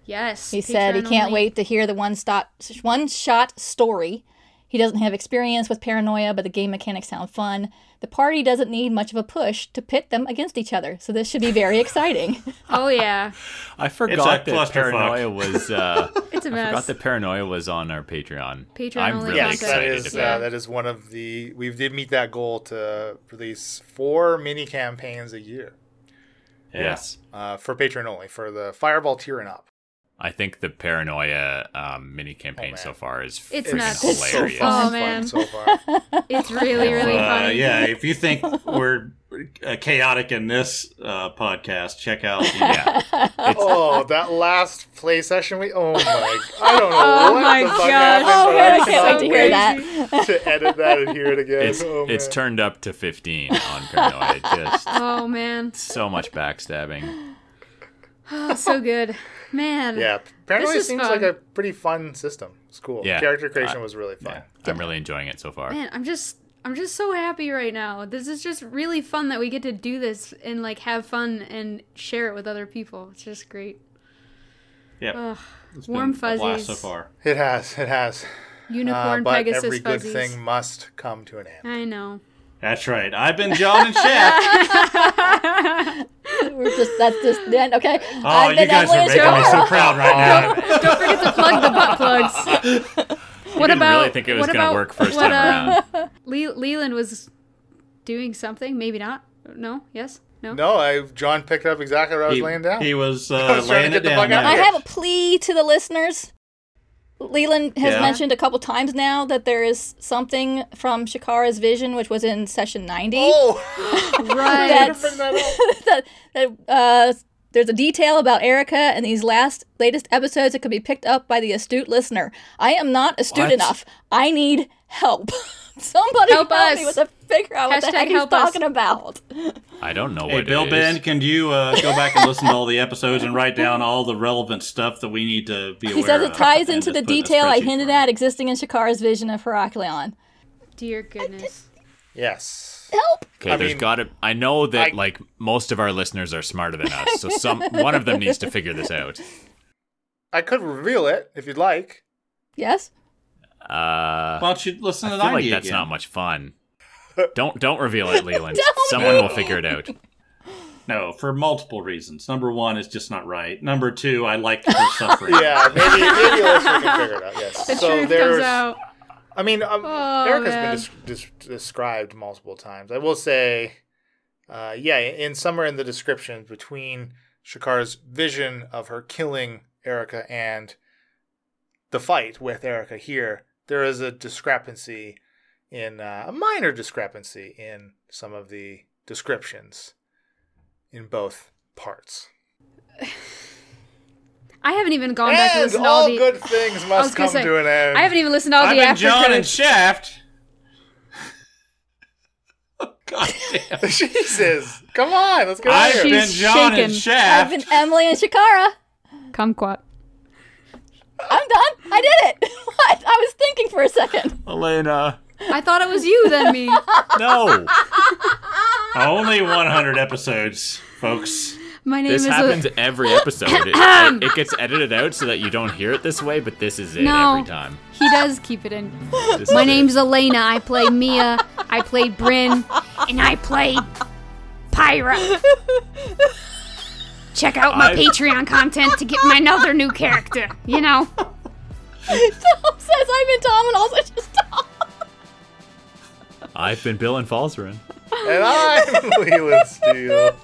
[SPEAKER 4] yes,
[SPEAKER 3] He said he
[SPEAKER 4] Patreon
[SPEAKER 3] can't
[SPEAKER 4] only.
[SPEAKER 3] wait to hear the one stop one shot story. He doesn't have experience with paranoia, but the game mechanics sound fun. The party doesn't need much of a push to pit them against each other, so this should be very
[SPEAKER 5] [LAUGHS]
[SPEAKER 3] exciting. [LAUGHS]
[SPEAKER 4] Oh yeah,
[SPEAKER 2] I forgot
[SPEAKER 5] It's a
[SPEAKER 2] that
[SPEAKER 5] clusterfuck.
[SPEAKER 2] paranoia was. Uh,
[SPEAKER 4] [LAUGHS] it's a
[SPEAKER 2] I forgot
[SPEAKER 4] mess.
[SPEAKER 2] that paranoia was on our Patreon.
[SPEAKER 4] Patreon
[SPEAKER 2] I'm
[SPEAKER 4] only
[SPEAKER 2] really
[SPEAKER 1] Yes,
[SPEAKER 4] content.
[SPEAKER 1] that
[SPEAKER 2] excited
[SPEAKER 1] is
[SPEAKER 2] about
[SPEAKER 1] uh,
[SPEAKER 4] Yeah.
[SPEAKER 1] that is one of the we did meet that goal to release four mini campaigns a year
[SPEAKER 5] Yeah.
[SPEAKER 2] Yes.
[SPEAKER 1] uh, for Patreon only for the Fireball tier and up.
[SPEAKER 2] I think the paranoia um, mini
[SPEAKER 1] Oh,
[SPEAKER 2] campaign
[SPEAKER 1] man.
[SPEAKER 2] so far is
[SPEAKER 4] It's
[SPEAKER 2] freaking
[SPEAKER 4] nuts.
[SPEAKER 3] It's so
[SPEAKER 2] hilarious.
[SPEAKER 3] fun.
[SPEAKER 4] Oh,
[SPEAKER 1] Fun
[SPEAKER 4] man.
[SPEAKER 1] so far.
[SPEAKER 4] It's really, really
[SPEAKER 5] Uh,
[SPEAKER 4] funny.
[SPEAKER 5] yeah, if you
[SPEAKER 4] [LAUGHS]
[SPEAKER 5] think we're uh, chaotic in this uh, podcast, check out. the-
[SPEAKER 4] [LAUGHS]
[SPEAKER 2] yeah.
[SPEAKER 1] Oh, that last play session we. Oh my! I
[SPEAKER 4] [LAUGHS]
[SPEAKER 1] don't know what
[SPEAKER 4] Oh my
[SPEAKER 1] the fuck
[SPEAKER 4] gosh.
[SPEAKER 1] happened.
[SPEAKER 4] Oh,
[SPEAKER 1] but
[SPEAKER 4] man,
[SPEAKER 1] I'm
[SPEAKER 4] I can't
[SPEAKER 1] so
[SPEAKER 4] wait to hear
[SPEAKER 3] that.
[SPEAKER 1] ready To edit that and
[SPEAKER 4] [LAUGHS]
[SPEAKER 1] hear it again.
[SPEAKER 2] It's
[SPEAKER 1] oh,
[SPEAKER 2] it's
[SPEAKER 1] man.
[SPEAKER 2] turned up to 15 on
[SPEAKER 4] [LAUGHS]
[SPEAKER 2] paranoia. Just
[SPEAKER 4] Oh man,
[SPEAKER 2] so much backstabbing.
[SPEAKER 4] oh, so good, man.
[SPEAKER 1] Yeah, apparently it
[SPEAKER 4] This is
[SPEAKER 1] seems
[SPEAKER 4] fun.
[SPEAKER 1] like a pretty fun system. It's cool.
[SPEAKER 2] Yeah.
[SPEAKER 1] Character creation
[SPEAKER 2] I-
[SPEAKER 1] was really fun.
[SPEAKER 2] Yeah. I'm really enjoying it so far.
[SPEAKER 4] man i'm just i'm just so happy right now this is just really fun that we get to do this and like have fun and share it with other people it's just great
[SPEAKER 5] Yep.
[SPEAKER 4] Ugh,
[SPEAKER 5] It's been
[SPEAKER 4] warm
[SPEAKER 5] a blast
[SPEAKER 4] fuzzies
[SPEAKER 5] so far.
[SPEAKER 1] It has, it has. Uh,
[SPEAKER 4] unicorn
[SPEAKER 1] but
[SPEAKER 4] pegasus
[SPEAKER 1] every good
[SPEAKER 4] fuzzies
[SPEAKER 1] thing must come to an end.
[SPEAKER 4] i know
[SPEAKER 5] That's right. I've been John
[SPEAKER 4] [LAUGHS]
[SPEAKER 5] and Chef. Oh,
[SPEAKER 3] We're just that's just then okay.
[SPEAKER 5] Oh, you guys are making me so proud right
[SPEAKER 4] [LAUGHS]
[SPEAKER 5] now.
[SPEAKER 4] don't forget to plug the butt plugs [LAUGHS] what
[SPEAKER 2] didn't
[SPEAKER 4] about
[SPEAKER 2] really think it was
[SPEAKER 4] what
[SPEAKER 2] gonna
[SPEAKER 4] about
[SPEAKER 2] work first
[SPEAKER 4] what,
[SPEAKER 2] time
[SPEAKER 4] uh,
[SPEAKER 2] around.
[SPEAKER 4] Le- leland was doing something maybe not no yes no,
[SPEAKER 1] No, I John picked up exactly what I was laying down.
[SPEAKER 5] He was,
[SPEAKER 1] [LAUGHS]
[SPEAKER 5] uh,
[SPEAKER 1] I was trying to
[SPEAKER 5] laying
[SPEAKER 1] get
[SPEAKER 5] it
[SPEAKER 1] the
[SPEAKER 5] down.
[SPEAKER 1] fuck out of
[SPEAKER 3] I
[SPEAKER 5] yeah.
[SPEAKER 1] here.
[SPEAKER 3] have a plea to the listeners. Leland has
[SPEAKER 5] Yeah.
[SPEAKER 3] mentioned a couple times now that there is something from Shakara's vision, which was in session 90.
[SPEAKER 1] Oh, [LAUGHS]
[SPEAKER 4] right
[SPEAKER 3] That's-
[SPEAKER 1] bring that up.
[SPEAKER 3] that, that, uh, there's a detail about Erica in these last latest episodes that could be picked up by the astute listener. I am not astute
[SPEAKER 2] What?
[SPEAKER 3] enough. I need help. [LAUGHS] Somebody
[SPEAKER 4] Help
[SPEAKER 3] help,
[SPEAKER 4] us.
[SPEAKER 3] me with a figure out what
[SPEAKER 4] Hashtag
[SPEAKER 3] the heck he's
[SPEAKER 4] help us.
[SPEAKER 3] talking about.
[SPEAKER 2] I don't know
[SPEAKER 5] Hey,
[SPEAKER 2] what
[SPEAKER 5] Bill
[SPEAKER 2] it
[SPEAKER 5] Ben,
[SPEAKER 2] is.
[SPEAKER 5] can you uh, go back and listen to all the episodes and write down all the relevant stuff that we need to be aware
[SPEAKER 3] He says
[SPEAKER 5] of
[SPEAKER 3] it ties
[SPEAKER 5] and
[SPEAKER 3] into the
[SPEAKER 5] just put in a
[SPEAKER 3] detail I
[SPEAKER 5] spreadsheet
[SPEAKER 3] hinted
[SPEAKER 5] for him?
[SPEAKER 3] at existing in Shakara's vision of Heracleon.
[SPEAKER 4] dear goodness
[SPEAKER 1] Yes.
[SPEAKER 3] Help!
[SPEAKER 2] Okay,
[SPEAKER 1] I
[SPEAKER 2] there's
[SPEAKER 1] mean,
[SPEAKER 2] got to. I know that
[SPEAKER 1] I-
[SPEAKER 2] like most of our listeners are smarter than us, so some one of them needs to figure this out.
[SPEAKER 1] I could reveal it if you'd
[SPEAKER 4] [LAUGHS]
[SPEAKER 1] like.
[SPEAKER 3] Yes?
[SPEAKER 2] Uh,
[SPEAKER 5] Why don't you listen to
[SPEAKER 2] I
[SPEAKER 5] 90
[SPEAKER 2] feel like that's
[SPEAKER 5] again?
[SPEAKER 2] not much fun. Don't don't reveal it, Leland.
[SPEAKER 3] Don't.
[SPEAKER 2] Someone will figure it out.
[SPEAKER 5] No, for multiple reasons. Number one, it's just not right. Number two, I liked her
[SPEAKER 3] [LAUGHS]
[SPEAKER 5] suffering.
[SPEAKER 1] Yeah, maybe maybe let's can figure it out. Yes.
[SPEAKER 4] The
[SPEAKER 1] so
[SPEAKER 4] truth
[SPEAKER 1] there's.
[SPEAKER 4] comes out.
[SPEAKER 1] I mean, um,
[SPEAKER 4] Oh,
[SPEAKER 1] Erica's
[SPEAKER 4] man.
[SPEAKER 1] been des- des- described multiple times. I will say, uh, yeah, in somewhere in the description between Shakara's vision of her killing Erica and the fight with Erica here, there is a discrepancy in uh, a minor discrepancy in some of the descriptions in both parts.
[SPEAKER 4] I haven't even gone back to
[SPEAKER 1] And
[SPEAKER 4] listen to all
[SPEAKER 1] all
[SPEAKER 4] the.
[SPEAKER 1] good things
[SPEAKER 4] [LAUGHS] I was
[SPEAKER 1] must
[SPEAKER 4] gonna
[SPEAKER 1] come
[SPEAKER 4] say,
[SPEAKER 1] to an end.
[SPEAKER 4] I haven't even listened to
[SPEAKER 3] Oh,
[SPEAKER 4] all
[SPEAKER 5] I've
[SPEAKER 4] the
[SPEAKER 5] been
[SPEAKER 4] after
[SPEAKER 5] John and
[SPEAKER 4] credits.
[SPEAKER 5] Shaft. [LAUGHS] Oh, God
[SPEAKER 1] [LAUGHS]
[SPEAKER 5] damn.
[SPEAKER 1] Jesus, come on, let's get out
[SPEAKER 5] I've
[SPEAKER 1] of here.
[SPEAKER 5] been
[SPEAKER 4] She's
[SPEAKER 5] John and
[SPEAKER 4] shaken.
[SPEAKER 5] Shaft.
[SPEAKER 3] I've [LAUGHS] been Emily and Shakara.
[SPEAKER 4] Kumquat.
[SPEAKER 3] I'm done. I did it. [LAUGHS] What? I was thinking for a second. [LAUGHS]
[SPEAKER 5] Elena.
[SPEAKER 4] I thought it was you, then me.
[SPEAKER 2] No,
[SPEAKER 5] Only 100 episodes, folks.
[SPEAKER 4] My
[SPEAKER 2] [LAUGHS]
[SPEAKER 4] name
[SPEAKER 2] this
[SPEAKER 4] is.
[SPEAKER 2] happens every episode. It, like, it gets edited out so that you don't hear it this way, but this is it
[SPEAKER 4] No.
[SPEAKER 2] every time.
[SPEAKER 4] he does keep it in.
[SPEAKER 2] This
[SPEAKER 4] My
[SPEAKER 2] is it.
[SPEAKER 4] name's Elena. I play Mia. I played Bryn, and I played Pyra. Check out my
[SPEAKER 2] I've-
[SPEAKER 4] Patreon content to get my another new character. You know,
[SPEAKER 3] Tom says I've been Tom and also just Tom.
[SPEAKER 2] I've been Bill and Falzarin.
[SPEAKER 1] And I'm Leland Steele.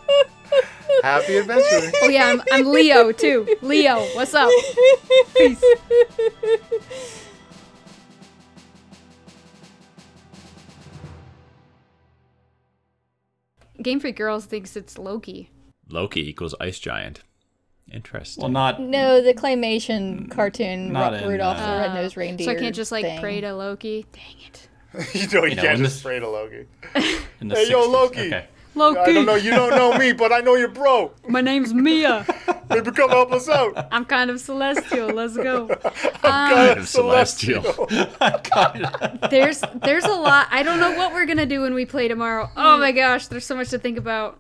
[SPEAKER 1] Happy adventuring.
[SPEAKER 4] oh yeah, I'm, I'm Leo too. Leo, what's up? Game Freak Girls thinks it's Loki.
[SPEAKER 2] Loki equals ice giant. Interesting.
[SPEAKER 5] Well, not.
[SPEAKER 3] No, the claymation cartoon
[SPEAKER 5] Not
[SPEAKER 3] Ru-
[SPEAKER 5] in,
[SPEAKER 3] Rudolph
[SPEAKER 5] uh,
[SPEAKER 3] the Red-Nosed Reindeer.
[SPEAKER 4] So I can't just like
[SPEAKER 3] thing.
[SPEAKER 4] pray to Loki. Dang it,
[SPEAKER 1] [LAUGHS] You know, you,
[SPEAKER 5] know,
[SPEAKER 1] can't
[SPEAKER 5] in
[SPEAKER 1] just
[SPEAKER 5] this-
[SPEAKER 1] pray to Loki.
[SPEAKER 5] In the
[SPEAKER 1] Hey, yo,
[SPEAKER 5] 60s.
[SPEAKER 1] Loki.
[SPEAKER 5] Okay. [LAUGHS]
[SPEAKER 4] Loki.
[SPEAKER 1] I don't know. You don't know me, but I know you're bro.
[SPEAKER 4] My name's Mia.
[SPEAKER 1] Maybe come help us out.
[SPEAKER 4] I'm kind of celestial.
[SPEAKER 1] [LAUGHS]
[SPEAKER 4] Let's go. Um,
[SPEAKER 1] God,
[SPEAKER 2] [LAUGHS] Celestial.
[SPEAKER 4] There's there's a lot. I don't know what we're gonna do when we play tomorrow. Oh my gosh, there's so much to think about.